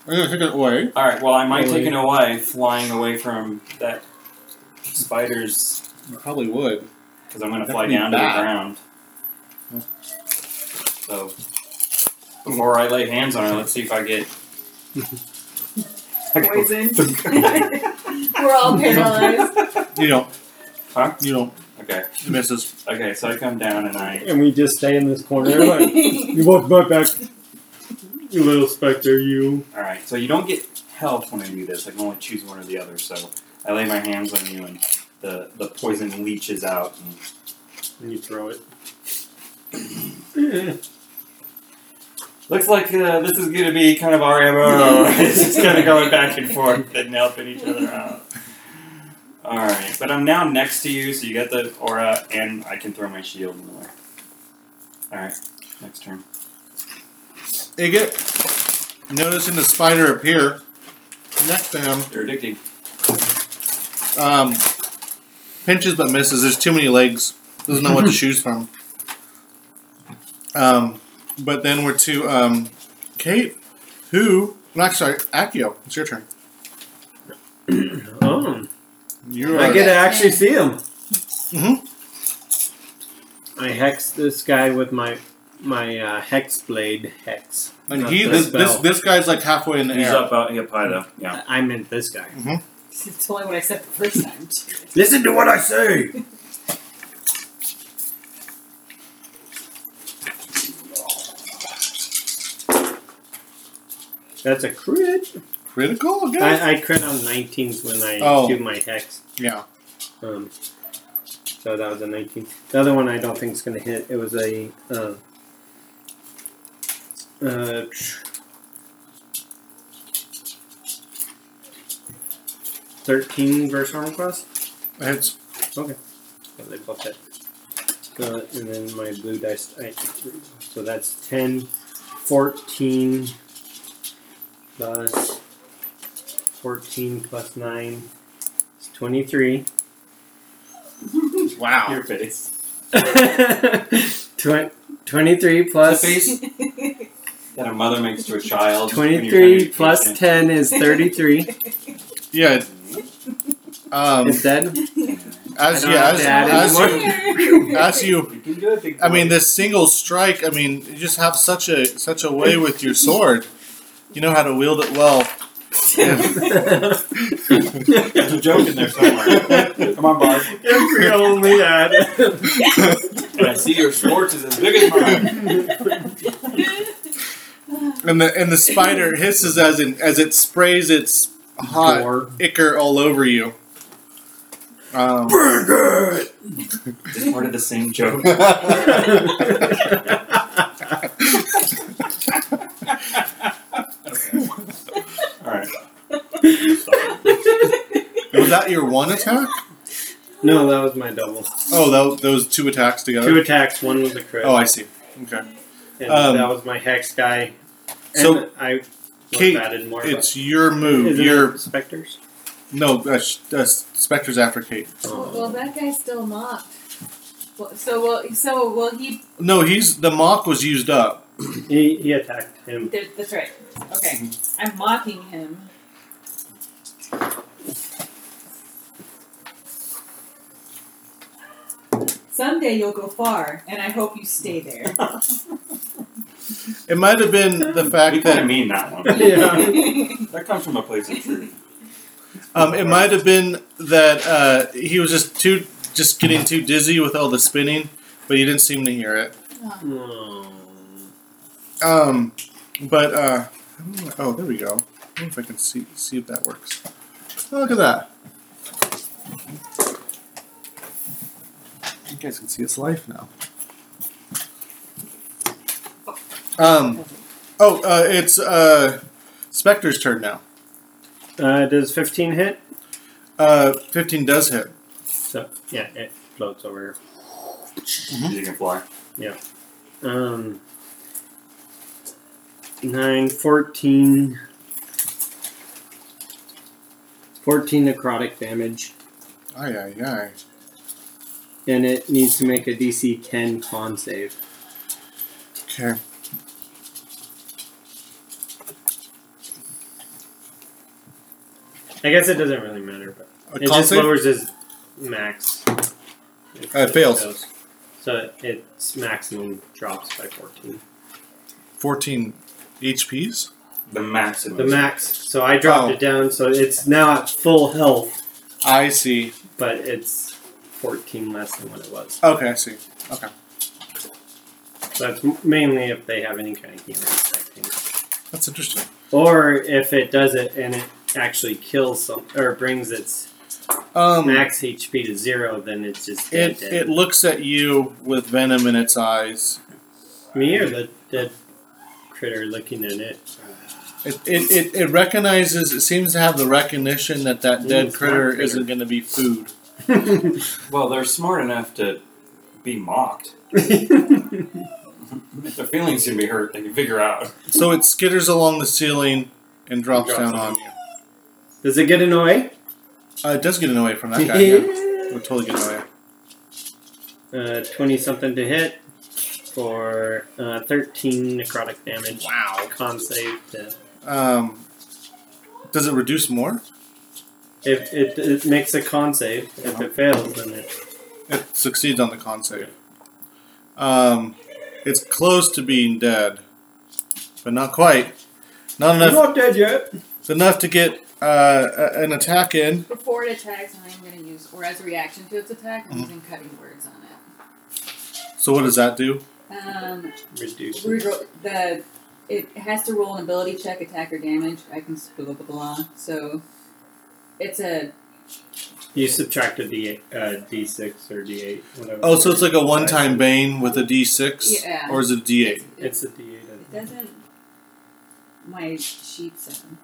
A: I'm gonna take it away.
E: All right. Well, I might take
F: Really?
E: an OI flying away from that spider's
A: You probably would.
E: because I'm gonna
A: That'd
E: fly
A: be
E: down to
A: bad.
E: the ground.
A: Yeah.
E: So before I lay hands on her, let's see if I get. I go-
C: Poison. *laughs* We're all paralyzed.
A: You don't.
E: Huh?
A: You don't.
E: *laughs* Okay.
A: It misses.
E: Okay. So I come down and I.
F: And we just stay in this corner. like,
C: Wait,
F: you walk back, back. You little specter, you.
E: All right. So you don't get health when I do this. I can only choose one or the other. So I lay my hands on you, and the the poison leaches out. And
F: And you throw it.
E: looks like uh, this is gonna be kind of our *laughs* MO. it's just kind of going back and forth and helping each other out. All right. But I'm now next to you, so you got the aura, and I can throw my shield in the way. All right. Next turn.
A: Igot, noticing the spider appear next to him,
E: They're addicting.
A: um, pinches but misses. There's too many legs. Doesn't know what to choose from. Um, but then we're to um, Kate, who? No, sorry, Akio. It's your turn.
F: Oh,
A: You
F: I
A: are.
F: get to actually see him.
A: Mhm.
F: I hex this guy with my
B: my uh, hex blade hex.
A: And
B: Not
A: he
B: the
A: this, this
B: spell.
A: this guy's like halfway in the
E: He's
A: air.
E: up, out, up high though. Yeah.
B: I meant this guy.
C: *laughs* It's only what I said the first time.
B: Listen to what I say. That's a crit.
A: Critical again?
B: I, I crit on 19s when I
A: Oh.
B: do my hex.
A: yeah.
B: Um, so that was a 19. The other one I don't think is going to hit. It was a. Uh, uh, tch. 13 versus armor class?
A: It's
B: Yeah, they both hit. Uh, and then my blue dice. I, so that's 10, 14 plus 14 plus 9 is
A: *laughs*
B: 23.
C: *laughs*
A: wow.
E: *laughs* Your face.
B: Twen- 23 plus
E: the face that a mother makes to a child. when you're trying to
B: 23
E: be
B: plus
E: patient.
A: *laughs*
B: 10 is 33.
A: Yeah. Um
B: it's
A: *laughs*
B: dead.
A: as
B: I don't
A: yeah,
B: have
A: as,
B: to add
A: as,
B: anymore.
A: you,
C: *laughs*
A: as you
E: You can do it, big
A: I mean
E: boy.
A: this single strike, I mean, you just have such a such a way with your sword. You know how to wield it well.
E: There's a joke in there *laughs* somewhere. Come on, Bart.
B: If we only had.
E: And I see your Schwartz is as big as mine.
A: And the and the spider hisses as in, as it sprays its hot
B: Gore.
A: ichor all over you. Um,
D: *laughs*
E: It's part of the same joke. All right.
A: was that your one attack?
B: *laughs* No, that was my double.
A: Oh, tho- those two attacks
B: Two
A: together.
B: attacks, one was a crit.
A: Oh, I see. Okay,
B: and
A: um,
B: that was my hex guy. And
A: So,
B: I
A: Kate,
B: added more. but-
A: it's your move.
B: Isn't
A: Your
B: it specters?
A: no, uh, sh- uh, Spectre's after Kate.
C: Well, well, that guy's still mocked. Well, so will so will he?
A: No, he's the mock was used up.
B: He, he attacked him.
C: there- That's right. Okay, I'm mocking him. Someday you'll go far, and I hope you
A: *laughs*
C: stay there.
A: It might have been the
E: We
A: fact
E: kind of
A: that
E: mean that one.
B: *laughs* Yeah.
E: That comes from a place of truth.
A: um, it might have been that uh, he was just too just getting too dizzy with all the spinning, but you didn't seem to hear it. Um, but uh, oh, there we go. I wonder if I can see see if that works. Oh, look at that. You guys can see its life now. Um, oh, uh, it's uh, Spectre's turn now.
B: Uh, does 15 hit?
A: Uh, fifteen does hit.
B: So yeah, it floats over.
E: You can fly.
B: Um, 9, 14, 14 necrotic damage,
A: Aye, aye, aye.
B: and it needs to make a DC 10 con save.
A: Okay.
B: I guess it doesn't really matter, but
A: A
B: it
A: con
B: just
A: save?
B: lowers his max. If
A: Uh, it fails.
B: So its maximum drops by 14.
A: Fourteen HPs.
E: The maximum.
B: The max. So I dropped
A: Oh.
B: it down, so it's now at full health,
A: I see.
B: but it's 14 less than what it was.
A: Okay, I see. Okay.
B: So that's m- mainly if they have any kind of healing effect. thing.
A: That's interesting.
B: Or if it does it and it actually kills some or brings its
A: Um,
B: max HP to zero, then it's just dead.
A: It
B: dead.
A: it looks at you with venom in its eyes.
B: Me or the dead critter looking at it.
A: It it, it, it recognizes. It seems to have the recognition that that
B: Ooh,
A: dead
B: smart
A: critter
B: critter.
A: isn't going to be food.
B: *laughs*
E: Well, they're smart enough to be mocked. If their feelings can be hurt, they can figure out.
A: So it skitters along the ceiling and drops
E: Drops
A: down
E: down.
A: on you.
B: Does it get annoyed?
A: Uh, it does get away from
B: *laughs*
A: that guy. yeah. We're totally getting away.
B: Uh, 20 something to hit for uh, 13 necrotic damage. Wow. Con save. To,
A: Um, does it reduce more?
B: if it, it makes a con save, if it fails, then it.
A: It succeeds on the con save. Um, It's close to being dead, but not quite. Not enough.
B: not dead yet.
A: It's enough to get uh, a- an attack in.
C: Before it attacks, I'm going to use, or as a reaction to its attack, I'm using cutting words on it.
A: So what does that do?
C: Um,
N: Reduce.
C: we ro- the it has to roll an ability check, attack or damage. I can blah blah blah. blah. So it's a
N: You subtracted the uh, d6 or d8, whatever.
A: Oh, so it's like a one-time bane with a D6,
C: yeah.
A: or is it a D8?
N: It's a d8.
C: It doesn't. My sheet seven.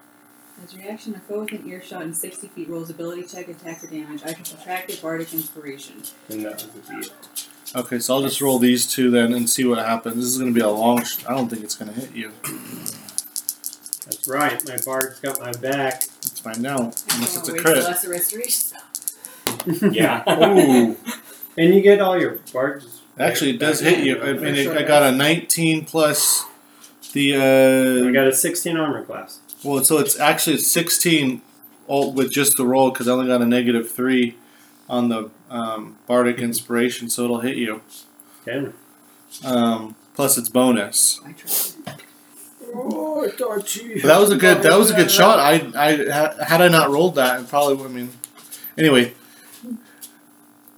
C: As reaction, a foe within earshot and 60 feet rolls ability check, attack, or damage. I can subtract the bardic inspiration.
N: And that was a d8.
A: Okay, so I'll just roll these two then and see what happens. This is going to be a long. Sh- I don't think it's going to hit you.
N: That's right, my bard's got my
A: *laughs*
N: back.
A: Let's find out.
C: I
A: Unless
C: don't
A: it's a
C: know,
A: crit.
C: waste lesser restoration.
E: Yeah.
A: Ooh,
N: And you get all your bards.
A: actually, it does hit you. I mean, it, I
N: Sure.
A: got a 19 plus the.
N: We
A: Uh,
N: got a 16 armor class.
A: well, so it's actually 16 all with just the roll because I only got a negative three on the um, bardic inspiration, so it'll hit you.
N: Ten.
A: Um, plus its bonus.
C: I tried.
D: Oh, I thought you.
A: But that was a good. That was a good shot. I, I ha- had I not rolled that, it probably. would- I mean, anyway,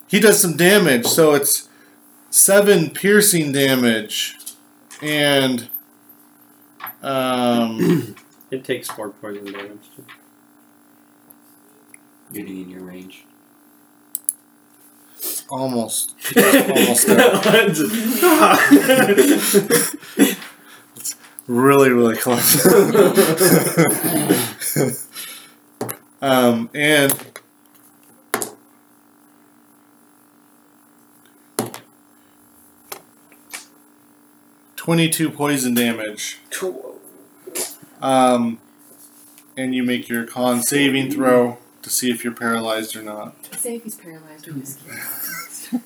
A: he does some damage. So it's seven piercing damage, and um, *clears throat*
N: It takes four poison damage. too.
E: Getting in your range.
A: almost,
B: *laughs*
A: almost there.
B: Uh,
A: really, really close. *laughs* um, and twenty-two poison damage. Um, and you make your con saving throw to see if you're paralyzed or not.
C: Say if he's paralyzed, we just kidding.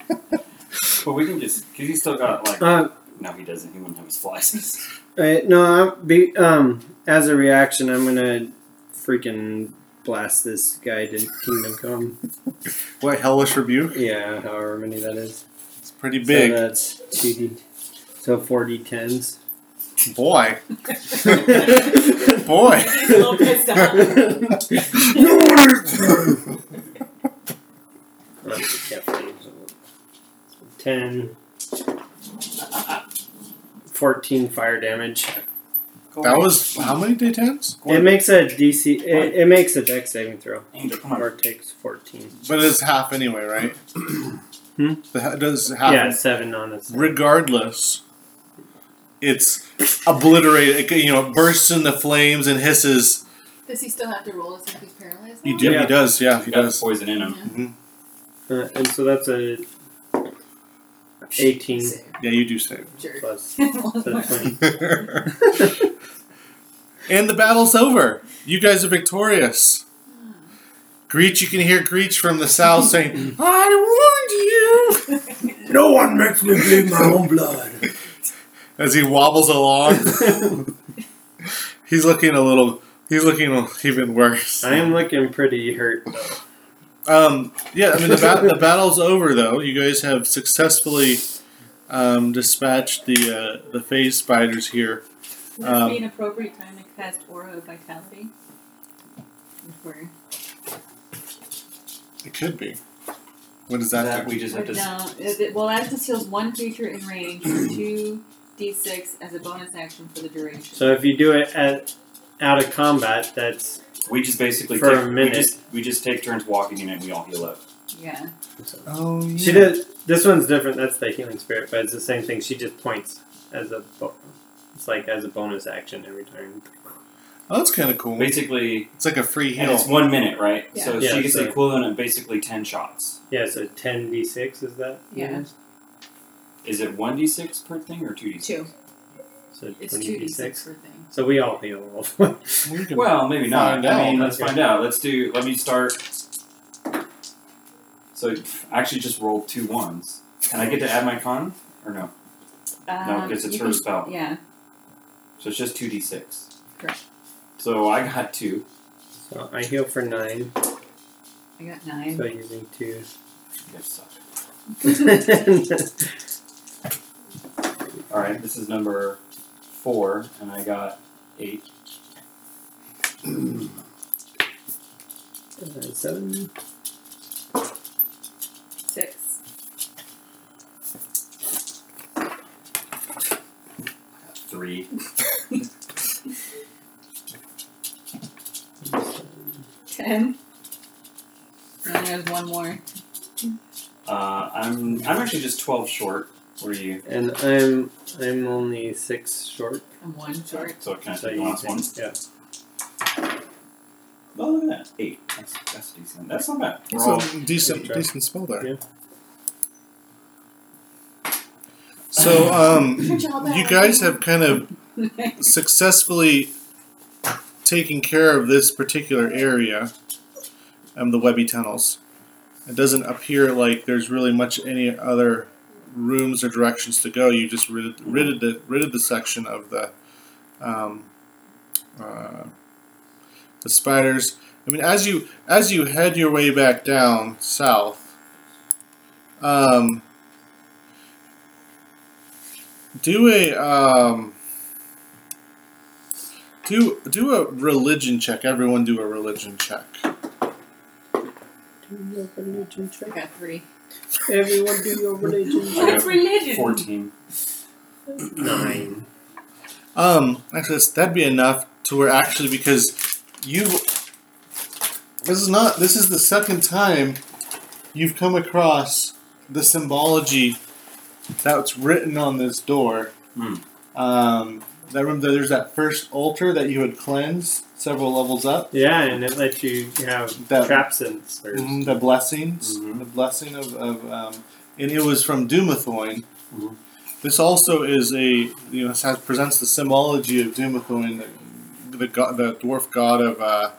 E: But we can just because he's still got like.
B: Uh,
E: No, he doesn't. He wouldn't have his slices.
B: Alright, no, I'm be, um, as a reaction, I'm gonna freaking blast this guy to Kingdom Come.
A: What hellish rebuke?
B: Yeah, however many that is.
A: It's pretty big,
B: So that's 2D. So 4D10s.
A: boy, *laughs* boy.
O: He's a little pissed off.
B: Ten. Fourteen fire damage.
A: That was how many day tens?
B: It makes a DC. It, it makes a dex saving throw,
E: *laughs* Angel, come on.
B: or takes fourteen.
A: But it's half anyway, right?
B: *clears throat* Hmm?
A: The ha- does half.
B: Yeah, seven on a save.
A: Regardless, it's obliterated. It, you know, it bursts in the flames and hisses.
C: Does he still have to roll us if he's paralyzed?
A: You do.
B: Yeah.
A: He does. Yeah,
E: He
A: he
E: got
A: does.
E: poison in him.
B: Uh, and so that's a eighteen
A: Yeah, you do save.
C: *laughs* Jerk.
B: plus.
C: Well,
B: So twenty.
A: and *laughs* the battle's over. You guys are victorious. Greech, you can hear Greech from the south
B: *laughs*
A: saying, "I warned you."
D: No one makes me bleed my own blood.
A: as he wobbles along.
B: *laughs*
A: he's looking a little. He's looking even worse.
B: I am looking pretty hurt. though.
A: Um, yeah, I mean *laughs* the, bat- the battle's over though. You guys have successfully um, dispatched the uh, the phase spiders here.
O: Would
A: Um,
O: this be an appropriate time to cast Aura of Vitality?
C: if we're-
A: It could be. What does
E: That,
A: that, do?
E: we just have to.
C: No, it, it- well, that just heals one creature in range for two d6 as a bonus action for the duration.
B: So if you do it at out of combat, that's
E: We just basically
B: For a
E: take,
B: minute.
E: We just, we just take turns walking in and we all heal up.
C: yeah.
A: Oh yeah.
B: She did. This one's different. That's the healing spirit, but it's the same thing. She just points as a. Bo- it's like as a bonus action every turn.
A: Oh, that's kind of cool.
E: Basically,
A: It's like a free
E: and it's
A: heal.
E: one minute, right?
C: Yeah.
E: So
B: Yeah,
E: she gets
B: so-
E: the equivalent of basically ten shots.
B: Yeah. So ten d six is that? what it
C: Yeah.
B: is?
E: Is it one d six per thing or two d six?
C: Two.
B: So
C: It's
B: twenty
C: two
B: d
C: d6
B: six.
C: per thing.
B: So we all heal. All one.
A: We can-
E: Well, maybe not.
A: Find
E: I mean,
A: out.
E: let's
B: Okay.
E: find out. Let's do. Let me start. So I actually just rolled two ones, and I get to add my con or no? no,
C: Um,
E: because it's
C: you
E: her
C: can-
E: spell.
C: Yeah.
E: So it's just two d six.
C: Correct.
E: So I got two.
B: *laughs* so I heal for nine.
C: I got nine.
B: So using
C: *laughs*
B: two. *laughs*
E: You guys suck.
B: and
E: All right, this is number four, and I got eight.
F: Seven.
L: Six.
E: Three.
L: Ten. And then there's one more.
E: Uh, I'm I'm actually just twelve short. What are you?
F: And I'm I'm only six short.
L: And one short.
E: So it kind of
F: So
E: took the
F: you
E: last one.
F: can- yeah.
E: Oh, look at that. Eight. That's, that's decent. That's not bad. We're
A: That's
E: all-
A: a decent,
F: Good try.
A: decent spell there.
F: Yeah.
A: So, um,
C: Good job,
A: you
C: Ally.
A: guys have kind of successfully taken care of this particular area, um, the Webby tunnels. It doesn't appear like there's really much any other rooms or directions to go. You just rid, ridded the ridded the section of the um, uh, the spiders. I mean, as you as you head your way back down south, um, do a um, do do a religion check. Everyone, do a religion check.
L: I got three.
F: Everyone do
C: *laughs*
F: your religion.
C: What's religion?
E: Fourteen.
F: Nine.
A: Um, actually, that's- that'd be enough to where actually because you this is not this is the second time you've come across the symbology that's written on this door.
E: Hmm.
A: Um, I remember there's that first altar that you had cleansed several levels up.
F: Yeah, and it lets you have
A: That-
F: traps and serves.
A: Mhm, the blessings,
E: Mhm.
A: the blessing of, of um, and it was from Dumathoin.
E: Mhm.
A: This also is a you know has, presents the symbology of Dumathoin, the the, god, the dwarf god of uh,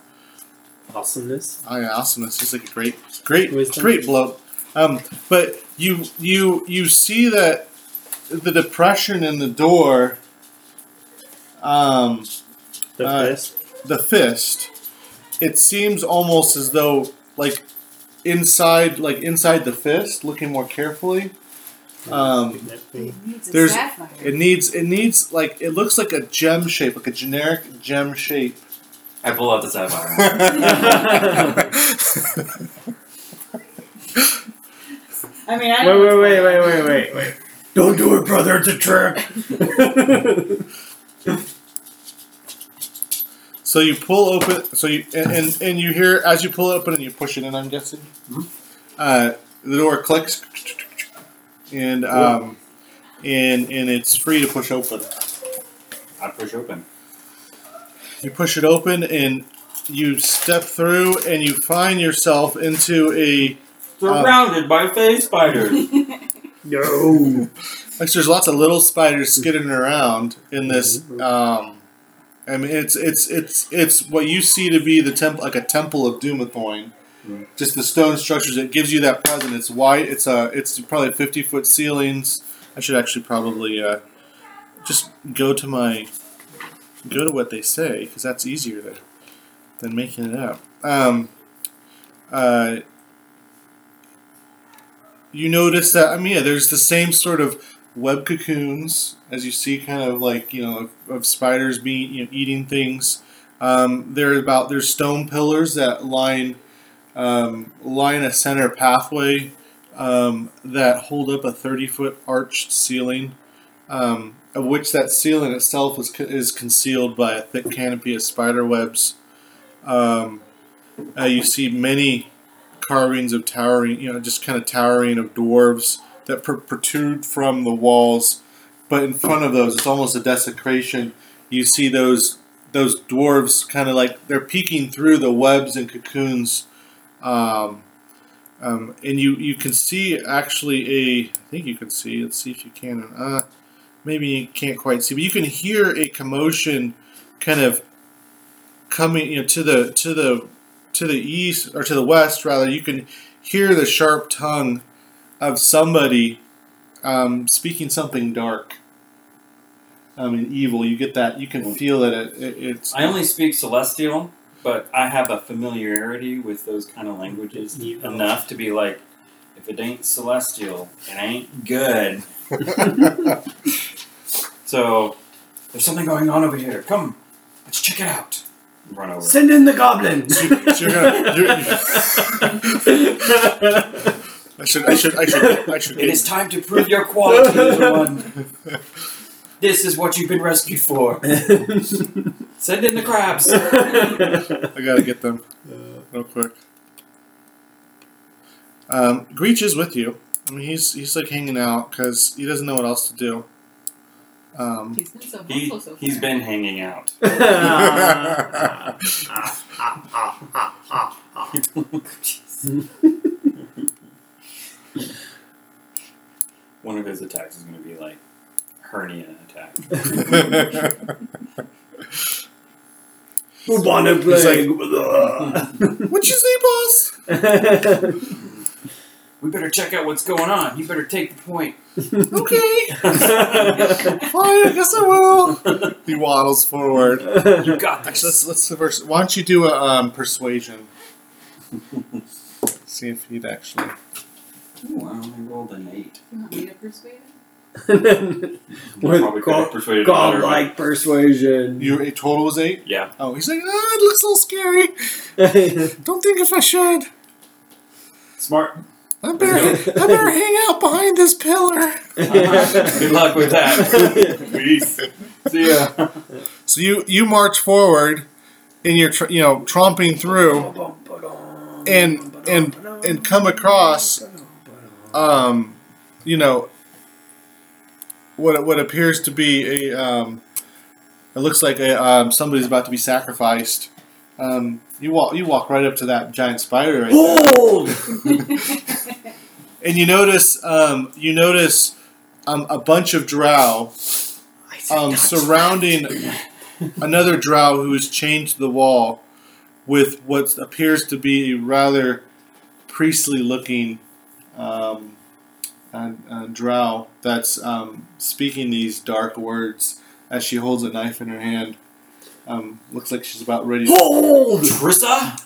F: Awesomeness.
A: I awesome. It's just like a great, great,
F: Wisdom.
A: great blow. Um, but you, you, you see that the depression in the door, um,
F: The
A: Uh,
F: fist.
A: the fist. It seems almost as though, like, inside, like inside the fist, looking more carefully, um,
F: That thing.
L: It needs a
A: There's-
L: sapphire.
A: it needs, it needs, like, it looks like a gem shape, like a generic gem shape. *laughs*
E: I pull out the *laughs* sapphire.
C: I mean, I
F: Wait,
C: don't know
F: wait,
C: what's
F: wait,
C: going on.
F: wait, wait, wait,
D: Don't do it, brother. It's a
A: *laughs*
D: trick.
F: wait.
A: So you pull open. So you and, and, and you hear as you pull it open and you push it in. I'm guessing.
E: Mhm.
A: Uh, the door clicks, and um, and and it's free to push open.
E: I push open.
A: You push it open and you step through and you find yourself into a
E: Surrounded by face
C: *laughs*
E: spiders.
F: no.
A: like there's lots of little spiders skidding around in this. Um, I mean, it's it's it's it's what you see to be the temple, like a temple of Dumathoin.
E: Right.
A: Just the stone structures. It gives you that presence. It's wide. It's a. It's probably fifty foot ceilings. I should actually probably uh, just go to my go to what they say because that's easier than than making it up. Um, uh, you notice that I mean, yeah, there's the same sort of web cocoons as you see kind of like you know of, of spiders being you know eating things um, they're about there's stone pillars that line um, line a center pathway um, that hold up a 30 foot arched ceiling um, of which that ceiling itself is, co- is concealed by a thick canopy of spider webs um, uh, you see many carvings of towering you know just kind of towering of dwarves that pr- protrude from the walls. But in front of those, it's almost a desecration. You see those those dwarves kind of like they're peeking through the webs and cocoons, um, um, and you you can see actually a I think you can see. Let's see if you can. Uh, maybe you can't quite see, but you can hear a commotion, kind of coming you know to the to the to the east or to the west rather. You can hear the sharp tongue of somebody um, speaking something dark. I mean, evil. You get that. You can feel that it, it, it's.
E: I only speak celestial, but I have a familiarity with those kind of languages
F: Evil.
E: enough to be like,
A: *laughs*
E: if it ain't celestial, it ain't good. So there's something going on over here. Come, let's check it out. Run over.
F: Send in the goblin.
A: So you're gonna- I should, I should, I should, I should.
E: It is time to prove your quality, little one. This is what you've been rescued for. Send in the crabs.
A: I gotta get them real quick. Um, Greech is with you. I mean, he's he's like hanging out because he doesn't know what else to do. Um,
L: He's been so helpful
E: He,
L: so far.
E: he's been hanging out.
A: *laughs*
E: *laughs* One of his attacks is going to be like hernia attack.
F: Bubonic
A: He's like-
F: plague. uh,
A: What'd you say, boss?
E: We better check out what's going on. You better take the point. *laughs*
A: Okay,
E: you
A: fine. I guess I will. He waddles forward. *laughs*
E: got
A: Actually, let's
E: this.
A: let's reverse. Why don't you do a um, persuasion? See if he'd actually.
E: Ooh, I only rolled an eight.
L: You want me to persuade him?
F: With
E: Probably could
F: God-
E: have persuaded him better, but-
F: Godlike *laughs* persuasion.
A: Your total was eight.
E: Yeah.
A: Oh, he's like, ah, it looks a little scary. Don't think if I should.
E: Smart.
A: I better, I better hang out behind this pillar.
E: Good luck with that. Peace. See ya.
A: So you you march forward, and you're tr- you know tromping through, and and and come across, um, you know, what what appears to be a um, it looks like a um, somebody's about to be sacrificed. Um, you walk you walk right up to that giant spider right there. and you notice um, you notice um, a bunch of drow um, surrounding another drow who is chained to the wall with what appears to be a rather priestly looking um, uh, uh, drow that's um, speaking these dark words as she holds a knife in her hand. Um, looks like she's about ready. To-
E: Trissa?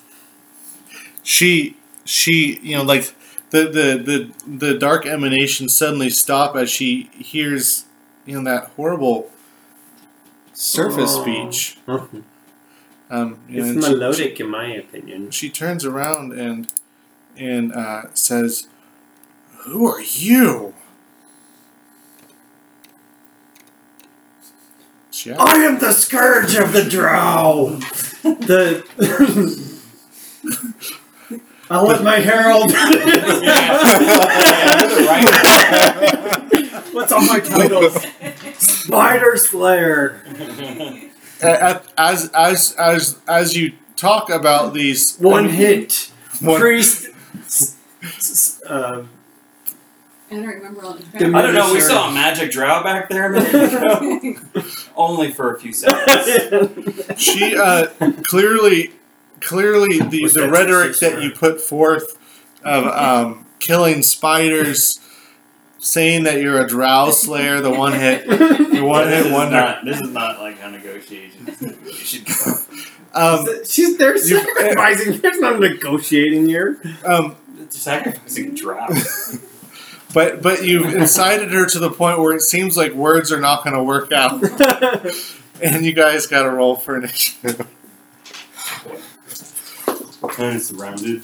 A: she she you know like the the the the dark emanations suddenly stop as she hears you know that horrible surface
B: Oh.
A: speech
F: it's
A: um you know, and she-
F: melodic in my
A: she,
F: opinion.
A: turns around and and uh says who are you she act-
F: I am the scourge of the drow. the I want my herald.
E: Yeah, you're right.
F: What's on my *laughs* titles? Spider Slayer.
A: a- a- as as as as you talk about these
F: One hit.
A: one-
F: Priest. s- s- uh, *laughs*
L: I don't remember all the
E: I don't know. We saw a magic drow back there a minute
C: *laughs*
E: ago. Only for a few seconds.
A: she uh, clearly, clearly the,
F: Was
A: the
F: that
A: rhetoric
F: sexist
A: that
F: or-
A: you put forth of um, killing spiders, saying that you're a drow slayer, the one hit, the one
E: this,
A: hit
E: is
A: wonder.
E: not, this is not like how negotiations. You should go.
A: Um,
F: She's they're
A: You-
F: sacrificing. There's no negotiating here.
A: um,
E: It's sacrificing drow.
A: but but you've incited her to the point where it seems like words are not going to work out, and you guys got to roll for initiative.
E: Kind of surrounded.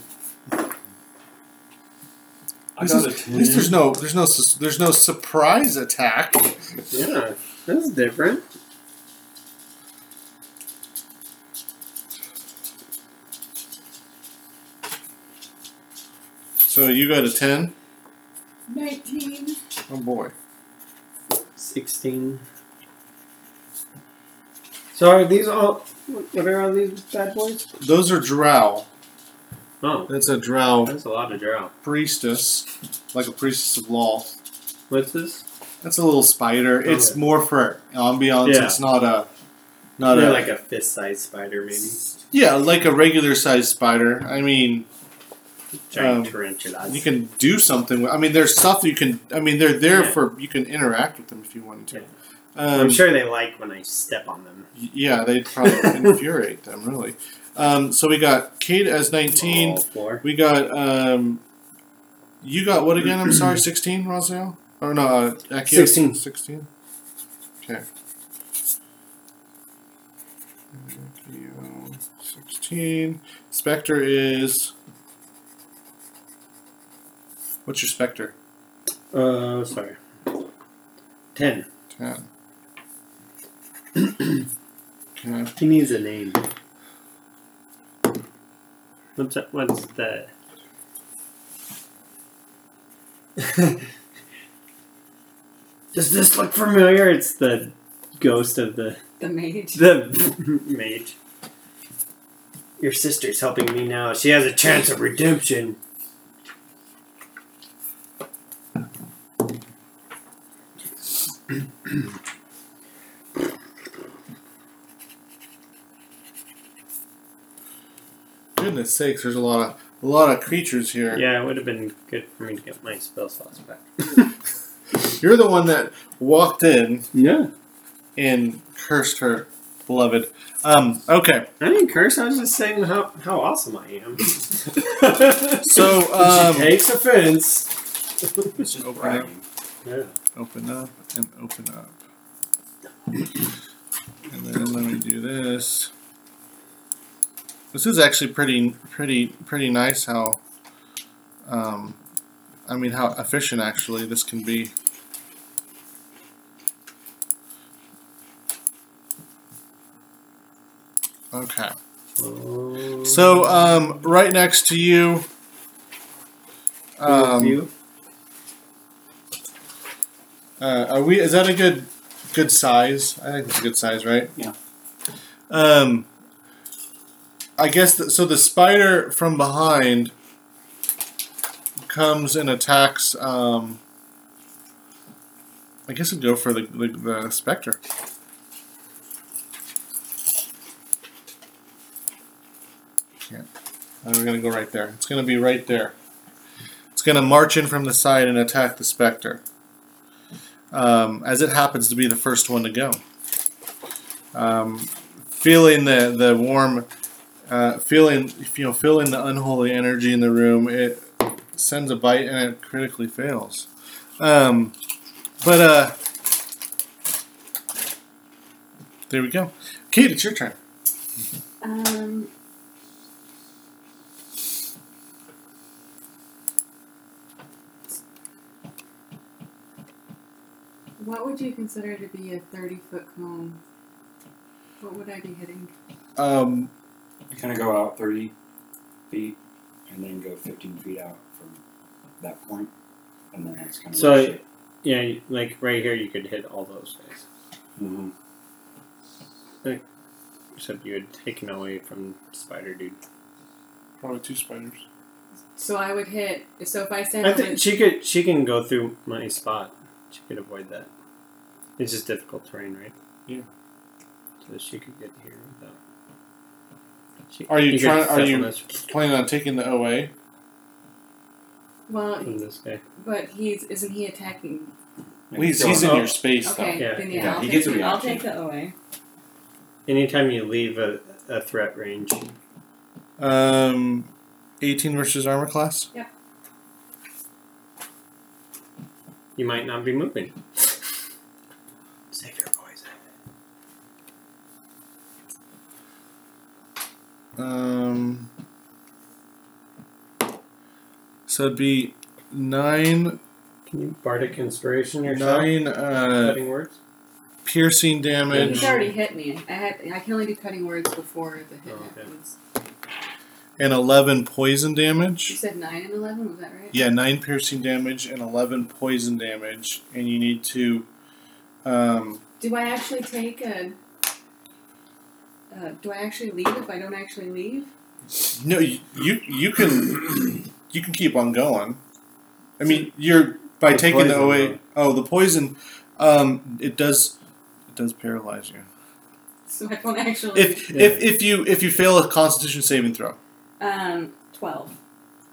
E: I
A: This
E: got a
A: At least there's
E: ten.
A: no there's no sus- there's no surprise attack.
F: *laughs* yeah, that's different.
A: So you got a ten.
L: 19.
A: Oh boy.
F: Sixteen. So are these all? What are all these bad boys?
A: Those are drow.
F: Oh,
A: That's a drow
F: that's a lot of drow.
A: priestess, like a priestess of law.
F: What's this?
A: That's a little spider. It's
F: Okay.
A: more for ambiance.
F: Oh, Yeah.
A: It's not a, not
F: They're
A: a
F: like a fist-sized spider, maybe.
A: yeah, like a regular sized spider. I mean,
F: Giant
A: Um,
F: tarantulas.
A: you can do something. with I mean, there's stuff you can. I mean, they're there
F: Yeah.
A: for you can interact with them if you wanted to.
F: Yeah.
A: Um,
F: I'm sure they like when I step on them.
A: y- Yeah, they'd probably *laughs* infuriate them really. Um, so we got Kate as nineteen.
F: All four.
A: We got um, you got what again? I'm sorry, sixteen, Rosale. Or no, uh, Akio?
F: Sixteen.
A: Sixteen. Okay. You- 16. Spectre is. What's your spectre?
B: Uh, sorry. Ten.
A: *clears throat* 10. okay.
B: He needs a name. What's that, what's the? *laughs* Does this look familiar? It's the ghost of the
C: The mage.
B: the *laughs* mage. Your sister's helping me now. She has a chance of redemption.
A: Goodness sakes, there's a lot of a lot of creatures here.
B: Yeah, it would have been good for me to get my spell slots back.
A: You're the one that walked in
B: Yeah.
A: and cursed her beloved. Um, okay,
B: I didn't curse. I was just saying how, how awesome I am.
A: so um,
B: takes offense.
E: It's just
A: Okay.
E: bragging.
B: Yeah.
A: open up and open up, and then let me do this. This is actually pretty, pretty, pretty nice. How, um, I mean, how efficient actually this can be. Okay. So, um, right next to you, um,
B: you.
A: uh, are we? Is that a good, good size? I think it's a good size, right?
E: Yeah.
A: Um, I guess th- so. The spider from behind comes and attacks. Um, I guess it'd go for the the, the specter. Can't. Uh, We're gonna go right there. It's gonna be right there. It's gonna march in from the side and attack the specter. Um, as it happens to be the first one to go. Um, feeling the the warm, uh, feeling you know, feeling the unholy energy in the room. It sends a bite and it critically fails. Um, but uh, there we go. Kate, it's your turn.
C: Um. What would you consider to be a 30 foot cone? What would I be hitting?
A: Um,
E: You kind of go out 30 feet and then go 15 feet out from that point, and then that's kind of
B: So- Yeah, like right here, you could hit all those guys.
E: hmm
B: Except you had taken away from Spider Dude.
A: probably two spiders.
C: So I would hit. So if I stand
B: I
C: over-
B: think she could. She can go through my spot. She could avoid that. It's just difficult terrain, right?
A: Yeah.
B: So she could get here without. She,
A: Are you
B: could
A: trying- are
B: step
A: you-
B: on this
A: Planning on taking the OA.
C: Well,
B: from this guy?
C: but he's isn't he attacking?
A: He's, he's in your space
C: Okay,
B: Yeah,
C: then
E: yeah,
C: I'll,
E: he
C: take,
E: gets a
C: I'll
E: reaction.
C: take the OA.
B: Anytime you leave a, a threat range,
A: though. Um, 18 versus armor class.
B: you might not be moving. Save your poison.
A: Um, so it'd be nine,
B: Can you bardic inspiration yourself?
A: nine uh,
B: Cutting words.
A: piercing damage,
C: He's already hit me. I had I can only do cutting words before the hit
B: Oh, okay.
C: happens.
A: and eleven poison
C: You
A: damage.
C: said nine and eleven, was that right?
A: Yeah, nine piercing damage and eleven poison damage, and you need to. Um,
C: Do I actually take a? Uh, do I actually leave if I don't actually leave? *laughs*
A: no, you you can you can keep on going. I mean, you're by
B: The
A: taking the
B: poison,
A: away. Oh, the poison. Um, it does it does paralyze you.
C: So I don't actually.
A: If if if you if you fail a Constitution saving throw.
C: um, twelve.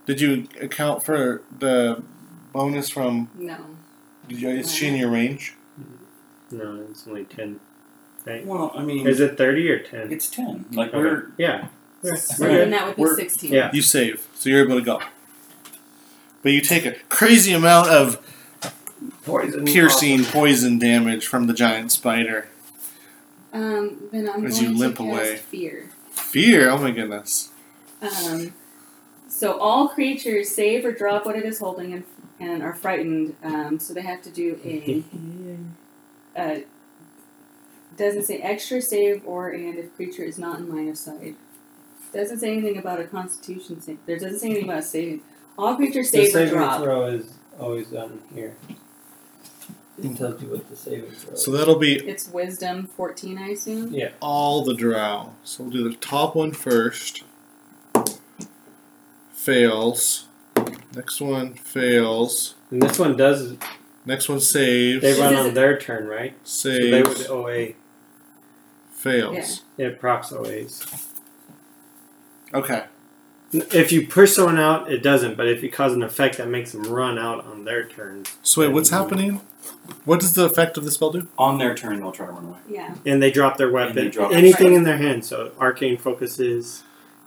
A: Did you account for the bonus from?
C: No.
A: Is she in your range?
B: No, it's only ten.
E: Well, I mean,
B: Is it thirty or ten?
E: it's 10. Like,
B: Okay.
E: we're.
B: Yeah. Yeah.
C: So
B: We're
C: then
B: good.
C: that would be
E: We're-
C: sixteen.
B: Yeah.
A: You save, so you're able to go. But you take a crazy amount of
P: Poison.
A: piercing poison damage from the giant spider.
C: Um, then I'm
A: As
C: going
A: you limp
C: to cast
A: away.
C: fear.
A: Fear. Oh my goodness.
C: Um, so all creatures save or drop what it is holding and, and are frightened. Um, so they have to do a, a doesn't say extra save or and if creature is not in line of sight. Doesn't say anything about a Constitution save. There doesn't say anything about saving. All creatures
B: The
C: save or
B: saving
C: drop.
B: throw is always on here.
Q: It tells you what the saving throw.
A: So that'll be
C: It's Wisdom 14, I assume.
A: all the drow. So we'll do the top one first. Fails. Next one fails.
B: And this one does.
A: Next one saves.
B: They run
C: This is-
B: on their turn, right? So they
A: saves.
B: would OA.
A: fails.
B: It props OAs.
A: Okay.
B: If you push someone out, it doesn't. But if you cause an effect that makes them run out on their turn,
A: So wait, what's happening? What does the effect of the spell do?
E: On their turn, they'll try to run away.
C: Yeah.
B: and they drop their
E: And they
B: weapon,
E: drop-
B: anything in their hand. So arcane focuses,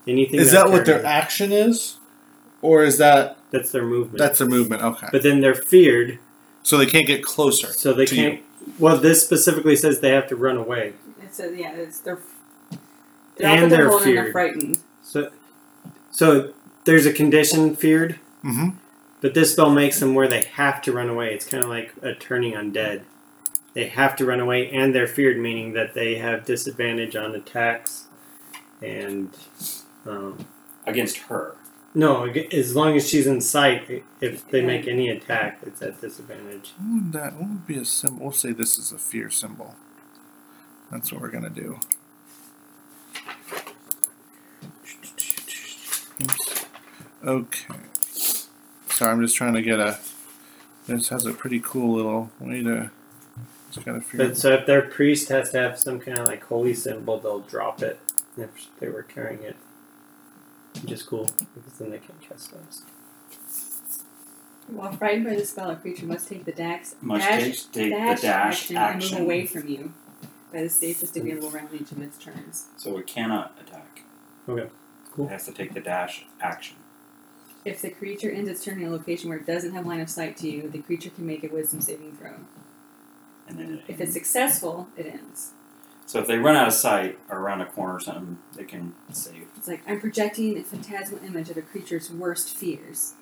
B: anything.
A: Is
B: that's
A: that what their action is, or is that
B: That's their movement.
A: that's their movement? Okay.
B: but then they're feared,
A: So they can't get closer.
B: so they
A: To
B: can't. Well, this specifically says they have to run away.
C: It says, yeah, it's they're,
B: And
C: drop what
B: they're
C: holding and
B: feared.
C: they're frightened.
B: So, so there's a condition feared,
A: Mm-hmm.
B: but this spell makes them where they have to run away. It's kind of like a turning undead. They have to run away, and they're feared, meaning that they have disadvantage on attacks, and um,
E: Against her.
B: No, ag- as long as she's in sight, i- if they make any attack, it's at disadvantage.
A: What would that what would be a symbol? We'll say this is a fear symbol. That's what we're gonna do. Oops. Okay. Sorry, I'm just trying to get a. This has a pretty cool little way to. Just gotta figure.
B: But so if their priest has to have some kind of like holy symbol, they'll drop it if they were carrying it. Which is cool because then they can cast spells.
C: While frightened by the spell, a creature must take the dax
E: Must
C: dash
E: take, take
C: dash,
E: the dash action.
C: and move away from you by the safest available round each of its turns.
E: So it cannot attack.
B: Okay, cool.
E: It has to take the dash action.
C: If the creature ends its turn in a location where it doesn't have line of sight to you, the creature can make a wisdom saving throw.
E: And then it
C: If it's successful, it ends.
E: So if they run out of sight or around a corner or something, they can save.
C: It's like I'm projecting a phantasmal image of a creature's worst fears.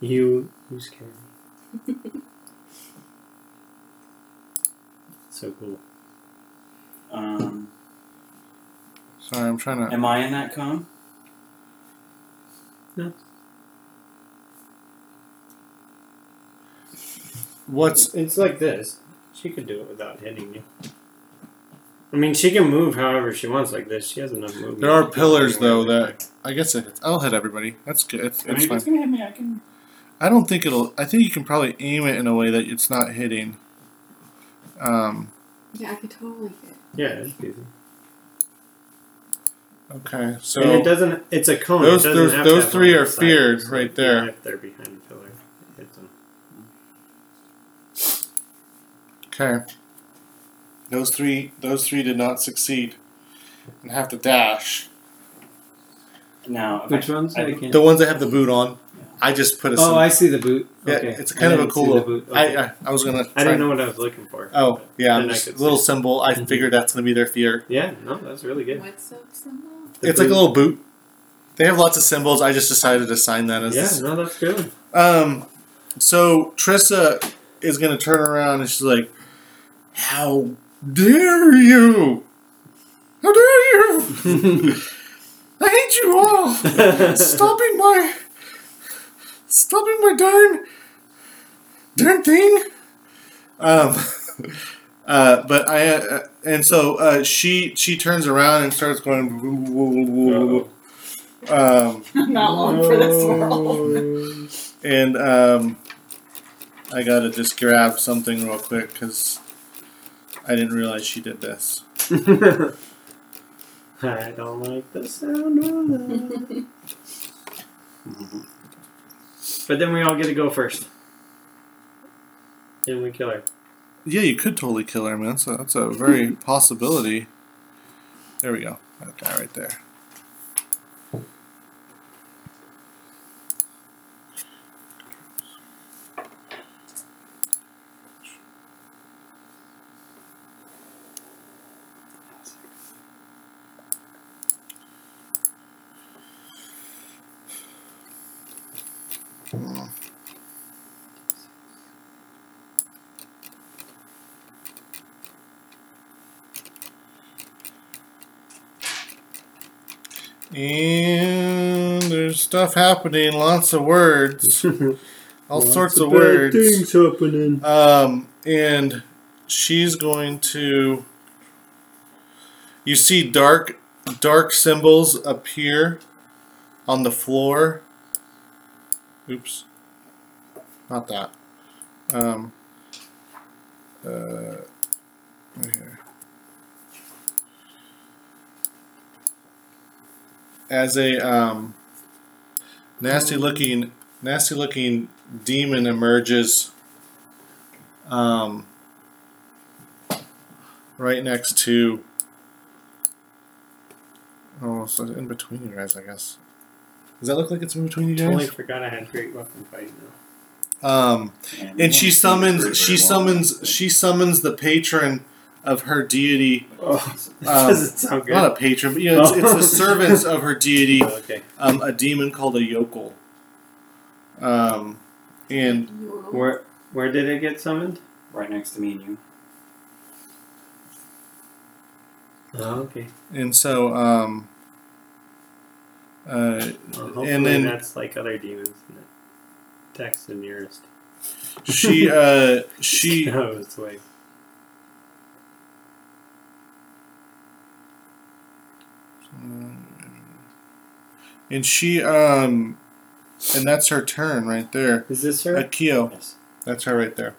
B: You you scare me. So cool.
E: Um,
A: Sorry, I'm trying to.
E: am I in that cone?
A: What's
B: It's like this. She could do it without hitting you. I mean, she can move however she wants like this. She has enough movement.
A: there are pillars though that I guess it, I'll hit everybody. That's good. It's,
E: I mean,
A: it's
E: if it's
A: fine.
E: gonna hit me. I can.
A: I don't think it'll. I think you can probably aim it in a way that it's not hitting. Um.
C: Yeah, I could totally get.
B: Yeah, it's easy.
A: Okay. So.
B: and it doesn't. It's a cone.
A: Those-
B: it doesn't
A: those-
B: have to
A: those
B: have
A: three
B: line
A: are
B: of sight,
A: feared
B: so
A: right
B: even
A: there.
B: If they're behind a pillar, it hits them.
A: Okay. Those three those three did not succeed and have to dash.
E: Now, if I,
P: ones?
E: I
A: The ones that have the boot on, I just put a
P: Oh,
A: sim-
P: I see the boot.
A: Yeah,
P: okay.
A: it's kind
P: I
A: of a
P: didn't
A: cool
P: see the
A: little-
P: boot. Okay.
A: I, I I was gonna
B: I Uh,
A: try-
B: didn't know what I was looking for.
A: Oh, yeah,
B: Then I
A: just a
B: could
A: little
B: see.
A: symbol. I
B: Mhm.
A: figured that's gonna be their fear.
B: Yeah, no, that's really good. *laughs*
C: What's up, symbol? *laughs*
B: The
A: it's like a little boot. They have lots of symbols. I just decided to sign that
B: boot-
A: as
B: Yeah, no, that's *laughs* good.
A: Um, so Trissa is gonna turn around and she's like, "How dare you? How dare you? I hate you all! stopping my, stopping my darn, darn thing." Um, *laughs* uh, but I uh, and so uh, she she turns around and starts going. Um,
R: I'm not long for this world.
A: and um, I gotta just grab something real quick because I didn't realize she did this.
B: *laughs* I don't like the sound of that. but then we all get to go first. And we kill her.
A: Yeah, you could totally kill her, man. That's a, that's a very possibility. There we go. That guy right there. And there's stuff happening, lots of words,
F: *laughs*
A: all
F: Lots
A: sorts of
F: bad
A: words.
F: Things happening.
A: Um, and she's going to. You see dark, dark symbols appear on the floor. Oops, not that. Um, uh, right here. As a um, nasty looking, nasty looking demon emerges um, right next to. Oh, so in between you guys, I guess. Does that look like it's in between you
B: Totally
A: guys?
B: forgot I had great weapon fight now.
A: Um, and she summons. She summons. She summons the patron of her deity.
B: Oh, that
A: Um,
B: *laughs* doesn't sound good.
A: Not a patron, but you know, it's, it's the servants of her deity.
B: Oh, okay.
A: Um, a demon called a yokel. Um, and
C: *laughs*
B: Where where did it get summoned?
E: right next to me and you.
B: Oh, okay.
A: and so um. Uh,
B: Well, hopefully
A: And then-
B: that's like other demons. and it Attacks the nearest. *laughs*
A: she uh she
B: No, it's like
A: and she um and that's her turn right there.
B: is this her?
A: Akio,
E: Yes.
A: that's her right there.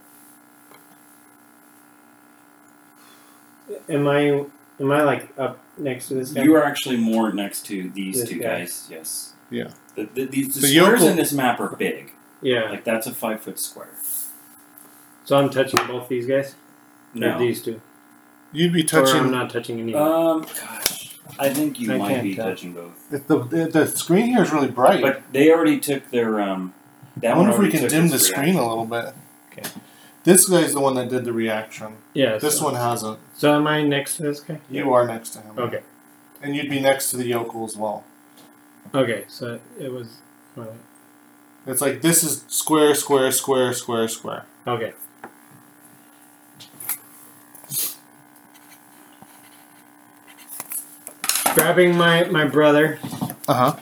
B: Am I am I like up next to this guy?
E: You are actually more next to these
B: This
E: two
B: guy.
E: guys. Yes.
A: Yeah.
E: The, the, these the
A: The
E: squares
A: yokel-
E: in this map are big.
B: yeah.
E: Like that's a five foot square.
B: So I'm touching both these guys. Or
E: No.
B: these two.
A: You'd be
B: Or I'm
A: touching. Uh,
B: not touching anyone.
E: Um. Gosh. I think you
A: I
E: might
A: can't
E: be
A: tell.
E: touching both.
A: The, the, the screen here is really bright.
E: But they already took their um. That
A: I wonder
E: one
A: if we
E: already
A: can
E: took
A: dim the
E: its
A: screen
E: reaction.
A: a little bit. Okay. This guy's the one that did the reaction.
B: yeah.
A: This
B: so,
A: one hasn't.
B: So am I next to this guy?
A: You are next to him.
B: Okay.
A: And you'd be next to the yokel as well.
B: Okay. So it was. well,
A: It's like this is square, square, square, square, square.
B: Okay. Grabbing my my brother,
A: Uh huh.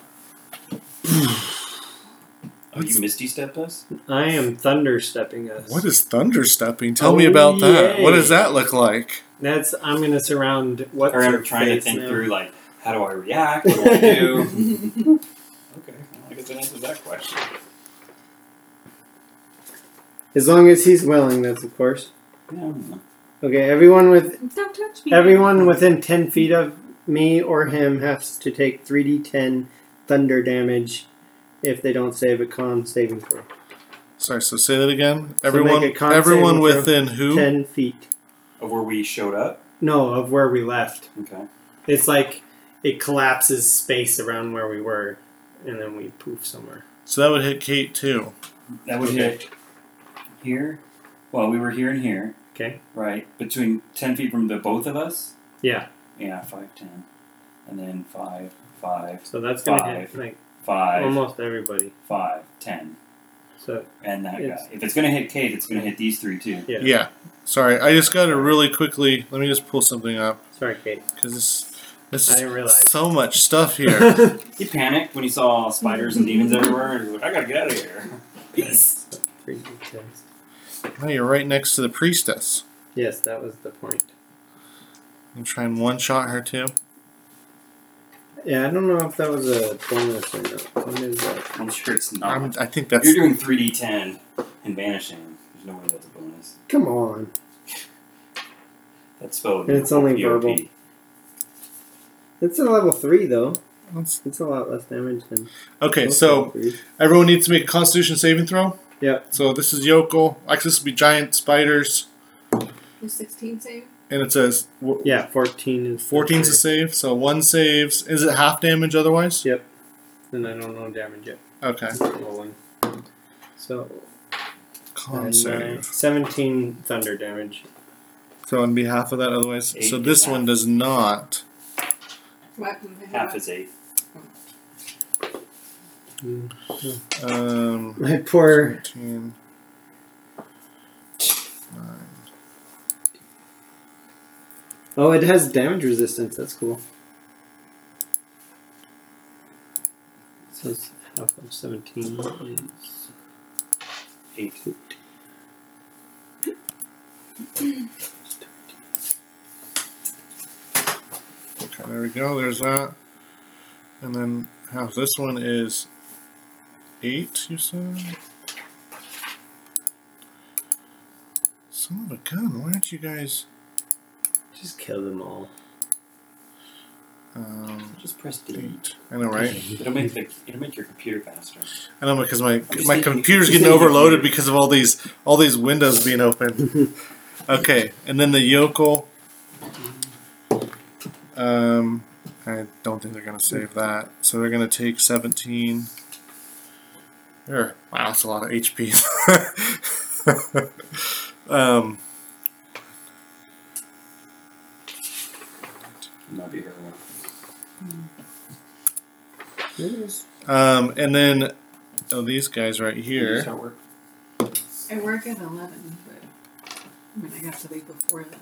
E: Oh, you misty stepped us.
B: I am thunder stepping us.
A: What is thunder stepping? Tell me
B: Oh,
A: about that. What
B: yay.
A: does that look like?
B: That's I'm gonna surround what.
E: Or I'm trying to think through like how do I react? What do I do? okay. Well, I guess that answers that question.
B: As long as he's willing, that's of course.
E: Yeah, I don't know.
B: Okay, everyone with
C: Don't touch me.
B: everyone within ten feet of me or him has to take three d ten thunder damage if they don't save a con saving throw.
A: Sorry, so say that again.
B: So
A: Everyone,
B: make a con
A: everyone
B: saving throw.
A: within who?
B: Ten feet.
E: Of where we showed up.
B: No, of where we left.
E: Okay.
B: It's like it collapses space around where we were, and then we poof somewhere.
A: So that would hit Kate too.
E: That would
B: Okay.
E: hit here. Well, we were here and here.
B: Okay.
E: Right. Between 10 feet from the both of us.
B: Yeah.
E: Yeah, 5, 10. And then 5, 5,
B: So that's gonna hit
E: Five.
B: like
E: 5,
B: almost everybody.
E: 5, 10.
B: So
E: And that
B: It's-
E: guy. If it's going to hit Kate, it's going to hit these three too.
B: yeah.
A: Yeah. Sorry, I just got to really quickly. Let me just pull something up
B: Sorry, Kate.
A: because this, this
B: I
A: is
B: didn't realize.
A: so much stuff here.
B: *laughs* Three
E: He panicked when he saw spiders and demons everywhere. and He was like, I got to get out of here.
B: d10s.
A: Now you're right next to the priestess.
B: Yes, that was the point.
A: I'm trying one shot her too.
B: Yeah, I don't know if that was a bonus or not. What is that?
E: *laughs* I'm sure it's not.
A: I'm, I think that's
E: You're doing 3d10 and vanishing. There's no way that's a bonus.
B: Come on.
E: That's spelled.
B: And it's only
E: EOP.
B: verbal. It's a level three though.
A: that's-
B: It's a lot less damage than.
A: okay.
B: most level
A: So
B: threes.
A: everyone needs to make a Constitution saving throw.
B: Yep.
A: So this is yokel. Actually, this would be giant spiders,
G: Your 16 save?
A: and it says w-
B: Yeah, fourteen is.
A: 14's a save. So one saves. Is it half damage otherwise?
B: Yep. And I don't know damage yet.
A: Okay.
B: Rolling. So
A: Con
B: and, uh,
A: save.
B: seventeen thunder damage.
A: So on behalf of that, otherwise.
E: Eight
A: so
E: is
A: this
E: half.
A: one does not.
G: What?
E: Half is 8.
A: Um,
B: *laughs* My poor
A: 13,
B: Oh, it has damage resistance. That's cool. So it's half of 17 is 8.
A: Okay, there we go. There's that. And then half this one is eight, you said? Son of a gun, why aren't you guys.
B: Just kill them all.
A: Um,
E: Just press D.
A: eight. I know, right?
E: It'll make the it'll make your computer faster.
A: I know because my
E: just
A: my
E: saying-
A: computer's
E: just
A: getting
E: saying-
A: overloaded because of all these all these windows being open. okay, and then the yokel. Um, I don't think they're gonna save that, so they're gonna take seventeen. There, wow, that's a lot of HP. um,
E: Not be here long.
A: *laughs* um, and then oh, these guys right here.
E: Start work.
C: I work at 11, but I mean, I got to leave before 11.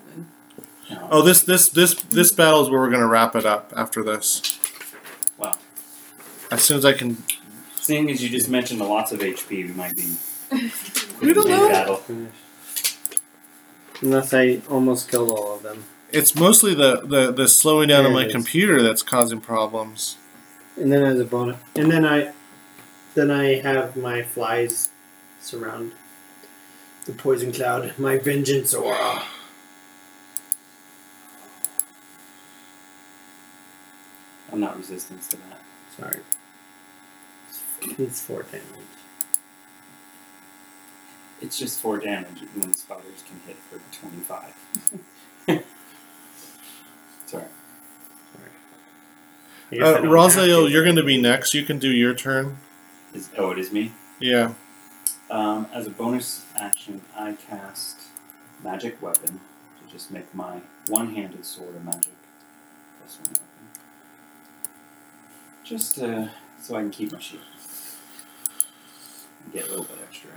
E: No.
A: Oh, this this this this battle is where we're gonna wrap it up after this.
E: Wow.
A: As soon as I can,
E: Seeing as you just mentioned the lots of HP, we might be.
A: We don't
E: in
A: know.
E: Battle.
B: Unless I almost killed all of them.
A: It's mostly the, the, the slowing down
B: There
A: on my
B: it is.
A: computer that's causing problems.
B: And then as a bonus. And then I then I have my flies surround the poison cloud. My vengeance aura.
E: I'm not resistant to that.
B: Sorry. It's 4 damage.
E: It's just four damage when spiders can hit for 25. *laughs* Sorry.
B: I guess I
A: Uh,
B: don't have
A: Raziel,
B: to.
A: you're going to be next. You can do your turn.
E: Is, oh, it is me?
A: Yeah.
E: Um, as a bonus action, I cast Magic Weapon to just make my one handed sword a magic plus one weapon. Just uh, so I can keep my shield. And get a little bit extra.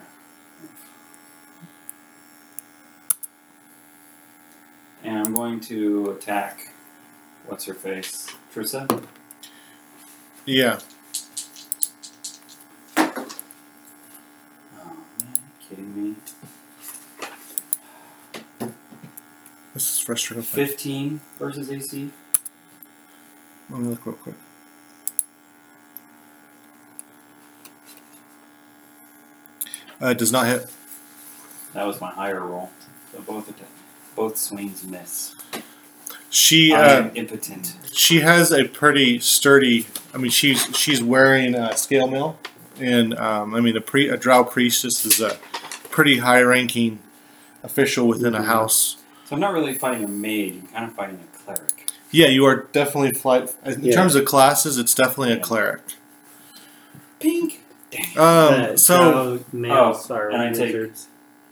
E: And I'm going to attack what's her face? Trissa?
A: Yeah.
E: Oh man, kidding me.
A: This is frustrating.
E: 15 versus AC.
A: Let me look real quick. Uh, it does not hit.
E: That was my higher roll. So both atta- both swings miss.
A: She
E: I
A: uh,
E: am impotent.
A: she has a pretty sturdy. I mean, she's she's wearing a scale mail, and um, I mean, a pre a drow priestess is a pretty high ranking official within
B: Mm-hmm.
A: a house.
E: So I'm not really fighting a mage. I'm kind of fighting a cleric.
A: Yeah, you are definitely flight. In
B: Yeah.
A: terms of classes, it's definitely a
E: Yeah.
A: cleric.
E: Pink. Dang it.
A: Um,
B: Uh,
A: so,
B: drow males
E: Oh,
B: are
E: and I take-
B: wizards.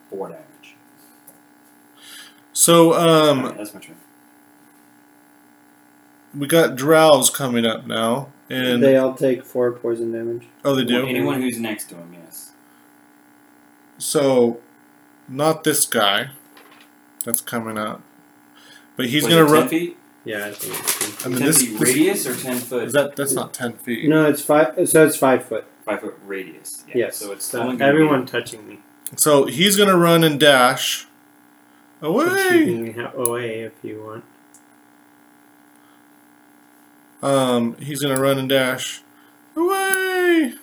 E: Four damage.
A: so um,
E: Alright, that's my turn.
A: we got drows coming up now, and
B: they all take four poison damage.
A: oh, they do.
E: Anyone who's next to him, yes.
A: So, not this guy. That's coming up, but he's
E: Was
A: gonna
E: it 10
A: run.
E: Feet?
B: Yeah, I think.
A: I mean,
E: 10
A: this,
E: feet
A: this-
E: radius or 10 foot?
A: is that that's not ten feet.
B: No, it's five. So it's five foot.
E: 5 foot radius. Yeah,
B: yes.
E: So it's
B: So
E: only gonna be-
B: everyone touching me.
A: So he's gonna run and dash
B: Which
A: away.
B: you can ha- away if you want.
A: Um, he's gonna run and dash away,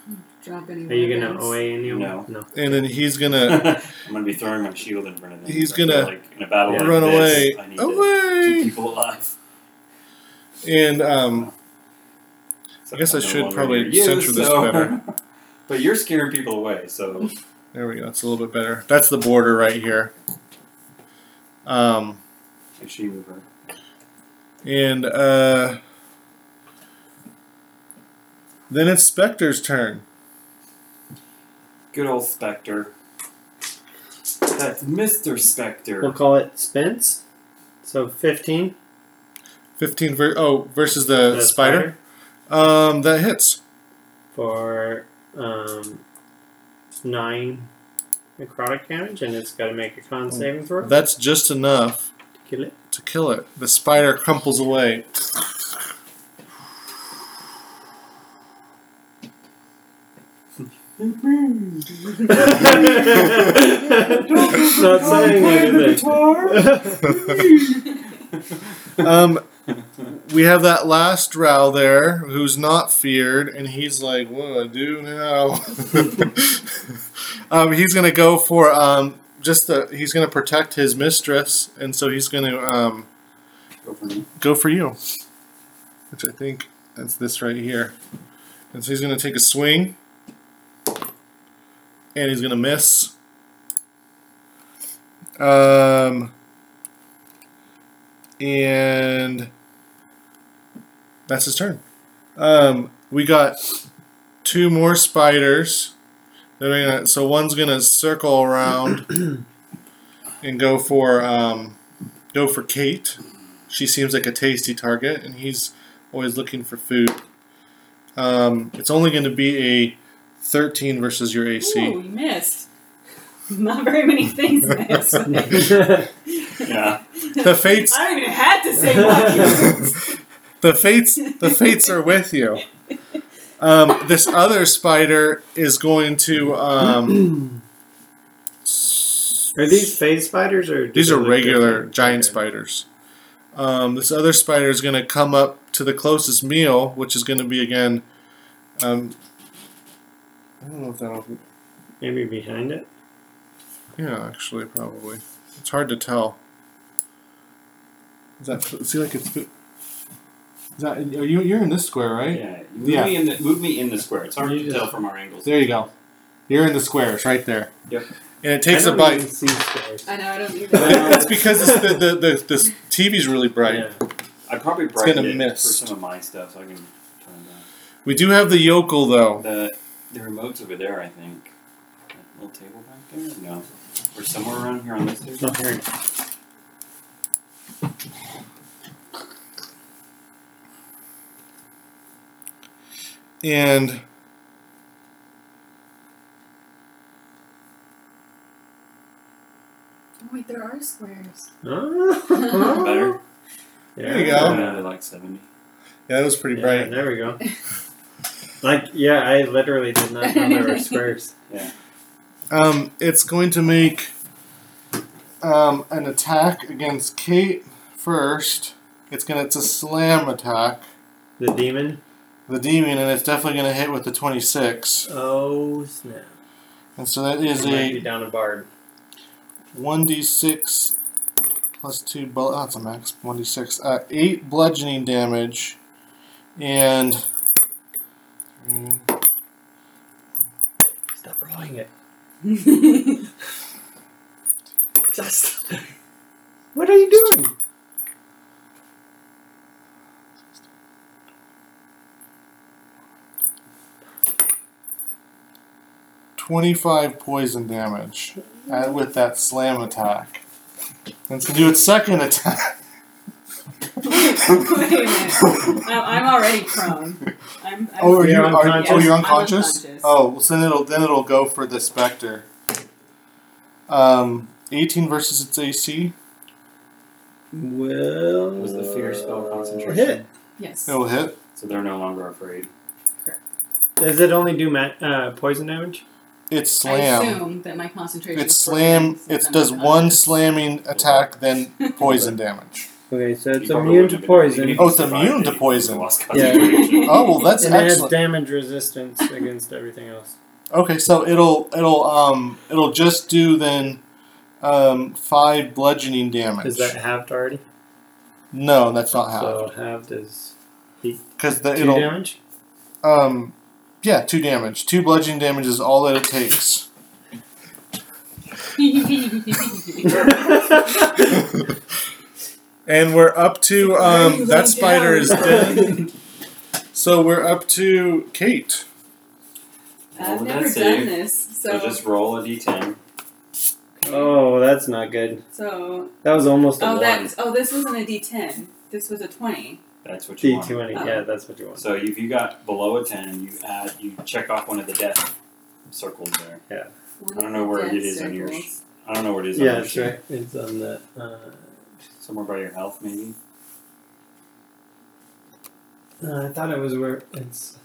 C: Drop any
B: Are you
C: weapons.
B: gonna away anyone?
E: No.
B: No.
A: and then he's
E: *laughs*
A: gonna
E: *laughs* I'm going to be throwing my shield in front of them.
A: He's
E: I feel
A: gonna
E: like in a battle like
A: run away,
E: this, I need to keep
A: away,
E: people alive.
A: and um.
E: So
A: I guess I
E: I'm no
A: should
E: longer
A: probably
E: near you,
A: censor this
E: so-
A: better.
E: *laughs* but you're scaring people away, so *laughs*
A: There we go. That's a little bit better. That's the border right here. Um,
E: make sure you move her.
A: and uh, then it's Specter's turn.
E: Good old Spectre. That's Mr.
B: We'll
E: Spectre.
B: call it Spence. So fifteen.
A: Fifteen ver- oh versus the,
B: the
A: spider. Um, that hits.
B: for um, nine necrotic damage, and it's got to make a
A: Oh.
B: con saving
A: *laughs*
B: throw to
A: That's just enough
B: kill it. *laughs*
A: to kill it. The spider crumples away.
B: it's not
E: Oh,
B: saying anything.
A: *laughs* um, we have that last drow there who's not feared, and he's like, "What do I do now?" *laughs* um, he's gonna go for um, just the. He's gonna protect his mistress, and so he's gonna um,
E: Go for me.
A: go for you, which I think that's this right here. And so he's gonna take a swing, and he's gonna miss. Um, and that's his turn. Um, we got two more spiders. They're gonna, so one's gonna circle around *clears throat* and go for um, go for Kate. She seems like a tasty target, and he's always looking for food. Um, it's only going to be a 13 versus your AC.
C: Ooh, you
L: *laughs*
C: missed. Not very many things missed. I
E: Yeah.
A: The
C: *laughs*
A: fates,
C: don't even have to say lucky.
A: the fates, the fates are with you. Um, this other spider is going to. Um,
B: *laughs* *clears throat* Are these phase spiders or do
A: these
B: they
A: are
B: look
A: regular
B: different?
A: giant
B: Okay.
A: spiders. Um, this other spider is going to come up to the closest meal, which is going to be again. Um, I don't know if that'll.
B: Maybe behind it.
A: Yeah, actually, probably. It's hard to tell. Is that see like it's? Is that are you? You're in this square, right?
E: Yeah. Move
A: Yeah.
E: me in the move me in the square. It's hard
B: You
E: to
B: just-
E: tell from our angles.
A: There you go. You're in the square. It's right there.
E: Yep.
A: And it takes
B: I
A: a
B: don't
A: bite.
B: even see spiders.
L: I know, I don't
A: *laughs*
E: Um,
A: it's
L: either.
A: because it's the the, the the TV's really bright.
B: Yeah.
E: I probably
A: gonna
E: brightened it
A: miss.
E: for some of my stuff, so I can turn it
A: We do have the yokel
E: down.
A: though.
E: The the remote's over there, I think. That little table back there. No, or somewhere around here on this table.
B: Not very
A: And
C: *laughs* Wait, there
L: *laughs*
C: are squares.
B: Oh. *laughs*
E: Better.
B: Yeah.
A: There you go.
E: Yeah, they're like seventy.
A: yeah, that was pretty
B: Yeah,
A: bright.
B: There we go. Like, yeah, I literally did not know there were squares.
A: Um, it's going to make um, an attack against Kate first. It's gonna it's a slam attack.
B: The demon.
A: The demon, and it's definitely gonna hit with the twenty six.
B: Oh snap!
A: And so that is
B: It might be
A: a
B: down a bard.
A: one d six plus two. Bu- oh, that's a max one d six. Uh, eight bludgeoning damage, and three,
B: Stop rolling it.
D: Just
B: What are you doing?
A: twenty-five poison damage uh, with that slam attack. And it's gonna do its second attack.
C: Wait a minute. No, I'm already prone. I'm, I'm
A: Oh, are you,
B: You're
A: are,
B: unconscious.
A: oh, you're
C: I'm
A: unconscious?
C: unconscious.
A: Oh, well, so then it'll then it'll go for the specter. Um, 18 versus its AC.
B: Well,
E: Was the fear spell concentration?
B: Hit.
C: yes.
A: It'll hit.
E: So they're no longer afraid.
B: Does it only do ma- uh, poison damage?
A: It's
L: I
A: slam.
L: assume that my concentration.
A: It's
L: is
A: slam.
L: broken since
A: It
L: I'm
A: does
L: not *laughs*
A: one
L: conscious.
A: slamming attack, then
L: *laughs*
A: poison damage.
F: Okay, so it's
E: You probably
F: immune to
E: wouldn't have been able
F: poison.
E: even
A: Oh, it's
E: survive
A: immune
E: the-
A: to poison.
E: the lost
F: Yeah.
E: concentration.
A: Oh well, that's
B: and it has
A: excellent.
B: damage
A: *laughs*
B: resistance against everything else.
A: Okay, so it'll it'll um it'll just do then um five bludgeoning damage.
B: Is that halved already?
A: No, that's not half.
B: So halved is
A: Because
B: 2
A: it'll *laughs*
B: damage.
A: Um, yeah, two damage. Two bludgeoning damage is all that it takes. *laughs* and we're up to um, that spider *laughs* is dead.
B: *laughs*
A: So we're up to Kate.
E: Well,
L: I've never
E: that's
L: done
E: it.
L: this, so
E: So just roll a d10.
F: Oh, that's not good.
L: so
F: That was almost a
L: oh
F: one.
L: that's oh this wasn't a D10. This was a twenty.
E: That's what you
B: D
E: want.
B: twenty.
L: Oh.
B: Yeah, that's what you want.
E: So if you got below a ten, you add, you check off one of the death circles there.
L: One
E: I don't
L: of
E: know
L: the
E: where it
L: dead
E: is on your
L: circles.
E: sh- I don't know where it is.
B: Yeah,
E: on your
B: that's
E: sheet.
B: right. It's on the. Uh,
E: Somewhere by your health, maybe.
B: no, I thought it was where it's.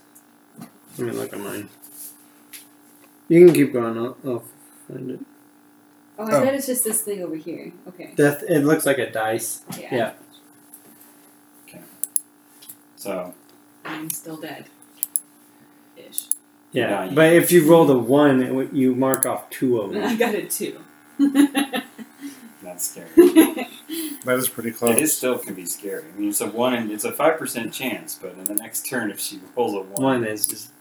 B: Let me look at mine. You can keep going. I'll, I'll find it.
L: Oh, I
A: Oh.
L: bet it's just this thing over here. Okay.
B: Death. It looks like a dice.
L: Yeah.
B: Yeah.
E: So
L: I'm still dead.
E: *laughs*
L: Ish.
B: Yeah,
E: Yeah,
B: but if you roll the one, it, would- you mark off two of
C: *laughs*
B: them.
L: I got it too.
E: that's scary.
A: That is pretty
E: It
A: close.
E: is still can be scary. I mean, it's a one, and it's a five percent chance, but in the next turn, if she rolls a one,
B: One is just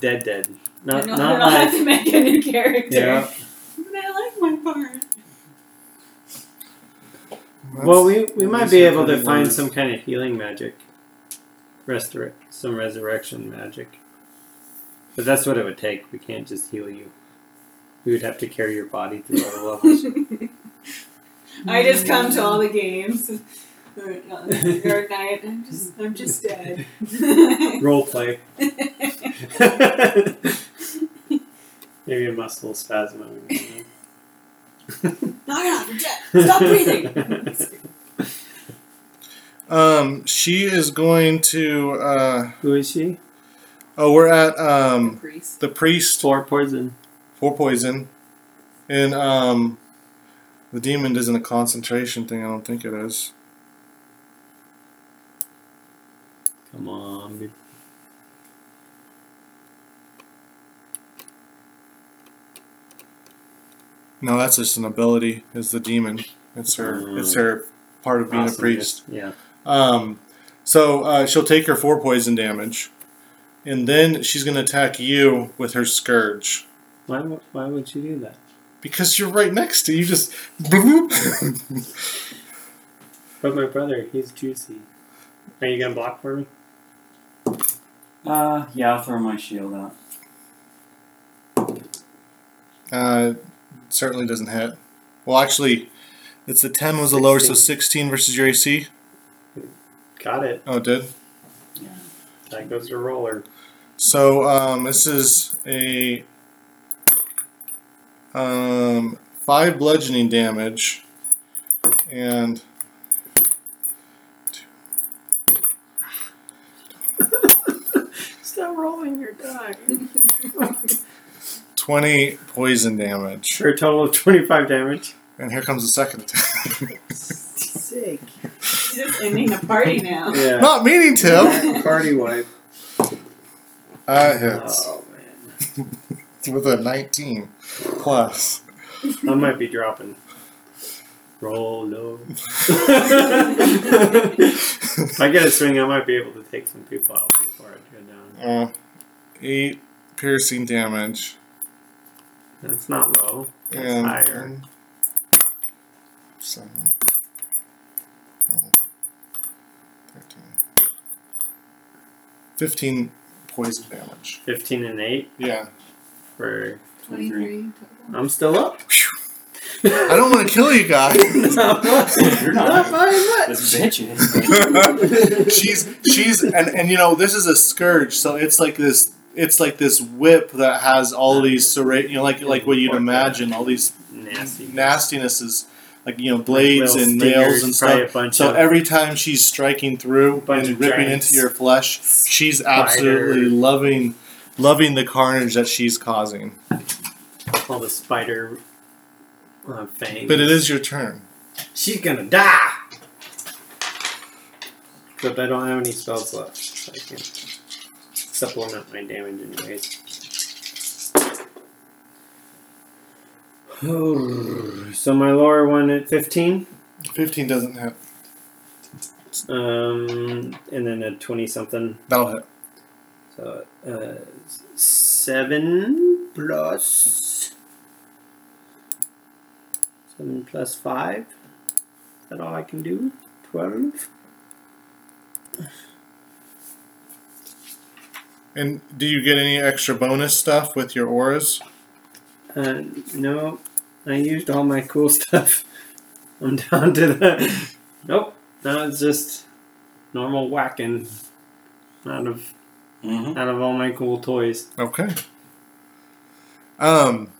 B: dead, dead.
L: *laughs* I
B: Not
L: know
B: not
L: that I'll have
B: life.
C: *laughs*
L: to make a new character.
B: Yeah.
L: But I like my
E: *laughs*
L: part.
A: That's-
B: Well, we we might be
A: that's
B: able to
A: pretty
B: find
A: nice.
B: some kind of healing magic, restor some resurrection magic. But that's what it would take. We can't just heal you. We would have to carry your body through all the
L: *laughs*
B: levels.
L: I just come to all the games. *laughs* Or, uh,
E: *laughs*
L: Guard night. I'm just I'm just dead. *laughs*
B: Role play. Maybe a muscle spasm. I don't know.
L: Knock it off, you're dead. Stop
E: *laughs*
B: *laughs*
L: breathing.
A: Um, she is going to. Uh,
B: Who is she?
A: oh, we're at um,
L: Priest.
A: the priest
B: Floor poison.
A: for poison, and um, the demon isn't a concentration thing. I don't think it is.
B: Come on, dude.
A: No, that's just an ability. Is the demon? It's her. It's her part of being a
B: Awesome,
A: priest.
B: Yeah.
A: Um, so uh, she'll take her four poison damage, and then she's going to attack you with her scourge
B: Why, wo- why would you do that?
A: because you're right next to you. Just *laughs* bloop.
B: But my brother, he's juicy. Are you gonna block for me?
E: uh, yeah, I'll throw my shield out.
A: uh, certainly doesn't hit. Well, actually, it's the ten was the lower, so
B: 16.
A: sixteen versus your AC.
B: Got it.
A: Oh, it did
B: That goes to roller.
A: so. Um, this is a um, five bludgeoning damage, and
F: Stop rolling your die.
L: *laughs*
A: twenty poison damage.
B: For a total of 25 damage.
A: And here comes the second attack. *laughs*
F: Sick.
L: She's just ending the party
E: *laughs*
L: now.
B: Yeah.
A: Not meaning to.
B: *laughs* Party wipe.
A: Uh, it hits
B: Oh, man.
A: with a 19 plus.
B: I might be dropping. Roll low. if *laughs* I get a swing, I might be able to take some people out before I go down.
A: Uh, 8 piercing damage.
B: That's not low. That's
A: And
B: higher.
A: 7, 12, 13, 15 poison damage.
B: 15 and 8
A: Yeah.
B: for.
E: Twenty-three.
B: I'm still up. *laughs*
A: I don't want to kill you guys. *laughs*
E: You're not.
F: much.
E: this bitch is.
A: she's she's and and you know this is a scourge, so it's like this it's like this whip that has all these serrate, you know, like like what you'd imagine, all these
B: Nasty.
A: nastinesses, like you know, blades
B: Little
A: and
B: stingers,
A: nails and
B: probably
A: stuff.
B: a bunch
A: So
B: of-
A: every time she's striking through
B: Bunch
A: and
B: of
A: ripping
B: giants.
A: into your flesh, she's absolutely
B: Spider.
A: loving, loving the carnage that she's causing.
B: all the spider uh, fangs.
A: But it is your turn.
B: She's gonna die. But I don't have any spells left, so I can supplement my damage anyways. *sighs* so my lower one at fifteen,
A: Fifteen doesn't hit.
B: um, and then a twenty something.
A: That'll hit.
B: So uh, seven plus seven plus five. Is that all I can do? Twelve.
A: And do you get any extra bonus stuff with your auras?
B: Uh, no, I used all my *laughs* cool stuff. I'm down to the. Nope. Now it's just normal whacking out of
E: Mm-hmm.
B: out of all my cool toys.
A: Okay. Um,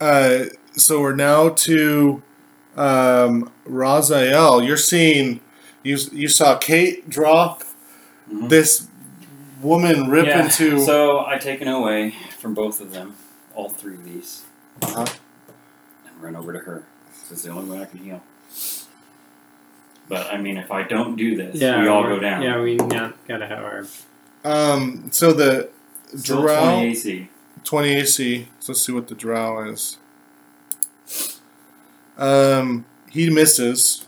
A: uh, so we're now to um, Raziel. You're seeing you you saw Kate drop
B: Mm-hmm.
E: Mhm.
A: this woman rip
E: yeah.
A: into.
E: So I taken away from both of them, all three of these,
A: Uh-huh.
E: and run over to her. This is the only way I can heal. But I mean, if I don't do this, we all go down.
B: Yeah, we not gotta have our
A: um, so the
E: Still
A: drow
E: 20 AC.
A: 20 AC. So let's see what the drow is. Um, he misses.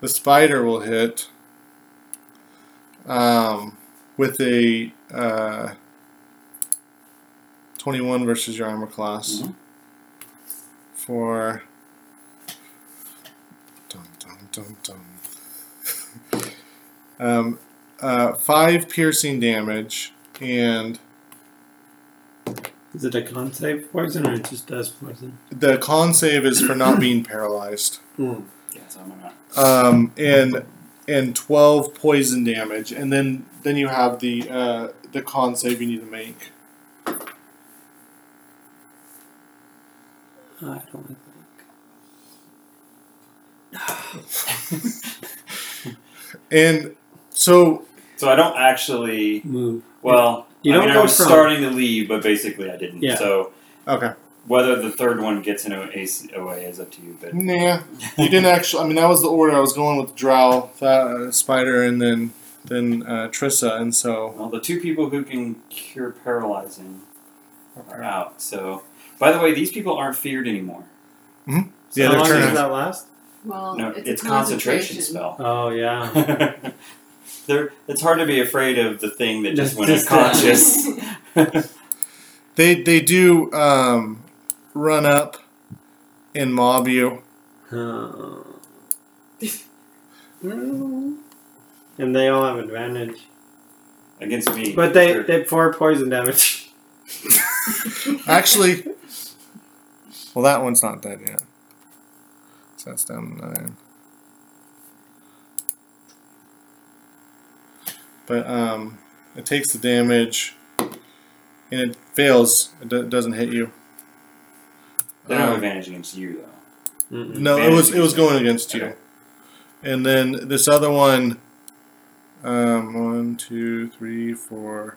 A: The spider will hit. Um, with a uh, 21 versus your armor class.
E: Mhm.
A: For. Dum, dum, dum, dum. *laughs* um, uh, five piercing damage and
B: is it a con save poison or it just does poison?
A: the con save is for not being paralyzed.
E: Yeah, so I'm gonna.
A: Um, and and twelve poison damage, and then then you have the uh, the con save you need to make.
B: I don't like that.
A: And so
E: So I don't actually.
B: Move.
E: Well,
B: You
E: I
B: don't
E: mean, I
B: go
E: was
B: from-
E: starting to leave, but basically I didn't.
B: Yeah.
E: So
A: okay,
E: whether the third one gets an AC away is up to you. But
A: nah, you didn't actually. I mean, that was the order I was going with: Drow, that, uh, Spider, and then then uh, Trissa, and so
E: *laughs* Well, the two people who can cure paralyzing are out. So, by the way, these people aren't feared anymore.
A: Mhm.
E: So
A: Yeah,
B: How
A: they're
B: long uh,
A: turning-
B: does that last?
S: Well,
E: No,
S: Oh, it's,
E: it's,
S: a
E: concentration, spell.
B: Oh yeah.
E: *laughs* They're, it's hard to be afraid of the thing
B: *laughs*
E: that
B: Just-
E: just went
B: just-
E: unconscious.
A: they they do um, run up and mob you.
B: *laughs* Uh, *laughs* and they all have advantage.
E: Against me.
B: But they,
E: Sure.
B: they pour poison damage.
A: Actually, well, that one's not dead yet. So that's down to nine. But um, it takes the damage, and it fails. It do- doesn't hit you.
E: They don't have
A: Um,
E: advantage against you, though.
B: Mm-mm.
A: no, it was it was going against you.
E: Okay.
A: And then this other one, um, one, two, three, four,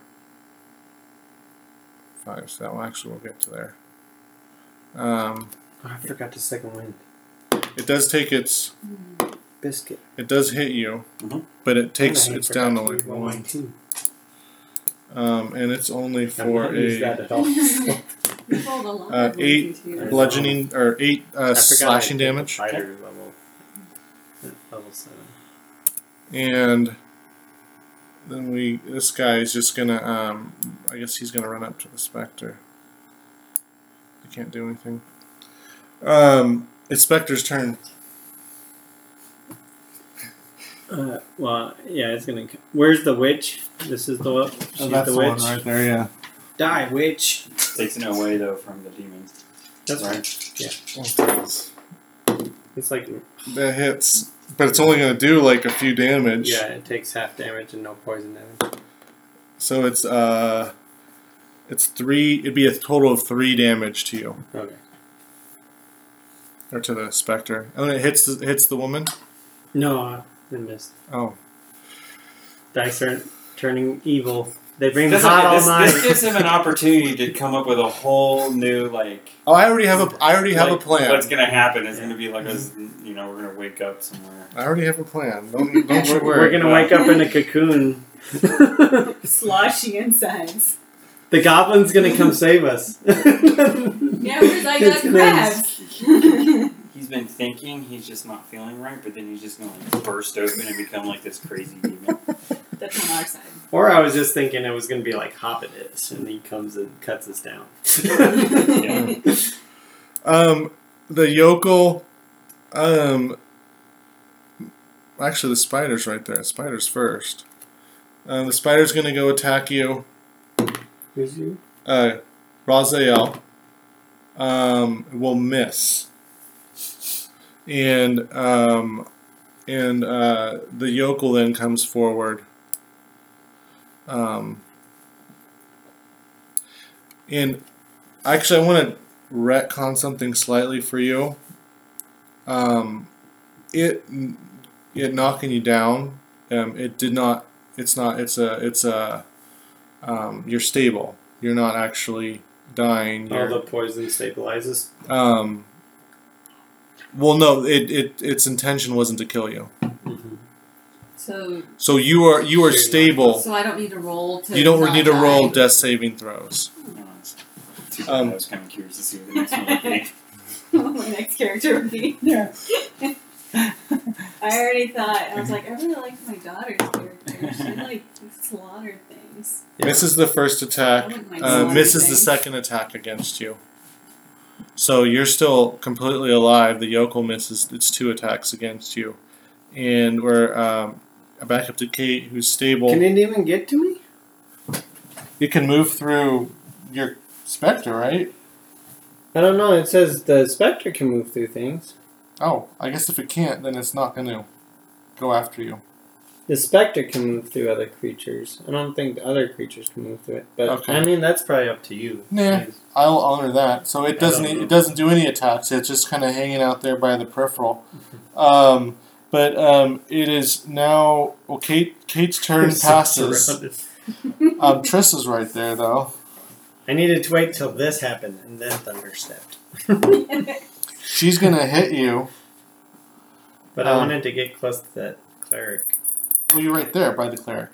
A: five. So that one actually we'll get to there. Um,
B: Oh, I forgot the second wind.
A: it does take its
B: Biscuit.
A: it does hit you,
B: Mm-hmm.
E: Mhm.
A: but it takes
B: Kinda
A: it's down to
B: forgot
A: like
B: roll
A: one,
B: too.
A: um, and it's only
B: I'm not
A: for
B: used
A: a
B: that at *laughs* all.
S: We
C: *laughs*
S: rolled a lot
A: Uh,
S: of
A: eight
S: ones into-
A: bludgeoning or eight uh,
B: I forgot I
A: slashing
B: picked
A: damage,
B: Fighter level. Uh, Level seven.
A: and then we this guy is just gonna um, I guess he's gonna run up to the specter. He can't do anything. Um, it's specter's turn.
B: Uh, well, yeah, it's gonna. c- Where's the witch? This is the wo- she's Oh, the witch.
A: there. Yeah.
B: Die, witch.
E: Takes it away, though, from the demons.
B: That's
E: right.
B: It's like
A: Oh, That hits, but it's only gonna do like a few damage.
B: yeah, it takes half damage and no poison damage.
A: So it's uh, it's three. It'd be a total of three damage to you
B: Okay.
A: or to the specter. And then it hits the, hits the woman.
B: No, I- I missed.
A: Oh,
B: Dice are turning evil. They bring the
E: That's
B: hot
E: okay,
B: all
E: this,
B: night.
E: this gives him an opportunity to come up with a whole new, like,
A: oh! I already have a I already have
E: like,
A: a plan.
E: What's gonna happen is gonna be like us, you know, we're gonna wake up somewhere.
A: I already have a plan.
E: *laughs*
A: Don't don't
B: We're,
A: you
B: we're
A: worry.
B: gonna wake up in a *laughs* cocoon. the
C: Sloshy insides.
B: goblin's gonna
C: *laughs*
B: come save us. *laughs*
C: Yeah, where's I got
B: It's nice.
C: crabs? Wait,
E: He's been thinking he's just not feeling right, but then he's just gonna like burst open and become like this crazy demon.
C: *laughs* That's on our side.
B: or I was just thinking it was gonna be like Hobbit is, and he comes and cuts us down.
E: Yeah.
A: Um, the yokel. Um. Actually, the spider's right there. Spider's first. Um, the spider's gonna go attack you.
B: Who's you?
A: Uh, Raziel. Um, will miss. And um, And uh, the yokel then comes forward. Um, and actually, I want to retcon something slightly for you. Um, it it knocking you down. Um, it did not. It's not. It's a. It's a. Um, you're stable. You're not actually dying.
B: All
A: You're,
B: the poison stabilizes.
A: um, well, no. It, it its intention wasn't to kill you.
L: So,
A: So you are you are
B: You're not.
A: stable.
L: so I don't need to roll to.
A: You don't
L: not
A: need to
L: die.
C: *laughs*
A: roll death saving throws.
E: Too bad.
A: Um,
E: I was kind of curious to see what the next one would be.
L: My next character would
A: *laughs*
L: be.
C: I already thought. I was like, I really like my daughter's character. She like slaughtered things.
B: Yeah.
A: Misses the first
L: I
A: attack.
L: wouldn't mind
A: Uh,
L: rolling
A: misses the
L: things.
A: second attack against you. So you're still completely alive. The yokel misses its two attacks against you, and we're um, back up to Kate, who's stable.
B: Can it even get to me?
A: you can move through your specter, right?
B: I don't know. It says the specter can move through things.
A: Oh, I guess if it can't, then it's not going to go after you.
B: The specter can move through other creatures. I don't think the other creatures can move through it. But
A: Okay.
B: I mean, that's probably up to you.
A: Nah. I'll honor that. So it
B: I
A: doesn't
B: don't know.
A: it doesn't do any attacks. It's just kind of hanging out there by the
B: *laughs*
A: peripheral. Um, but um, it is now well. Kate Kate's turn passes.
B: *laughs*
A: Um, Triss is right there though.
F: I needed to wait till this happened and then thunderstepped.
A: She's gonna hit you.
F: But
A: Um,
F: I wanted to get close to that cleric.
A: Well, you're right there by the cleric.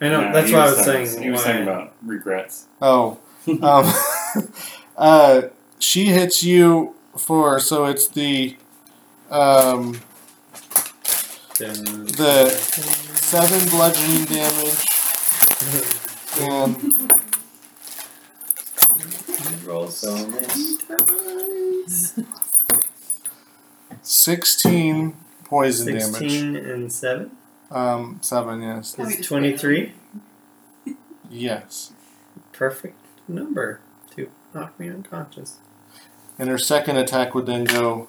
F: I know.
E: Yeah,
F: that's
E: he
F: why I was
E: saying,
F: saying.
E: He was
F: why-
E: saying about regrets.
A: Oh,
B: *laughs*
A: um, *laughs* uh, she hits you for so it's the um,
F: Dun.
A: the seven bludgeoning damage and
E: Roll so many.
A: 16 poison damage.
F: Sixteen and seven
A: Um, seven, yes.
C: Can we
F: is
C: just-
F: twenty-three.
A: Yes.
F: Perfect number to knock me unconscious.
A: And her second attack would then go.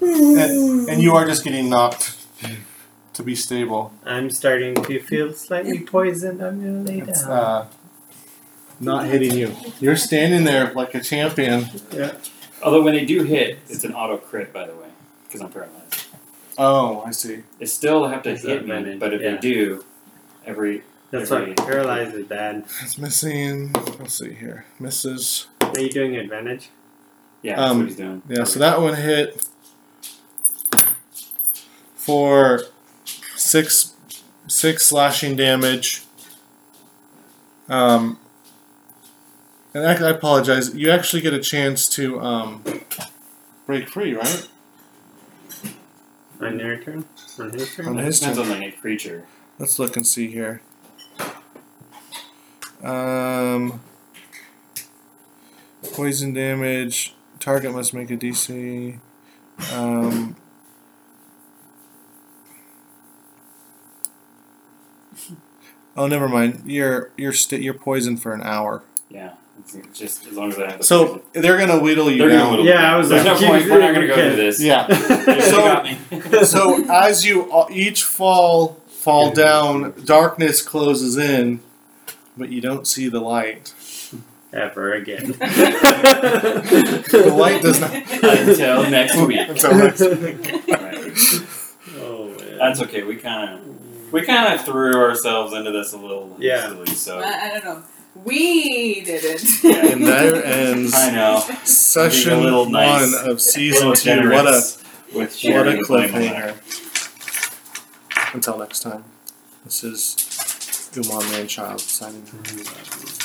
A: And, and you are just getting knocked to be stable.
F: I'm starting to feel slightly poisoned. I'm gonna lay
A: It's
F: down.
A: uh, not hitting you. You're standing there like a champion.
E: Although when they do hit, it's an auto crit, by the way, because I'm paralyzed.
A: Oh, I see.
E: They still have to
F: It's
E: hit
F: not
E: me,
F: many,
E: but if
F: yeah.
E: they do, every
F: That's
E: every-
F: why paralyzed is bad.
A: It's missing. Let's see here. Misses.
F: Are you doing advantage?
E: yeah,
A: Um,
E: that's what he's doing.
A: Yeah, so that one hit for six six slashing damage. Um, and I, I apologize. You actually get a chance to um, break free, right?
F: On your turn? On his turn? *laughs*
A: On
E: That
A: his
E: depends
A: turn.
E: on the creature.
A: Let's look and see here. Um, poison damage. Target must make a DC. Um, oh, never mind. You're you're st- you're poisoned for an hour.
E: Yeah, it's it's just as long as I have. The
A: So
E: poison.
A: they're gonna whittle you
E: They're gonna
A: down.
E: whittle
F: Yeah, I was
E: there's
F: like,
E: no point. We're not gonna go
F: okay.
E: to this.
A: Yeah.
E: They
A: So-
E: got me.
A: so as you all- each fall fall down, darkness closes in, but you don't see the light.
F: Ever
E: *laughs*
F: again. *laughs*
A: The light does
C: *laughs*
A: not.
E: *laughs* until
A: *laughs*
E: next week.
A: Until next *laughs*
E: Right.
F: Oh, man.
E: That's okay. We kind of we kind of threw ourselves into this a little
F: Yeah.
E: easily. So
C: I, I don't know. We did it.
E: Yeah,
A: And
E: *laughs*
A: there ends
E: I know.
A: session
E: Being a little
A: one
E: nice.
A: of
E: So
A: season two. What a
E: generous with
A: what a
E: sharing with my mother.
A: cliffhanger! Until next time, this is Umar Manchild signing. off.